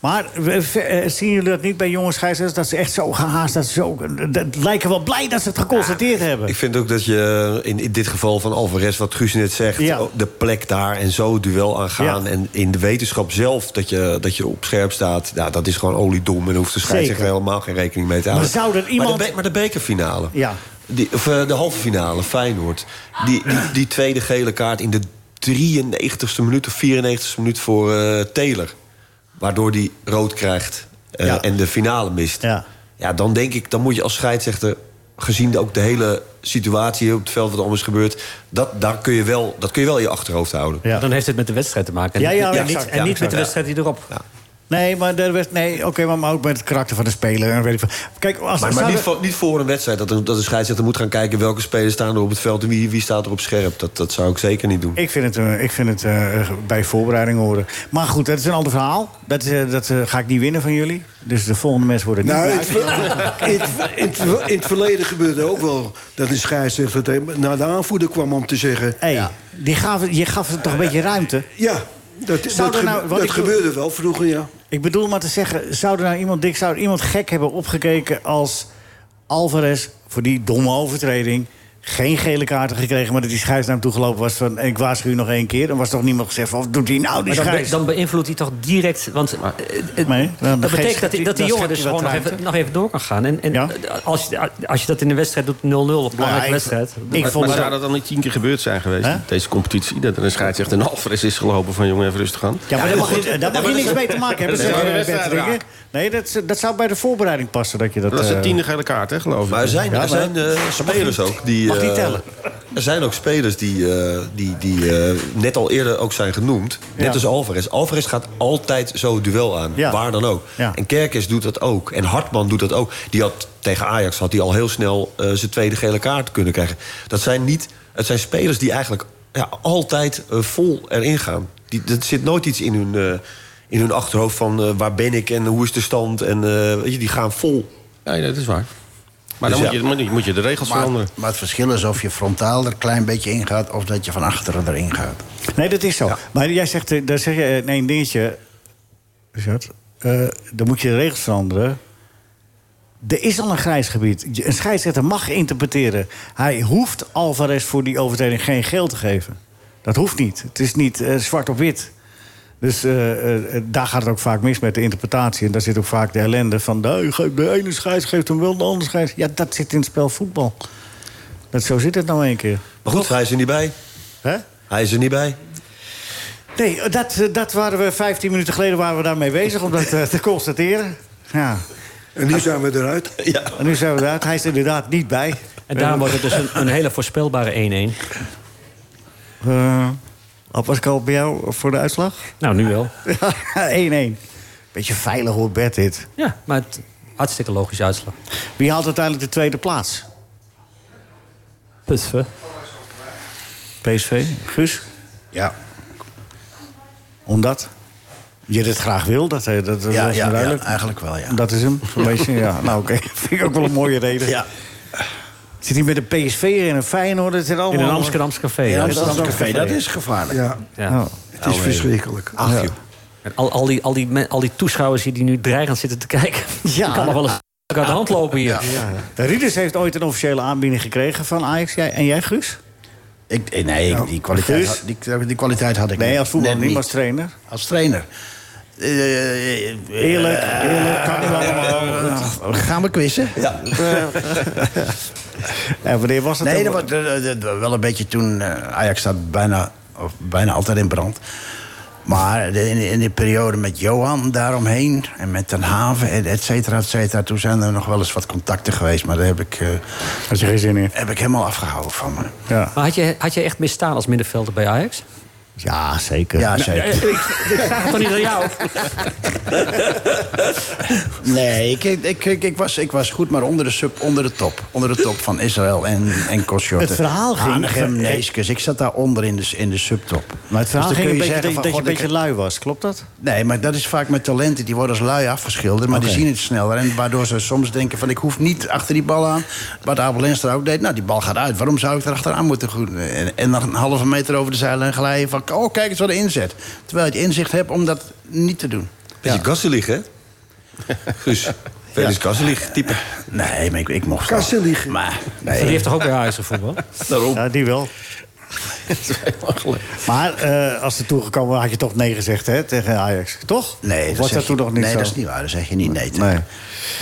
Speaker 3: maar we- ve- eh, zien jullie dat niet bij jonge scheidsrechters? Dat ze echt zo gehaast, dat ze zo... Dat lijken wel blij dat ze het geconstateerd hebben.
Speaker 11: Ik vind ook dat je eh, in, in dit geval van Alvarez, wat Guus net zegt... oh,
Speaker 3: Ja.
Speaker 11: de plek daar en zo het duel aangaan. En in de wetenschap zelf dat je, dat je op scherp staat... Nou, dat is gewoon oliedom en daar hoeft de scheidsrechter
Speaker 3: Zeker.
Speaker 11: helemaal geen rekening mee te
Speaker 3: Maar
Speaker 11: houden.
Speaker 3: zou er iemand-
Speaker 11: Maar de, be- maar de bekerfinale...
Speaker 3: Ja.
Speaker 11: Die, of eh, de halve finale, Feyenoord. Die, die, die tweede gele kaart in de 93ste minuut of 94ste minuut voor eh Taylor. Waardoor die rood krijgt eh, en de finale mist. Ja. dan denk ik, dan moet je als scheidsrechter... gezien ook de hele situatie hier op het veld, wat er allemaal is gebeurd... Dat, daar kun je wel, dat kun je wel in je achterhoofd houden.
Speaker 3: Ja.
Speaker 6: Dan heeft het met de wedstrijd te maken. En
Speaker 3: Ja,
Speaker 6: niet- en
Speaker 3: ja, exact.
Speaker 6: niet, en niet
Speaker 3: Ja, exact.
Speaker 6: met de wedstrijd die erop.
Speaker 3: Nee, maar, de rest- nee, oké, maar- maar ook met het karakter van de speler. en Weet ik veel. Kijk, als
Speaker 11: maar maar
Speaker 3: zouden-
Speaker 11: niet, voor, niet voor een wedstrijd. Dat, een- dat de scheidsrechter moet gaan kijken welke spelers staan er op het veld... en wie, wie staat er op scherp. Dat, dat zou ik zeker niet doen.
Speaker 3: Ik vind het, eh, ik vind het eh, bij voorbereiding horen. Maar goed, dat is een ander verhaal. Dat, eh, dat eh, ga ik niet winnen van jullie. Dus de volgende mensen worden niet
Speaker 5: Nou, in
Speaker 3: blij.
Speaker 5: het, ver- in, het- in het ver- in het verleden gebeurde ook wel dat een scheidsrechter tegen- naar de aanvoerder kwam om te zeggen...
Speaker 3: Hé, die gaf, je gaf het toch een beetje ruimte?
Speaker 5: Ja, dat, dat,
Speaker 3: Zou er
Speaker 5: gebe-
Speaker 3: nou- wat
Speaker 5: dat
Speaker 3: ik-
Speaker 5: gebeurde wel vroeger, ja.
Speaker 3: Ik bedoel maar te zeggen, zou er nou iemand, Dick, zou er iemand gek hebben opgekeken als Alvarez voor die domme overtreding geen gele kaarten gekregen, maar dat die scheids naar hem toegelopen was van ik waarschuw u nog één keer. Dan was toch niemand gezegd van wat doet hij nou die
Speaker 6: Maar dan, be-
Speaker 3: scheids?
Speaker 6: dan beïnvloedt hij toch direct. Want eh, eh,
Speaker 3: dan
Speaker 6: dat
Speaker 3: geeft-
Speaker 6: betekent dat, die- dat die
Speaker 3: dan
Speaker 6: jongen dus
Speaker 3: schept hij
Speaker 6: gewoon nog
Speaker 3: wat
Speaker 6: even, nog even door kan gaan. En, en eh, als, je, als je dat in een wedstrijd doet, 0-0 of een belangrijke
Speaker 7: ik-
Speaker 6: wedstrijd.
Speaker 7: maar, maar zou dat dan niet tien keer gebeurd zijn geweest? Deze competitie, dat er een scheidsrechter een Alvarez is gelopen van jongen even rustig aan.
Speaker 3: Ja, maar daar mag, eh,
Speaker 7: goed,
Speaker 3: je- daar mag je niks mee te maken hebben.
Speaker 7: Dat is
Speaker 3: zeg,
Speaker 7: een
Speaker 3: eh,
Speaker 7: wedstrijd
Speaker 3: Bert Rinken.
Speaker 7: raak.
Speaker 3: Nee, dat, is- dat zou bij de voorbereiding passen dat je dat...
Speaker 7: Dat is de
Speaker 3: eh,
Speaker 7: tiende gele kaart, hè, geloof ik.
Speaker 11: Maar er zijn,
Speaker 3: Ja,
Speaker 11: er
Speaker 3: maar-
Speaker 11: zijn eh, spelers ook die.
Speaker 3: Mag niet
Speaker 11: eh,
Speaker 3: tellen.
Speaker 11: er zijn ook spelers die, eh, die, die eh, net al eerder ook zijn genoemd. Net
Speaker 3: Ja.
Speaker 11: als Alvarez. Alvarez gaat altijd zo het duel aan.
Speaker 3: Ja.
Speaker 11: Waar dan ook.
Speaker 3: Ja.
Speaker 11: En Kerkers doet dat ook. En Hartman doet dat ook. Die had, tegen Ajax had hij al heel snel eh, zijn tweede gele kaart kunnen krijgen. Dat zijn niet. Het zijn spelers die eigenlijk ja, altijd eh, vol erin gaan. Die, er zit nooit iets in hun, eh, in hun achterhoofd van eh, waar ben ik en hoe is de stand. En eh, weet je, die gaan vol.
Speaker 7: Nee, dat is waar. Maar dan
Speaker 11: Dus
Speaker 7: moet, je,
Speaker 11: ja.
Speaker 7: moet, je, moet je de regels
Speaker 4: Maar,
Speaker 7: veranderen.
Speaker 4: maar het verschil is of je frontaal er een klein beetje in gaat... of dat je van achteren erin gaat.
Speaker 3: Nee, dat is zo. Maar jij zegt, eh, daar zeg je eh, nee, een dingetje. Richard, eh, dan moet je de regels veranderen. Er is al een grijs gebied. Je- Een scheidsrechter mag interpreteren. Hij hoeft Alvarez voor die overtreding geen geel te geven. Dat hoeft niet. Het is niet eh, zwart op wit. Dus eh, eh, eh, daar gaat het ook vaak mis met de interpretatie. En daar zit ook vaak de ellende van... "Nee, geef de ene scheids geeft hem wel, de andere scheids... Ja, dat zit in het spel voetbal. Dat, zo zit het nou een keer.
Speaker 11: Maar goed, hij is er niet bij.
Speaker 3: Hè?
Speaker 11: Hij is er niet bij.
Speaker 3: Nee, eh, dat, dat waren we 15 minuten geleden waren we daarmee bezig om dat eh, te constateren. Ja.
Speaker 5: En nu zijn we eruit.
Speaker 11: Ja.
Speaker 3: En nu zijn we eruit. Hij is er inderdaad niet bij.
Speaker 6: En daarom wordt het dus een, een hele voorspelbare 1-1.
Speaker 3: Eh, Al Pascal, bij jou voor de uitslag?
Speaker 6: Nou, nu
Speaker 3: (laughs)
Speaker 6: wel.
Speaker 3: 1-1. Beetje veilig hoor, Bert, dit.
Speaker 6: Ja, maar het, hartstikke logische uitslag.
Speaker 3: Wie haalt uiteindelijk de tweede plaats?
Speaker 6: PSV.
Speaker 3: PSV. Guus?
Speaker 4: Ja.
Speaker 3: Omdat? Je dit graag wil, dat, eh, dat, dat
Speaker 4: Ja,
Speaker 3: was
Speaker 4: ja,
Speaker 3: me duidelijk.
Speaker 4: ja, eigenlijk wel, ja.
Speaker 3: Dat is hem,
Speaker 4: (laughs)
Speaker 3: een beetje. Ja, nou oké. Vind ik ook wel een mooie reden.
Speaker 4: Ja.
Speaker 3: Zit hij met een PSV en een Feyenoord? Het zit allemaal...
Speaker 6: In een Amsterdamse café,
Speaker 3: In
Speaker 6: ja.
Speaker 3: een Amsterdamse
Speaker 6: Amsterdamse
Speaker 3: café,
Speaker 6: café.
Speaker 4: gevaarlijk.
Speaker 5: Ja.
Speaker 6: Ja. Oh,
Speaker 5: Het is verschrikkelijk.
Speaker 11: Ach, joh.
Speaker 6: En al, al, die, al, die, men- al die toeschouwers hier die nu dreigend zitten te kijken.
Speaker 3: Ja.
Speaker 6: Ja. (laughs) kan nog wel eens uit de hand lopen hier.
Speaker 3: De Rieders heeft ooit een officiële aanbieding gekregen van Ajax. Jij, en jij, Guus? Nou,
Speaker 4: Ik, eh, nee, ik- die, kwaliteit
Speaker 3: Guus?
Speaker 4: had, die, die kwaliteit had ik
Speaker 3: Nee, als voetballer
Speaker 4: voetballer
Speaker 3: niet, maar als trainer.
Speaker 4: Als trainer.
Speaker 3: Eerlijk, eerlijk, kan niet allemaal.
Speaker 4: Gaan we quizzen? Ja.
Speaker 3: (laughs) Eh,
Speaker 4: (laughs) Dus
Speaker 3: en wanneer was het
Speaker 4: Nee, dat
Speaker 3: dan?
Speaker 4: was dat- dat- dat wel een beetje toen... eh, Ajax staat bijna, of bijna altijd in brand. Maar de- in, in die periode met Johan daaromheen... en met Den Haven, en et cetera, et cetera... toen zijn er nog wel eens wat contacten geweest. Maar daar heb ik... eh,
Speaker 3: Had je geen zin in?
Speaker 4: Heb ik helemaal afgehouden van me.
Speaker 3: Ja.
Speaker 6: Maar had je, had je echt misstaan als middenvelder bij Ajax?
Speaker 4: Ja, zeker. Ja,
Speaker 3: Nou, eh,
Speaker 9: eh,
Speaker 4: zeker.
Speaker 6: Ik vraag het toch niet aan jou?
Speaker 8: (laughs)
Speaker 4: Nee, ik, ik, ik, ik, was, ik was goed, maar onder de, sub, onder de top. Onder de top van Israël en, en Kostjotte.
Speaker 3: Het verhaal ging-
Speaker 4: Hanegem, Neeskens. Ik zat daaronder in de, in de subtop.
Speaker 3: Maar het verhaal
Speaker 4: Dus
Speaker 3: ging
Speaker 4: dan kun
Speaker 3: een
Speaker 4: je
Speaker 3: beetje
Speaker 4: zeggen
Speaker 3: dat,
Speaker 4: van,
Speaker 3: dat je
Speaker 4: God,
Speaker 3: een beetje
Speaker 4: ik-
Speaker 3: lui was, klopt dat?
Speaker 4: Nee, maar dat is vaak met talenten. Die worden als lui afgeschilderd, maar
Speaker 3: Oké.
Speaker 4: die zien het sneller. En waardoor ze soms denken van, ik hoef niet achter die bal aan. Wat Abel Enstra ook deed, nou, die bal gaat uit. Waarom zou ik er achteraan moeten? groeien? En, en dan een halve meter over de zijlijn glijden van... oh, kijk eens wat de inzet. Terwijl je het inzicht hebt om dat niet te doen.
Speaker 11: Beetje ja. Kasselig,
Speaker 4: (laughs)
Speaker 11: hè? Guus, Felix ja. type.
Speaker 4: Nee, maar ik, ik mocht
Speaker 5: Kassen liggen.
Speaker 4: Maar,
Speaker 6: Die heeft toch ook bij Ajax gevoetbald?
Speaker 4: (laughs)
Speaker 11: Daarom.
Speaker 3: Ja, die wel. Maar eh, als ze toegekomen had je toch nee gezegd hè, tegen Ajax, toch?
Speaker 4: Nee,
Speaker 3: Of
Speaker 4: dat
Speaker 3: was
Speaker 4: zeg
Speaker 3: dat toen
Speaker 4: je-
Speaker 3: nog niet
Speaker 4: Nee,
Speaker 3: zo?
Speaker 4: dat is niet waar. Dat zeg je niet nee. tegen.
Speaker 3: Nee.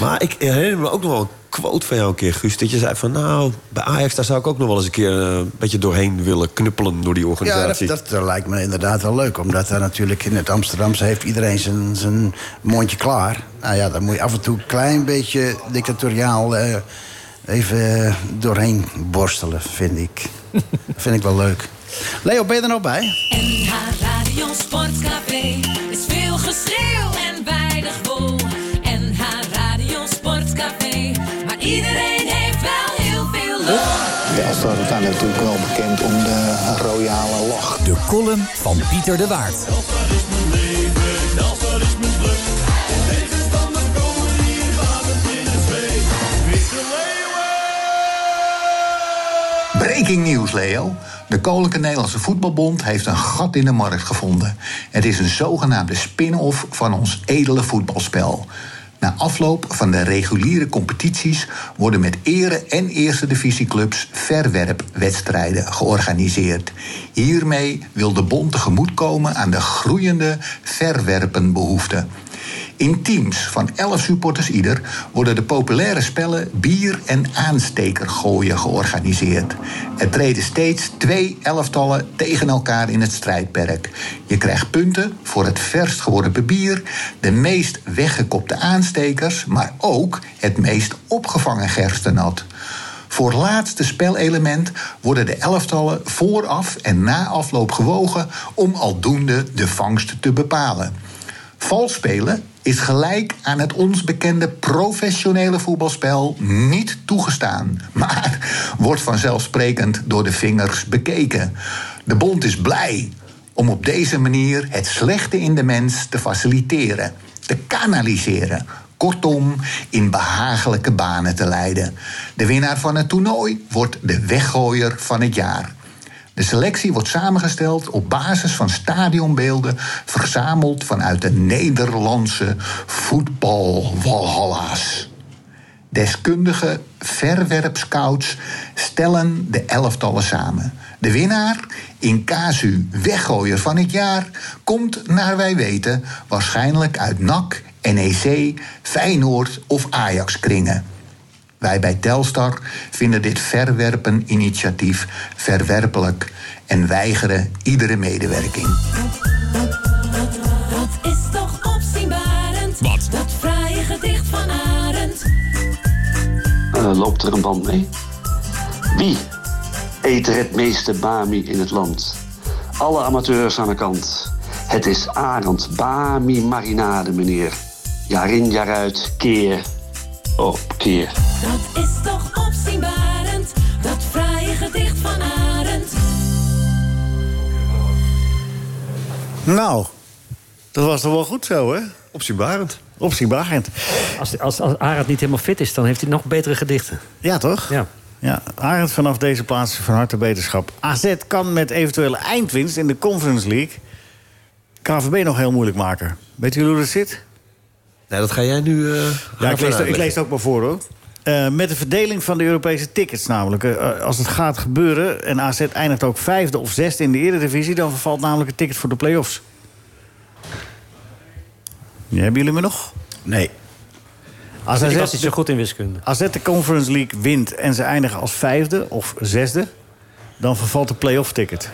Speaker 11: Maar ik herinner me ook nog wel een quote van jou een keer, Guus. Dat je zei van, nou, bij Ajax daar zou ik ook nog wel eens een keer... eh, een beetje doorheen willen knuppelen door die
Speaker 4: Ja, dat,
Speaker 11: organisatie.
Speaker 4: dat eh, lijkt me inderdaad wel leuk. Omdat daar natuurlijk in het Amsterdamse heeft iedereen zijn, zijn mondje klaar. Nou ja, dan moet je af en toe een klein beetje dictatoriaal eh, even eh, doorheen borstelen, vind
Speaker 11: (laughs)
Speaker 4: ik. vind ik wel leuk. Leo, ben je er nou bij?
Speaker 1: NH Radio Sportcafé is veel geschreeuw en weinig wol. NH Radio Sportcafé, maar iedereen heeft wel heel veel lol.
Speaker 12: De Elftal staan natuurlijk wel bekend om de royale lach.
Speaker 2: De column van Pieter de Waard.
Speaker 12: Breaking nieuws, Leo. De Koninklijke Nederlandse Voetbalbond heeft een gat in de markt gevonden. Het is een zogenaamde spin-off van ons edele voetbalspel. Na afloop van de reguliere competities worden met ere- en eerste divisieclubs verwerpwedstrijden georganiseerd. Hiermee wil de bond tegemoetkomen aan de groeiende verwerpenbehoefte. In teams van 11 supporters ieder worden de populaire spellen bier en aanstekergooien georganiseerd. Er treden steeds twee elftallen tegen elkaar in het strijdperk. Je krijgt punten voor het verst geworpen bier, de meest weggekopte aanstekers, maar ook het meest opgevangen gerstenat. Voor laatste spelelement worden de elftallen vooraf en na afloop gewogen om aldoende de vangst te bepalen. Vals spelen is gelijk aan het ons bekende professionele voetbalspel niet toegestaan. (laughs) Maar wordt vanzelfsprekend door de vingers bekeken. De bond is blij om op deze manier het slechte in de mens te faciliteren, te kanaliseren. Kortom, in behagelijke banen te leiden. De winnaar van het toernooi wordt de weggooier van het jaar. De selectie wordt samengesteld op basis van stadionbeelden verzameld vanuit de Nederlandse voetbalwalhalla's. Deskundige verwerpscouts stellen de elftallen samen. De winnaar, in casu weggooier van het jaar, komt naar wij weten waarschijnlijk uit NAC, NEC, E Feyenoord of Ajax kringen. Wij bij Telstar vinden dit verwerpen-initiatief verwerpelijk en weigeren iedere medewerking.
Speaker 1: Dat is toch opzienbarend? Wat? Dat fraaie gedicht van Arend.
Speaker 13: Eh, loopt er een band mee? Wie eet er het meeste Bami in het land? Alle amateurs aan de kant. Het is Arend Bami marinade, meneer. Jaar in, jaar uit, keer op keer.
Speaker 1: Dat is toch opzienbarend? Dat fraaie gedicht van Arend.
Speaker 3: Nou, dat was toch wel goed zo, hè?
Speaker 11: Opzienbarend.
Speaker 3: (laughs) Opzienbarend.
Speaker 9: Als, als, als Arend niet helemaal fit is, dan heeft hij nog betere gedichten.
Speaker 3: Ja, toch?
Speaker 9: Ja.
Speaker 3: Ja, Arend vanaf deze plaats van harte beterschap. AZ kan met eventuele eindwinst in de Conference League... KVB nog heel moeilijk maken. Weet jullie hoe dat zit?
Speaker 11: Nee, dat ga jij nu... eh,
Speaker 3: Ja,
Speaker 11: gaan
Speaker 3: ik lees, het- ik
Speaker 11: uitleggen.
Speaker 3: lees het ook maar voor, hoor. Eh, met de verdeling van de Europese tickets namelijk. Eh, als het gaat gebeuren en AZ eindigt ook vijfde of zesde in de eredivisie... dan vervalt namelijk het ticket voor de play-offs. Hebben jullie me nog? Nee. Als
Speaker 9: Ik
Speaker 3: AZ
Speaker 9: was niet zo
Speaker 3: de-
Speaker 9: goed in wiskunde.
Speaker 3: Als het de Conference League wint en ze eindigen als vijfde of zesde... dan vervalt de play-off ticket.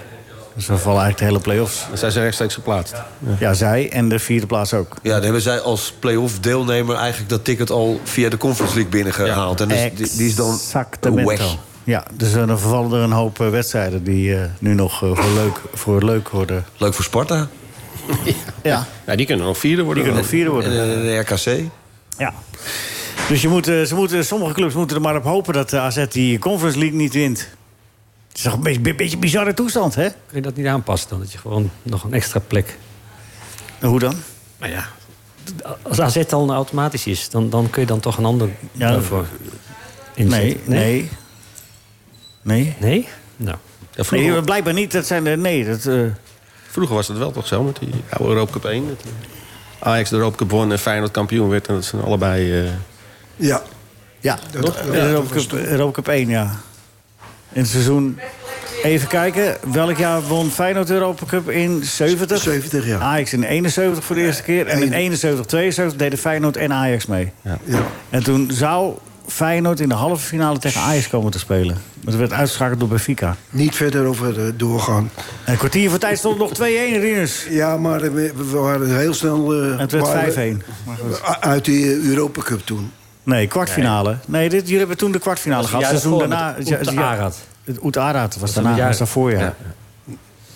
Speaker 3: Dus dan vallen eigenlijk de hele play-offs.
Speaker 7: Dan zijn ze rechtstreeks geplaatst.
Speaker 3: Ja, zij en de vierde plaats ook.
Speaker 11: Ja, dan hebben zij als play-off deelnemer eigenlijk dat ticket al via de Conference League binnengehaald. En dus, die, die is dan
Speaker 3: Sacramento.
Speaker 11: weg.
Speaker 3: Ja, dus eh, dan vervallen er een hoop eh, wedstrijden die eh, nu nog eh, voor, leuk, voor leuk worden.
Speaker 11: Leuk voor Sparta.
Speaker 3: Ja.
Speaker 7: ja, die kunnen nog vierde worden.
Speaker 3: Die kunnen nog vierde worden.
Speaker 11: En, eh, de RKC.
Speaker 3: Ja. Dus je moet, eh, ze moeten, sommige clubs moeten er maar op hopen dat de AZ die Conference League niet wint. Het is toch een beetje, een beetje een bizarre toestand, hè?
Speaker 9: Kun je dat niet aanpassen dan? Dat je gewoon nog een extra plek...
Speaker 3: hoe dan?
Speaker 9: Nou ja, als AZ al automatisch is, dan, dan kun je dan toch een ander
Speaker 3: Ja,
Speaker 9: daarvoor
Speaker 3: Nee,
Speaker 9: inzetten.
Speaker 3: nee. Nee?
Speaker 9: Nee? Nou.
Speaker 3: Nee, blijkbaar niet. Dat zijn de, nee, dat... eh,
Speaker 7: Vroeger was dat wel toch zo met die oude Europa Cup 1. Dat Ajax de Europa Cup won en Feyenoord kampioen werd. En dat zijn allebei... eh,
Speaker 5: Ja.
Speaker 3: Ja,
Speaker 5: Toch?
Speaker 3: Ja, Europa, Cup, Europa Cup 1, ja. In het seizoen... Even kijken, welk jaar won Feyenoord de Europa Cup in 70? 70, ja. Ajax in 71 voor de eerste keer. En in 71, 72 deden Feyenoord en Ajax mee. En toen zou Feyenoord in de halve finale tegen Ajax komen te spelen. Maar dat werd uitgeschakeld door Benfica.
Speaker 5: Niet verder over eh, doorgaan.
Speaker 3: Een kwartier voor tijd stond nog 2-1, Rinus.
Speaker 5: Ja, maar eh, we, we waren heel snel... eh,
Speaker 3: Het werd
Speaker 5: waren we-
Speaker 3: 5-1. Maar goed.
Speaker 5: u- Uit die eh, Europa Cup toen.
Speaker 3: Nee, kwartfinale. Nee, dit, jullie hebben toen de kwartfinale
Speaker 5: Dat was
Speaker 3: gehad.
Speaker 5: het
Speaker 3: Het seizoen
Speaker 5: jaar
Speaker 3: daarna...
Speaker 5: daarvoor met
Speaker 3: ja,
Speaker 5: Oet
Speaker 3: ja,
Speaker 5: Arad.
Speaker 3: het Oet Arad was
Speaker 5: een
Speaker 3: daarna,
Speaker 5: jaar-
Speaker 3: was daarvoor, ja.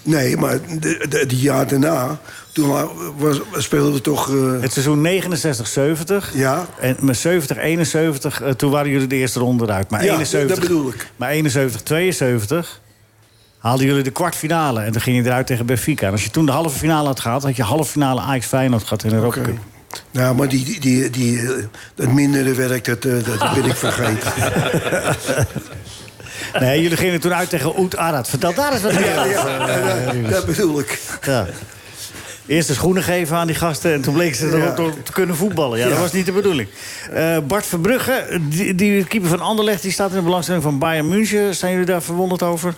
Speaker 5: Nee, maar de, de, die jaar daarna, toen wa- was, speelden we toch... eh,
Speaker 3: Het seizoen 69-70. Ja. En met 70-71, eh, toen waren jullie de eerste ronde eruit. Maar
Speaker 5: Ja,
Speaker 3: 71,
Speaker 5: dat bedoel ik.
Speaker 3: Maar 71-72 haalden jullie de kwartfinale. En dan ging je eruit tegen Benfica. En als je toen de halve finale had gehad... had je halve finale Ajax Feyenoord gehad in de Europa Cup.
Speaker 5: nou, maar die, die, die, die, eh, dat mindere werk, dat, eh, dat ben ik vergeten.
Speaker 3: (laughs) Nee, jullie gingen toen uit tegen Oet Arad. Vertel daar eens wat meer
Speaker 5: Ja, ja,
Speaker 3: over,
Speaker 5: ja,
Speaker 3: eh,
Speaker 5: dat-
Speaker 3: Rinus.
Speaker 5: dat bedoel ik.
Speaker 3: Ja. Eerst de schoenen geven aan die gasten en toen bleken ze erop
Speaker 5: Ja.
Speaker 3: door te kunnen voetballen. Ja, dat
Speaker 5: Ja.
Speaker 3: was niet de bedoeling. Eh, Bart Verbrugge, die, die keeper van Anderlecht, die staat in de belangstelling van Bayern München. Zijn jullie daar verwonderd over?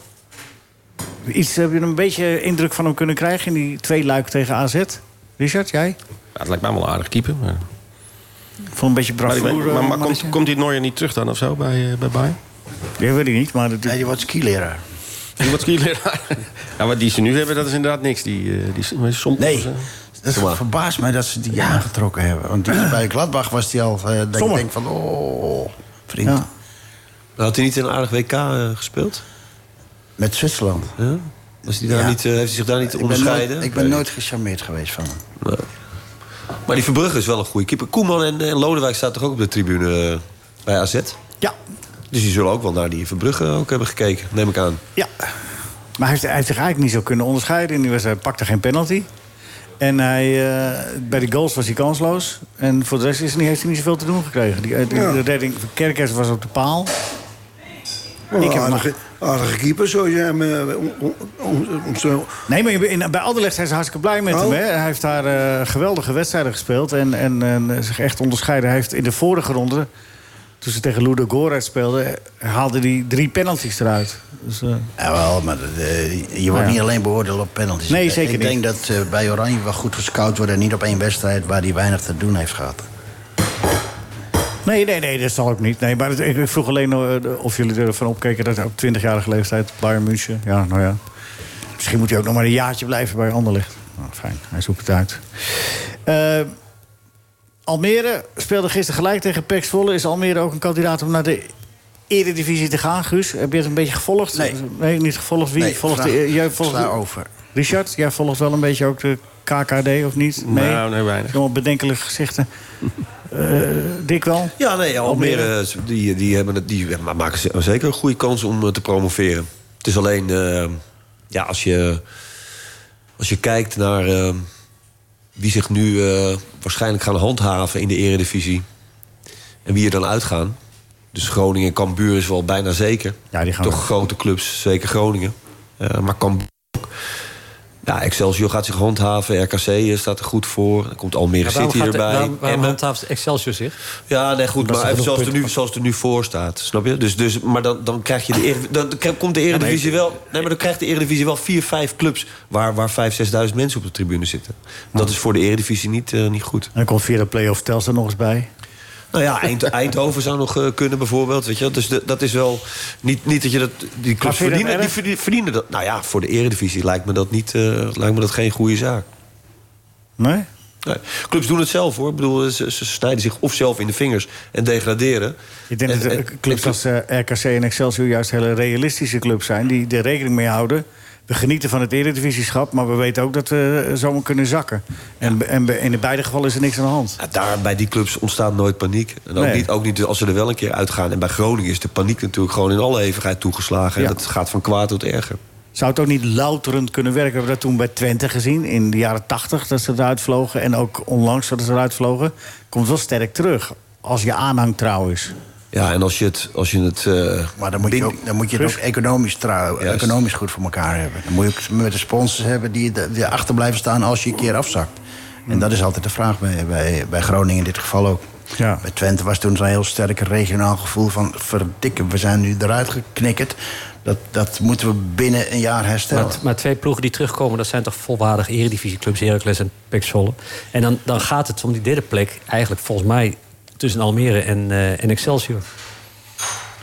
Speaker 3: Iets, heb je een beetje indruk van hem kunnen krijgen in die twee luik tegen AZ? Richard, jij?
Speaker 7: ja, het lijkt mij wel een aardig keeper. Maar,
Speaker 3: Vond een beetje
Speaker 7: maar, ik
Speaker 3: bravoure.
Speaker 7: weet- maar, maar
Speaker 3: mannetje?
Speaker 7: komt, komt dit Neuer niet terug dan of zo bij, eh bij Bayern?
Speaker 3: Ja, weet ik niet, maar... Dat...
Speaker 7: Nee, die wordt skileraar. Die wordt skileraar. ja, wat die ze nu hebben, dat is inderdaad niks. Die, eh die, die soms,
Speaker 4: Nee, dat
Speaker 7: Kom maar.
Speaker 4: verbaast mij dat ze die aangetrokken hebben. Want die, bij Gladbach was die al... eh, dat ik
Speaker 11: Sommer.
Speaker 4: denk van, oh, vriend.
Speaker 11: Had hij niet een aardig WK eh, gespeeld?
Speaker 4: Met Zwitserland.
Speaker 11: Ja? Was hij daar
Speaker 4: Ja.
Speaker 11: niet, eh, heeft hij zich daar niet
Speaker 4: Ik ben,
Speaker 11: onderscheiden?
Speaker 4: nooit, ik ben
Speaker 11: Nee.
Speaker 4: nooit gecharmeerd geweest van hem.
Speaker 11: Nee. Maar die Verbrugge is wel een goede keeper. Koeman en, en Lodewijk staan toch ook op de tribune eh, bij AZ?
Speaker 3: Ja.
Speaker 11: Dus die zullen ook wel naar die Verbrugge ook hebben gekeken, neem ik aan.
Speaker 3: Ja. Maar hij heeft, hij heeft zich eigenlijk niet zo kunnen onderscheiden in die wedstrijd. Hij pakte geen penalty. En hij, eh, bij de goals was hij kansloos. En voor de rest is hij, niet- heeft hij niet zoveel te doen gekregen. Die, eh, die-
Speaker 5: Ja.
Speaker 3: De redding van Kerkers was op de paal.
Speaker 5: Wel
Speaker 3: (laughs) Ik heb
Speaker 5: een aardige, aardige keeper, zo je hem eh, om- om- om- om zo...
Speaker 3: Nee, maar in, bij Anderlecht zijn ze hartstikke blij met
Speaker 5: Oh.
Speaker 3: hem. Hè? Hij heeft daar eh, geweldige wedstrijden gespeeld. En, en, en zich echt onderscheiden. Hij heeft in de vorige ronde, toen ze tegen Ludo Gorets speelden... haalde hij drie penalties eruit. Dus, eh, Nou
Speaker 4: Jawel, maar eh, je wordt
Speaker 3: Ja.
Speaker 4: niet alleen beoordeeld op penalties.
Speaker 3: Nee,
Speaker 4: Ik-
Speaker 3: zeker
Speaker 4: Ik denk dat eh, bij Oranje wel goed gescout wordt... en niet op één wedstrijd waar hij weinig te doen heeft gehad.
Speaker 3: Nee, nee, nee, dat zal ook niet. Nee, maar het- ik ik vroeg alleen eh, of jullie ervan opkeken dat hij op 20-jarige leeftijd Bayern München. Ja, nou ja. Misschien moet hij ook nog maar een jaartje blijven bij Anderlecht. Nou, fijn, hij zoekt het uit. Eh, Almere speelde gisteren gelijk tegen Pex Volle. Is Almere ook een kandidaat om naar de Eredivisie te gaan, Guus? Heb je het een beetje gevolgd? Nee, niet gevolgd. Wie
Speaker 4: Nee,
Speaker 3: volgt
Speaker 4: sla-
Speaker 3: de, eh, jij volgt
Speaker 4: sla
Speaker 3: de-
Speaker 4: over.
Speaker 3: Richard, jij volgt wel een beetje ook de KKD of niet?
Speaker 7: Nee. Nou, nee, weinig.
Speaker 3: Allemaal bedenkelijke
Speaker 7: (laughs)
Speaker 3: gezichten. Eh Dick wel?
Speaker 11: Ja, nee, Almere, eh, die, die, hebben het, die ma- maken ze- zeker een goede kans om eh, te promoveren. Het is alleen, eh, ja, als je, als je kijkt naar eh, wie zich nu eh, waarschijnlijk gaan handhaven in de eredivisie... en wie er dan uitgaan. Dus Groningen en Cambuur is wel bijna zeker.
Speaker 3: Ja, die gaan
Speaker 11: Toch
Speaker 3: wel.
Speaker 11: grote clubs, zeker Groningen. Eh, maar Cambuur ook. Ja, Excelsior gaat zich handhaven. RKC eh, staat er goed voor. Er komt Almere
Speaker 6: Maar waarom
Speaker 11: City
Speaker 6: gaat de-
Speaker 11: erbij.
Speaker 6: Waarom, waarom
Speaker 11: Emmen.
Speaker 6: handhaaft Excelsior zich?
Speaker 11: Ja, nee, goed.
Speaker 6: Omdat ze
Speaker 11: Maar even
Speaker 6: genoeg
Speaker 11: zoals, het
Speaker 6: punten
Speaker 11: er nu, zoals het er nu voor staat. Snap je? Dus, dus, maar dan, dan, krijg je de,
Speaker 3: Ah.
Speaker 11: Erediv- dan k- komt de Eredivisie wel... Nee, maar dan krijgt de Eredivisie wel vier, vijf clubs... waar, waar vijf, zesduizend mensen op de tribune zitten. Dat
Speaker 3: Ah.
Speaker 11: is voor de Eredivisie niet, eh, niet goed.
Speaker 3: En dan komt via de play-off Telstar nog eens bij.
Speaker 11: Nou ja,
Speaker 3: (laughs)
Speaker 11: Eind- Eindhoven zou nog eh, kunnen bijvoorbeeld. Weet je? wel. Dus de- dat is wel... Niet, niet dat je dat... Die
Speaker 3: Maar
Speaker 11: clubs
Speaker 3: vind je dat
Speaker 11: verdienen, die
Speaker 3: erg?
Speaker 11: verdienen, verdienen dat. Nou ja, voor de Eredivisie lijkt me dat, niet, eh, lijkt me dat geen goede zaak.
Speaker 3: Nee?
Speaker 11: Nee. Clubs doen het zelf hoor. Ik bedoel, ze, ze snijden zich of zelf in de vingers en degraderen.
Speaker 3: Ik denk
Speaker 11: En-
Speaker 3: dat
Speaker 11: en-
Speaker 3: eh, clubs als eh, RKC en Excelsior juist hele realistische clubs zijn... die er rekening mee houden. We genieten van het eredivisieschap, maar we weten ook dat we eh, zomaar kunnen zakken. En, be- en, be- en in beide gevallen is er niks aan de hand.
Speaker 11: Ja, daar bij die clubs ontstaat nooit paniek. En ook,
Speaker 3: Nee.
Speaker 11: niet, ook niet als ze er wel een keer uitgaan. En bij Groningen is de paniek natuurlijk gewoon in alle eeuwigheid toegeslagen. En dat gaat van kwaad tot erger.
Speaker 3: Zou het ook niet louterend kunnen werken? We hebben dat toen bij Twente gezien, in de jaren tachtig dat ze eruit vlogen. En ook onlangs dat ze eruit vlogen. Komt wel sterk terug, als je aanhang trouw is.
Speaker 11: Ja, en als je het... Als je het eh,
Speaker 4: Maar dan moet je, ook, dan moet je het ook economisch, trouw,
Speaker 11: Juist.
Speaker 4: economisch goed voor elkaar hebben. Dan moet je ook met de sponsors hebben die er- die achter blijven staan als je een keer afzakt. En
Speaker 3: Hmm.
Speaker 4: dat is altijd de vraag bij, bij, bij Groningen in dit geval ook.
Speaker 3: Ja.
Speaker 4: Bij Twente was toen zo'n heel sterk regionaal gevoel van... verdikken, we zijn nu eruit geknikkerd. Dat, dat moeten we binnen een jaar herstellen.
Speaker 6: Maar, maar twee ploegen die terugkomen, dat zijn toch volwaardig eredivisieclubs, Heracles en Pek Zwolle. En dan, dan gaat het om die derde plek eigenlijk volgens mij tussen Almere en, eh, en Excelsior.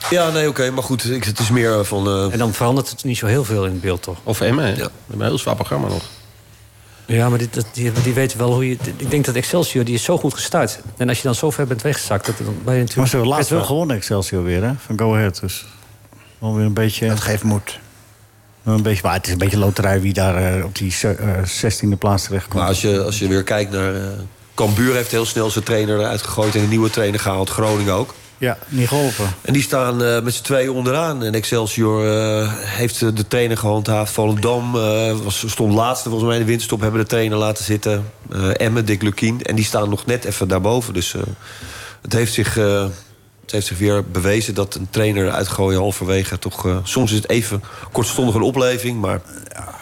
Speaker 11: Ja, nee, oké. maar goed, ik, het is meer eh, van...
Speaker 6: En dan verandert het niet zo heel veel in het beeld, toch?
Speaker 7: Of Emmen, hè? We hebben een heel zwaar programma nog.
Speaker 6: Ja, maar die, dat- die, die weten wel hoe je... Ik denk dat Excelsior, die is zo goed gestart. En als je dan zo ver bent weggezakt, dat, dan ben je natuurlijk...
Speaker 3: Maar ze hebben laatst
Speaker 6: best
Speaker 3: wel gewonnen, Excelsior weer, hè? Van Go Ahead, dus... Wel weer een beetje... Dat
Speaker 4: geeft moed.
Speaker 3: Een beetje, maar het is een beetje loterij wie daar eh, op die ze- eh, 16e plaats terechtkomt.
Speaker 11: Maar als je, als je weer kijkt naar... eh Cambuur heeft heel snel zijn trainer eruit gegooid... en een nieuwe trainer gehaald. Groningen ook.
Speaker 3: Ja, niet geholpen.
Speaker 11: En die staan eh, met z'n tweeën onderaan. En Excelsior eh, heeft eh, de trainer gehandhaafd. Volendam eh, was, stond laatste volgens mij in de winterstop. Hebben de trainer laten zitten. Eh Emmen, Dick Lukien. En die staan nog net even daarboven. Dus eh, het, heeft zich, eh, het heeft zich weer bewezen dat een trainer uitgooien halverwege toch... eh, soms is het even kortstondig een opleving, maar...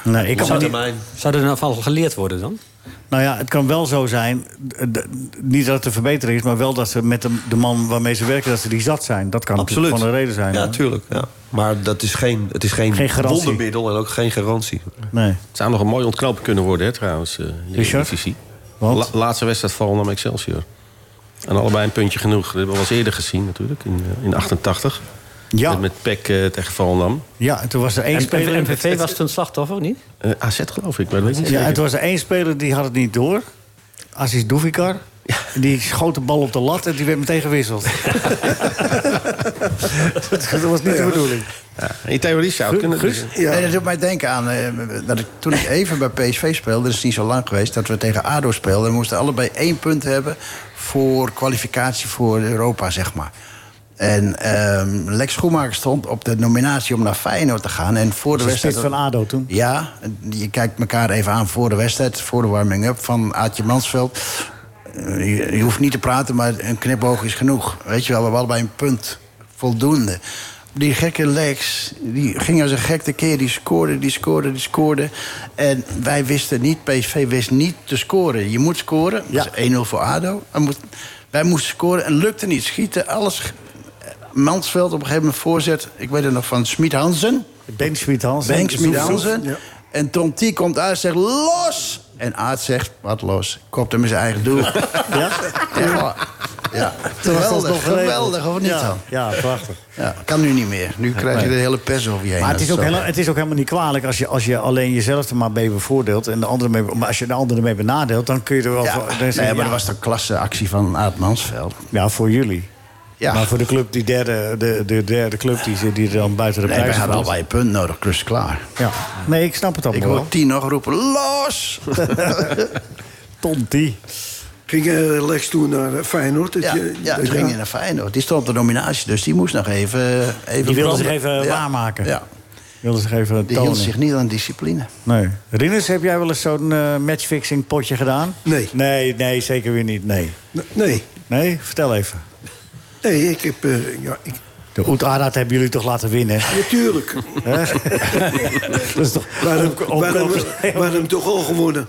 Speaker 3: Nee, ik
Speaker 11: op
Speaker 3: kan
Speaker 11: lange
Speaker 3: niet-
Speaker 11: termijn...
Speaker 6: Zou er nou van geleerd worden dan?
Speaker 3: Nou ja, het kan wel zo zijn, d- d- niet dat het een verbetering is... maar wel dat ze met de, de man waarmee ze werken, dat ze die zat zijn. Dat kan natuurlijk
Speaker 11: Absoluut.
Speaker 3: van een reden zijn.
Speaker 11: Ja,
Speaker 3: hè?
Speaker 11: tuurlijk. Ja. Maar dat is geen, het is geen,
Speaker 3: Geen garantie.
Speaker 11: wondermiddel en ook geen garantie.
Speaker 3: Nee.
Speaker 7: Het zou nog een mooie ontknoping kunnen worden, hè, trouwens. eh, in de
Speaker 3: Richard?
Speaker 7: Eredivisie.
Speaker 3: Want?
Speaker 7: La- laatste wedstrijd vallen nam Excelsior. En allebei een puntje genoeg. Dat hebben we al eens eerder gezien natuurlijk, in, eh, in 88.
Speaker 3: Ja.
Speaker 7: Met, met PEC eh, tegen Volendam.
Speaker 3: Ja, en toen was er één
Speaker 7: En- en-
Speaker 3: speler...
Speaker 7: en MVV
Speaker 6: was toen slachtoffer, niet?
Speaker 7: Eh, AZ geloof ik, maar dat weet ik niet
Speaker 3: Ja,
Speaker 7: zeker.
Speaker 3: het was er één speler die had het niet door. Aziz Doevikar. Die schoot de bal op de lat en die werd meteen gewisseld. dat was niet de bedoeling.
Speaker 7: Ja, in theorie zou het kunnen.
Speaker 3: Guus?
Speaker 7: dus-
Speaker 4: Nee, dat doet mij denken aan eh, dat ik, toen ik even bij PSV speelde, dat is niet zo lang geweest, dat we tegen ADO speelden. We moesten allebei één punt hebben voor kwalificatie voor Europa, zeg maar. En ehm, Lex Schoenmaker stond op de nominatie om naar Feyenoord te gaan. En voor de
Speaker 3: Dat was de
Speaker 4: wedstrijd...
Speaker 3: spits van ADO toen.
Speaker 4: Ja, je kijkt elkaar even aan voor de wedstrijd, voor de warming-up van Aatje Mansveld. Eh, Je, je hoeft niet te praten, maar een knipoog is genoeg. Weet je wel, we hebben allebei een punt. Voldoende. Die gekke Lex, die ging als een gek tekeer. Die scoorde, die scoorde, die scoorde. En wij wisten niet, PSV wist niet te scoren. Je moet scoren. Dat is 1-0 voor ADO. Hij moet- wij moesten scoren en lukte niet. Schieten, alles. Mansveld op een gegeven moment voorzet. Ik weet het nog van Smit Hansen.
Speaker 3: Ben Smit Hansen.
Speaker 4: Banks
Speaker 3: Zoef,
Speaker 4: Smit
Speaker 3: zoef.
Speaker 4: Hansen.
Speaker 3: Ja.
Speaker 4: En Tom T komt uit en zegt los. En Aard zegt, wat los? Kopt hem in zijn eigen doel.
Speaker 3: (laughs) ja?
Speaker 4: Ja. Geweldig, geweldig, of niet
Speaker 3: ja.
Speaker 4: dan?
Speaker 3: Ja, prachtig.
Speaker 4: Ja, kan nu niet meer. Nu krijg je de
Speaker 3: Nee.
Speaker 4: hele pers over je heen.
Speaker 3: Maar het is,
Speaker 4: Dat
Speaker 3: ook
Speaker 4: zo.
Speaker 3: helemaal, het is ook helemaal niet kwalijk als je, als je alleen jezelf er maar mee bevoordeelt. En de andere mee, maar als je de andere mee benadeelt, dan kun je er wel...
Speaker 4: Ja,
Speaker 3: voor- dan
Speaker 4: nee,
Speaker 3: zeg je,
Speaker 4: maar
Speaker 3: ja.
Speaker 4: dat was de klasseactie van Aad Mansveld.
Speaker 3: Ja, voor jullie.
Speaker 4: Ja.
Speaker 3: Maar voor de club, die derde, de, de derde club die, zit- die er dan buiten de
Speaker 4: Nee, wij
Speaker 3: prijzen
Speaker 4: hadden
Speaker 3: valt.
Speaker 4: allebei een punt nodig, klus klaar.
Speaker 3: Ja. Nee, ik snap het
Speaker 4: Ik
Speaker 3: allemaal
Speaker 4: hoor
Speaker 3: wel.
Speaker 4: T nog roepen,
Speaker 3: (laughs)
Speaker 4: los!
Speaker 3: Tonti.
Speaker 5: Ging eh, Lex toen naar eh, Feyenoord? Dat
Speaker 4: Ja,
Speaker 5: je-
Speaker 4: ja
Speaker 5: dat-
Speaker 4: die ging naar Feyenoord. Die stond op de nominatie, dus die moest nog even... even
Speaker 3: Die wilde zich
Speaker 4: branden.
Speaker 3: even
Speaker 4: Ja.
Speaker 3: waarmaken.
Speaker 4: Ja,
Speaker 3: Wilde zich even
Speaker 4: die hield
Speaker 3: tonen.
Speaker 4: zich niet aan discipline.
Speaker 3: Nee. Rinus, heb jij wel eens zo'n eh, matchfixing potje gedaan?
Speaker 5: Nee.
Speaker 3: Nee, nee, zeker weer niet. Nee.
Speaker 5: Nee.
Speaker 3: Nee? Vertel even.
Speaker 5: Nee, ik heb, eh, ja, ik,
Speaker 3: De Oet-Arat hebben jullie toch laten winnen?
Speaker 5: Natuurlijk. (laughs)
Speaker 3: dat is toch...
Speaker 5: Waarom,
Speaker 3: op- op-
Speaker 5: waarom, waarom toch al gewonnen?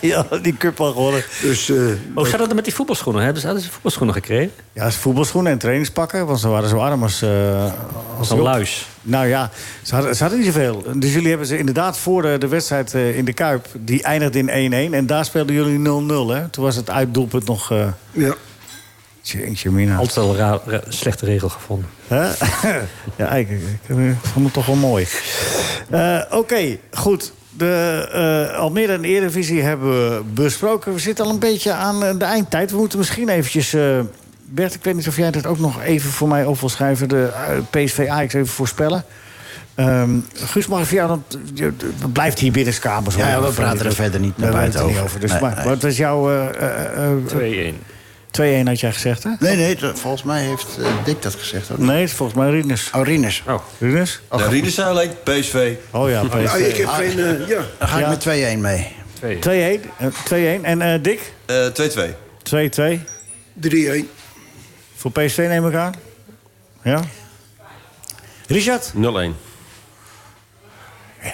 Speaker 3: ja, die cup al gewonnen.
Speaker 5: Dus, eh,
Speaker 6: Oh, Hoe gaat dat met die voetbalschoenen? Hebben ze, hadden ze voetbalschoenen gekregen?
Speaker 3: Ja, is voetbalschoenen en trainingspakken, want ze waren zo arm als... eh,
Speaker 6: Als een
Speaker 3: hulp.
Speaker 6: luis.
Speaker 3: Nou ja, ze hadden, ze hadden niet zoveel. Dus jullie hebben ze inderdaad voor de, de wedstrijd eh, in de Kuip... die eindigde in 1-1 en daar speelden jullie 0-0, hè? Toen was het uitdoelpunt nog... eh
Speaker 5: ja.
Speaker 3: Jeetje, mina.
Speaker 6: Altijd al een raar- ra- slechte regel gevonden.
Speaker 3: Hè? (laughs) ja, eigenlijk, ik, eh, vond het toch wel mooi. Eh, Oké, goed. De eh, Almere en Eredivisie hebben we besproken. We zitten al een beetje aan eh, de eindtijd. We moeten misschien eventjes... eh, Bert, ik weet niet of jij dat ook nog even voor mij op wil schrijven. De eh, PSV Ajax even voorspellen. Ehm Guus, mag ik voor jou... dan- je- je blijft hier binnenkamers.
Speaker 4: Ja, ja, we
Speaker 3: hoor.
Speaker 4: praten er verder niet
Speaker 3: We
Speaker 4: naar
Speaker 3: praten
Speaker 4: buiten
Speaker 3: er niet
Speaker 4: over.
Speaker 3: over. Dus,
Speaker 4: Nee,
Speaker 3: maar,
Speaker 4: nee.
Speaker 3: Wat was jouw... eh, eh,
Speaker 6: 2-1.
Speaker 3: 2-1 had jij gezegd, hè?
Speaker 4: Nee, nee, dat- volgens mij heeft eh, Dick dat gezegd. Hoor.
Speaker 3: Nee, het is volgens mij Rinus.
Speaker 4: Oh, Rinus.
Speaker 6: Oh.
Speaker 3: Rinus?
Speaker 11: Oh, de Rieders zei alleen PSV.
Speaker 3: Oh ja,
Speaker 4: Oh,
Speaker 3: PSV.
Speaker 5: Ah, ik heb geen... eh, ja.
Speaker 4: Daar ga
Speaker 3: Ja.
Speaker 4: ik met 2-1 mee.
Speaker 3: 2-1. eh, 2-1. En eh, Dick?
Speaker 11: Eh, 2-2.
Speaker 3: 2-2.
Speaker 5: 3-1.
Speaker 3: Voor PSV neem ik aan. Ja. Richard?
Speaker 7: 0-1.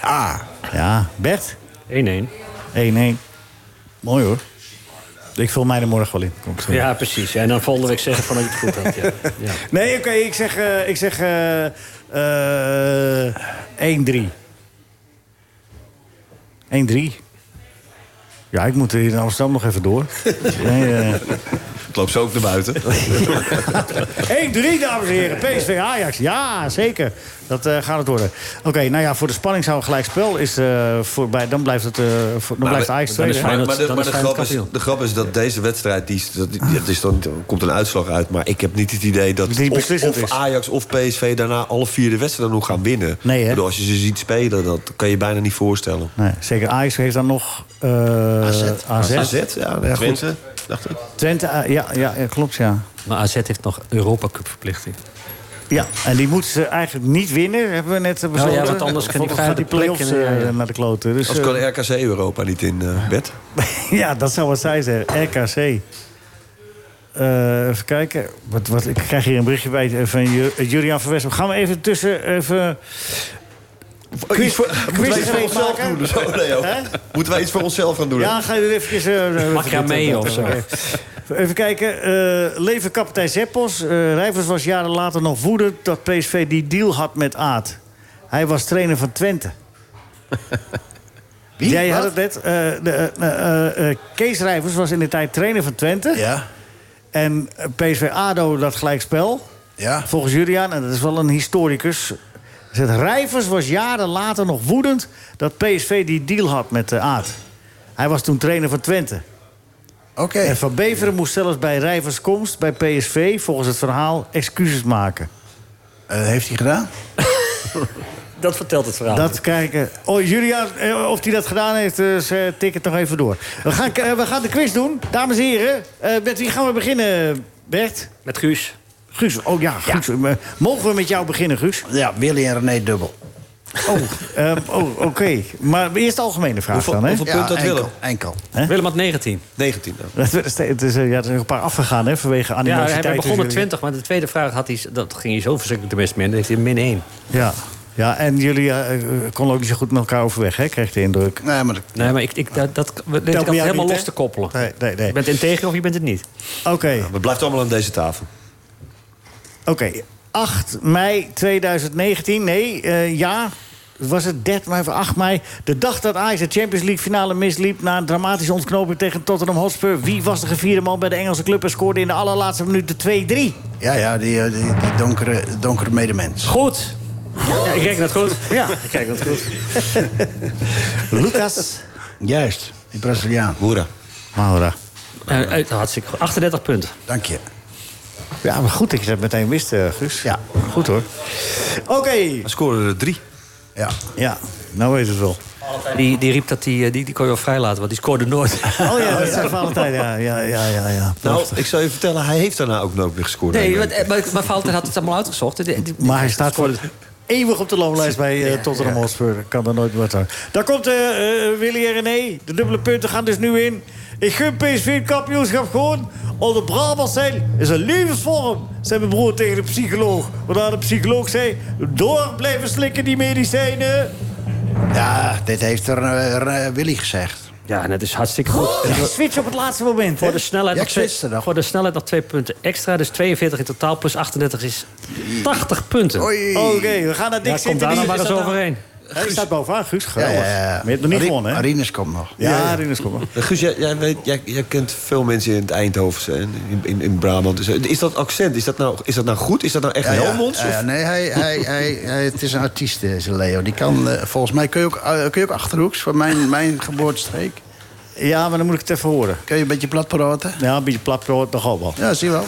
Speaker 4: Ja,
Speaker 3: Ja. Bert?
Speaker 6: 1-1.
Speaker 3: 1-1. Mooi hoor. Ik vul mij er morgen wel in. Kom ik zo.
Speaker 6: Ja, precies. Ja, en dan volgende week zeggen van dat je het goed had. Ja. Ja.
Speaker 3: Nee, oké, ik zeg, eh, ik zeg eh, eh, 1-3. 1-3. Ja, ik moet hier in Amsterdam nog even
Speaker 6: (laughs)
Speaker 3: door. Nee, eh,
Speaker 11: Het loopt zo ook naar
Speaker 3: (laughs)
Speaker 11: buiten.
Speaker 3: 1-3, dames en heren. PSV Ajax. Ja, zeker. Dat eh, gaat het worden. Oké, nou ja, voor de spanning zou een gelijk spel is eh, voorbij. Dan blijft, het, eh, voor- dan blijft Ajax
Speaker 6: dan is
Speaker 3: tweede.
Speaker 6: Feyenoord-
Speaker 11: Nou, Maar, maar de,
Speaker 6: dan
Speaker 11: maar
Speaker 6: is
Speaker 11: de grap,
Speaker 6: Feyenoord
Speaker 11: is,
Speaker 6: kampioen.
Speaker 11: de grap is dat deze wedstrijd, die, is- dat, dat is dan, er komt een uitslag uit... maar ik heb niet het idee dat
Speaker 3: Die
Speaker 11: of,
Speaker 3: beslissend
Speaker 11: of
Speaker 3: is.
Speaker 11: Ajax of PSV daarna alle vier de wedstrijden nog gaan winnen.
Speaker 3: Nee, hè?
Speaker 11: Ik bedoel, als je ze ziet spelen, dat kan je bijna niet voorstellen.
Speaker 3: Nee, zeker. Ajax heeft dan nog eh, AZ.
Speaker 11: AZ, ja, nou ja, goed.
Speaker 7: Twente, dacht ik.
Speaker 3: Twente, eh, ja, ja, ja, klopt, ja.
Speaker 6: Maar AZ heeft nog Europa Cup verplichting.
Speaker 3: Ja, en die moeten ze eigenlijk niet winnen, hebben we net eh, besloten.
Speaker 6: Nou ja, want anders kan die
Speaker 3: Volgens mij
Speaker 6: vijfde plek
Speaker 3: play-offs,
Speaker 6: in, ja, ja.
Speaker 3: eh, naar de kloten. Dus,
Speaker 11: Als
Speaker 3: eh,
Speaker 11: kan RKC Europa niet in eh, bed.
Speaker 3: (laughs) ja, dat zou wat zij zeggen. RKC. Eh, even kijken. Wat, wat, ik krijg hier een berichtje bij eh, van Ju- eh, Juriaan van Westbroek. Gaan we even tussen... eh, Even,
Speaker 6: Oh,
Speaker 11: Iets voor- Moeten wij iets voor
Speaker 3: gereed
Speaker 11: onszelf
Speaker 3: maken?
Speaker 11: doen? of zo, Leo?
Speaker 3: Hè?
Speaker 11: Moeten wij iets voor onszelf gaan doen?
Speaker 3: ja, ga je er eventjes... Uh,
Speaker 6: Macramé of zo.
Speaker 3: Even kijken. eh leven kapitein Zeppos. Eh Rijvers was jaren later nog woedend dat PSV die deal had met Aad. Hij was trainer van Twente.
Speaker 4: Wie?
Speaker 3: Jij had
Speaker 4: Wat?
Speaker 3: het net. eh, de, eh, eh, eh, Kees Rijvers was in de tijd trainer van Twente.
Speaker 4: Ja,
Speaker 3: En eh, PSV-ADO dat gelijkspel.
Speaker 4: ja.
Speaker 3: Volgens Julian, en dat is wel een historicus... Zegt, Rijvers was jaren later nog woedend dat PSV die deal had met de Aad. Hij was toen trainer van Twente.
Speaker 4: Oké.
Speaker 3: En Van Beveren moest zelfs bij Rijvers komst bij PSV... volgens het verhaal excuses maken.
Speaker 4: Eh, heeft hij gedaan?
Speaker 6: Dat vertelt het verhaal.
Speaker 3: Dat kijken. Oh, Julian, eh, of hij dat gedaan heeft, eh, ze tik het nog even door. We gaan, eh, we gaan de quiz doen. Dames en heren, Eh, met wie gaan we beginnen, Bert?
Speaker 6: Met Guus.
Speaker 3: Guus, oh ja, Guus. eh, Mogen we met jou beginnen, Guus?
Speaker 4: Ja, Willy en René dubbel.
Speaker 3: Oh, ehm, oh oké. Maar eerst de algemene vraag
Speaker 11: Hoeveel-
Speaker 3: dan, hè?
Speaker 11: hoeveel-
Speaker 4: Ja,
Speaker 11: punt dat
Speaker 4: enkel,
Speaker 11: Willem?
Speaker 4: Enkel.
Speaker 6: Willem had 19.
Speaker 11: 19 dan.
Speaker 3: (laughs) Dat werd steeds- Het is, eh, ja, er zijn nog een paar afgegaan, hè, vanwege
Speaker 6: Ja,
Speaker 3: animositeit.
Speaker 6: hij begon
Speaker 3: tussen
Speaker 6: met
Speaker 3: jullie.
Speaker 6: 20, maar de tweede vraag had hij, dat ging hij zo verschrikkelijk de best min. Dan heeft hij een min 1.
Speaker 3: Ja. ja, en jullie eh, eh, konden ook niet zo goed met elkaar overweg, hè? Kreeg de indruk.
Speaker 4: Nee, maar dat-
Speaker 6: Nee, maar ik, ik, dat, dat weet ik
Speaker 3: me
Speaker 6: altijd
Speaker 3: jou
Speaker 6: helemaal
Speaker 3: niet,
Speaker 6: los
Speaker 3: hè?
Speaker 6: te koppelen.
Speaker 3: Nee, nee, nee.
Speaker 6: Je bent integer of je bent het niet.
Speaker 3: Oké,
Speaker 11: We blijven allemaal aan deze tafel.
Speaker 3: oké. 8 mei 2019, nee, eh, ja... Was het 13 mei of 8 mei? De dag dat Ajax de Champions League finale misliep... na een dramatische ontknoping tegen Tottenham Hotspur. Wie was de gevierde man bij de Engelse club... en scoorde in de allerlaatste minuut de 2-3?
Speaker 4: ja, ja, die, eh, die, die donkere, donkere medemens.
Speaker 6: Goed. Ja, ik reken dat goed. Ja, ik reken dat goed.
Speaker 3: (laughs) Lucas
Speaker 4: Juist, die Braziliaan.
Speaker 11: Moera.
Speaker 3: Maura.
Speaker 6: Eh, eh, hartstikke goed. 38 punten.
Speaker 4: Dank je.
Speaker 3: Ja, maar goed dat je dat meteen wist, eh, Guus. Ja, goed hoor. Oké.
Speaker 11: Hij scoorde er drie.
Speaker 4: Ja.
Speaker 3: Ja, nou weet het wel.
Speaker 6: Die, die riep dat die, eh, die, die kon je wel vrijlaten, want die scoorde nooit.
Speaker 3: Oh ja, dat zijn Valentijn. Ja, ja, ja, ja. ja.
Speaker 11: Nou, ik zou je vertellen, hij heeft daarna ook nooit meer gescoord.
Speaker 6: Nee, want, eh, maar, maar Valter had het allemaal uitgezocht. Die- die-
Speaker 3: Maar hij staat voor... eeuwig op de loonlijst bij eh Tottenham Hotspur. Kan er nooit meer wat aan. Daar komt eh, eh, Willy en René. De dubbele punten gaan dus nu in. Ik gun PSV het kampioenschap gewoon. Al de Brabants zijn is een levensvorm, zei mijn broer tegen de psycholoog. Waarna de psycholoog zei, door blijven slikken die medicijnen.
Speaker 4: Ja, dit heeft er, eh, eh, Willy gezegd.
Speaker 9: Ja, en het is hartstikke goed.
Speaker 3: Ja. Switch op het laatste moment.
Speaker 9: Voor de, snelheid
Speaker 4: Ja,
Speaker 9: nog twee,
Speaker 4: twisten nog.
Speaker 9: voor de snelheid nog twee punten extra. Dus 42 in totaal plus 38 is 80 punten.
Speaker 4: Oei.
Speaker 3: Oké, we
Speaker 9: Daar
Speaker 3: gaan naar Dick
Speaker 9: komt daar
Speaker 3: Sinternies.
Speaker 9: nog maar
Speaker 3: Is
Speaker 9: eens
Speaker 3: dat nou-
Speaker 9: overheen.
Speaker 3: Hij staat bovenaan, Guus. Geweldig.
Speaker 4: Ja, ja, ja.
Speaker 3: Maar je hebt nog niet
Speaker 4: Arie-
Speaker 3: gewonnen, hè?
Speaker 4: Arines komt nog.
Speaker 3: Ja, Rinus, kom maar.
Speaker 11: Guus, jij, jij, weet, jij, jij kent veel mensen in het Eindhoven en in, in, in Brabant. Dus, eh, is dat accent, is dat nou, is dat nou goed? Is dat nou echt
Speaker 4: Ja, ja.
Speaker 11: Helmonds?
Speaker 4: Ja, ja, nee, hij, hij, hij, hij- het is een artiest, deze Leo. Die kan, eh, volgens mij kun je ook, eh, kun je ook achterhoeks van mijn, mijn geboortestreek.
Speaker 3: Ja, maar dan moet ik het even horen.
Speaker 4: Kun je een beetje platpraten?
Speaker 3: Ja, een beetje platproot, nog allemaal.
Speaker 4: Ja, zie je wel.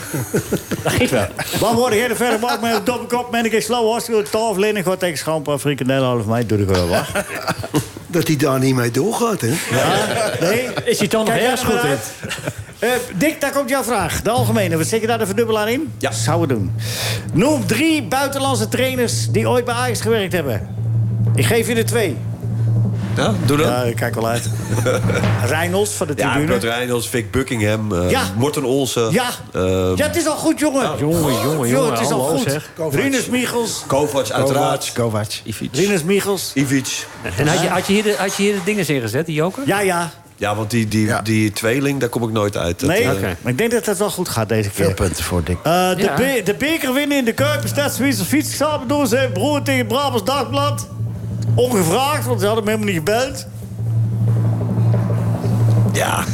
Speaker 9: Dat ging wel.
Speaker 3: Wat word ik verder maakt met een doppelkop? Ben ik in slauw als ik tafel lening gaat tegen schampa, frikandel, half mij, doe ik wel wat.
Speaker 5: Dat hij daar niet mee doorgaat, hè?
Speaker 3: Nee?
Speaker 9: Is hij dan nog
Speaker 3: Kijk
Speaker 9: ergens
Speaker 3: jij
Speaker 9: goed
Speaker 3: er
Speaker 9: in?
Speaker 3: maar uit? Eh, Dick, daar komt jouw vraag. De algemene. Wat zet je daar de verdubbelaar in? Ja. Zouden we doen. Noem drie buitenlandse trainers die ooit bij Ajax gewerkt hebben. Ik geef je er twee.
Speaker 11: Ja, doe dat.
Speaker 3: Ja, ik kijk
Speaker 11: (laughs)
Speaker 3: wel uit. Reynolds van de
Speaker 11: Ja,
Speaker 3: tribune.
Speaker 11: Bert Reynolds, Vic Buckingham, eh,
Speaker 3: Ja.
Speaker 11: Morten Olsen.
Speaker 3: Ja.
Speaker 11: eh,
Speaker 3: ja, het is al goed, jongen.
Speaker 9: jongen,
Speaker 3: Goh,
Speaker 9: jongen,
Speaker 3: joh, Het
Speaker 9: jongen,
Speaker 3: is al
Speaker 9: hallo,
Speaker 3: goed.
Speaker 9: zeg.
Speaker 3: Rinus Michels.
Speaker 11: Kovac, uiteraard.
Speaker 4: Kovac.
Speaker 11: Ivic.
Speaker 3: Rinus Michels.
Speaker 11: Ivic.
Speaker 9: En had je, had, je hier de, had je hier de dingen in gezet, die joker?
Speaker 3: Ja, ja.
Speaker 11: Ja, want die, die,
Speaker 4: Ja.
Speaker 11: die tweeling, daar kom ik nooit uit. Dat,
Speaker 3: Nee,
Speaker 11: eh,
Speaker 9: Oké.
Speaker 3: maar ik denk dat het wel goed gaat deze keer.
Speaker 4: Veel punten voor Dick.
Speaker 3: Eh, de,
Speaker 9: Ja.
Speaker 3: be- de beker winnen in de Kuip is net zoiets als fietsen samen door zijn broer tegen het Brabants Dagblad. Ongevraagd, want ze hadden hem helemaal niet gebeld.
Speaker 11: Ja,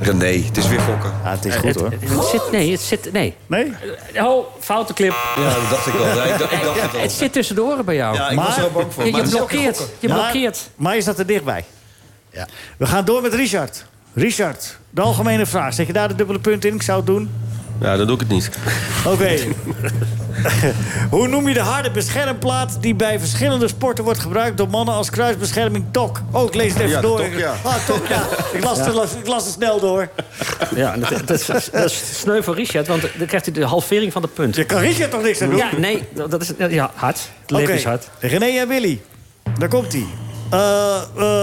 Speaker 11: René, het is weer gokken.
Speaker 3: Ja, het is goed hoor.
Speaker 9: Het, het zit, nee, het zit... Nee.
Speaker 3: Nee?
Speaker 9: Oh, foute clip.
Speaker 11: Ja, dat dacht ik al.
Speaker 3: (laughs)
Speaker 11: Ja, ik, dacht- ik dacht het al.
Speaker 9: Het zit tussen de oren bij jou.
Speaker 11: Ja, ik was
Speaker 3: Maar-
Speaker 11: er wel bang voor.
Speaker 9: je,
Speaker 11: maar
Speaker 9: je
Speaker 11: het is lekker
Speaker 9: blokkeert. Je
Speaker 3: Ja,
Speaker 9: blokkeert.
Speaker 3: Maar je zat er dichtbij.
Speaker 4: Ja.
Speaker 3: We gaan door met Richard. Richard, de algemene vraag. Zeg je daar de dubbele punt in? Ik zou het doen.
Speaker 7: Ja, dan doe ik het niet.
Speaker 3: Oké. (laughs) Hoe noem je de harde beschermplaat die bij verschillende sporten wordt gebruikt door mannen als kruisbescherming TOC? Oh, ik lees het even
Speaker 7: Ja, de
Speaker 3: door.
Speaker 7: tok, ja.
Speaker 3: Ah, TOC,
Speaker 7: (laughs)
Speaker 3: ja. Ik las, te- las- ik las het snel door.
Speaker 9: Ja, en dat, dat, is, dat is sneu voor Richard, want dan krijgt hij de halvering van de punt.
Speaker 3: Je kan Richard toch niks aan doen?
Speaker 9: Ja, nee, dat dat is ja, hard. Het leven is hard.
Speaker 3: René en Willy. Daar komt hij.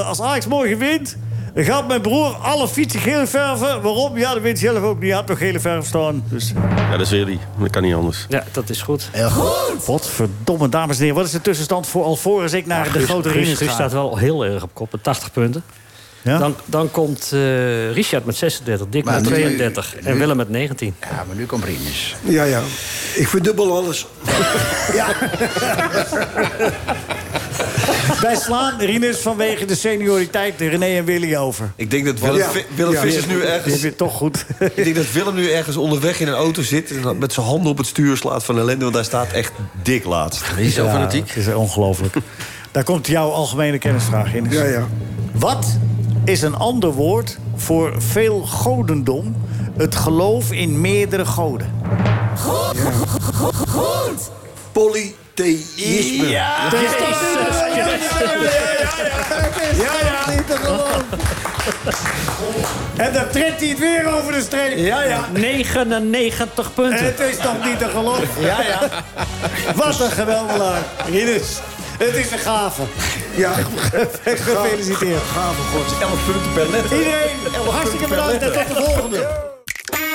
Speaker 3: als Ajax morgen wint, dan gaat mijn broer alle fietsen geel verven. Waarom? Ja, dat weet hij zelf ook niet. Hij had nog gele verf staan. Dus.
Speaker 7: Ja, dat is Willy. Dat kan niet anders.
Speaker 9: Ja, dat is goed.
Speaker 3: Wat verdomme, dames en heren. Wat is de tussenstand voor alvorens ik naar de
Speaker 9: Guus-
Speaker 3: grote
Speaker 9: Guus-
Speaker 3: ring
Speaker 9: Guus
Speaker 3: ga?
Speaker 9: staat wel heel erg op kop, met 80 punten.
Speaker 3: Ja?
Speaker 9: Dan, dan komt eh, Richard met 36, Dick
Speaker 4: Maar
Speaker 9: met
Speaker 4: nu-
Speaker 9: 32 en Willem met 19.
Speaker 4: Ja, maar nu komt Rinus.
Speaker 5: Ja, ja. Ik verdubbel alles.
Speaker 3: (laughs) Wij slaan Rinus vanwege de senioriteit de René en Willy over.
Speaker 11: Ik denk dat Willem,
Speaker 5: Ja.
Speaker 11: Vi- Willem
Speaker 5: Ja.
Speaker 11: Vissers nu
Speaker 3: Die
Speaker 11: ergens...
Speaker 3: heb je toch
Speaker 11: (laughs)
Speaker 3: goed.
Speaker 11: Ik denk dat Willem nu ergens onderweg in een auto zit... en dat met zijn handen op het stuur slaat van ellende... want daar staat echt dik laatst.
Speaker 8: Niet zo fanatiek.
Speaker 3: Het is ongelooflijk. Daar komt jouw algemene kennisvraag in.
Speaker 5: Ja, ja.
Speaker 3: Wat is een ander woord voor veel godendom? Het geloof in meerdere goden.
Speaker 5: Polytheïsme.
Speaker 3: Ja, ja, niet te geloven. En dan trekt hij het weer over de streep. Ja, ja.
Speaker 9: 99 punten.
Speaker 3: Het is toch niet te geloven? Ja, ja. Wat een geweldenaar. Rinus, het is een gave.
Speaker 5: Ja,
Speaker 3: Gefeliciteerd.
Speaker 5: gave god.
Speaker 11: 11 punten per letter.
Speaker 3: Iedereen, hartstikke bedankt en tot de volgende.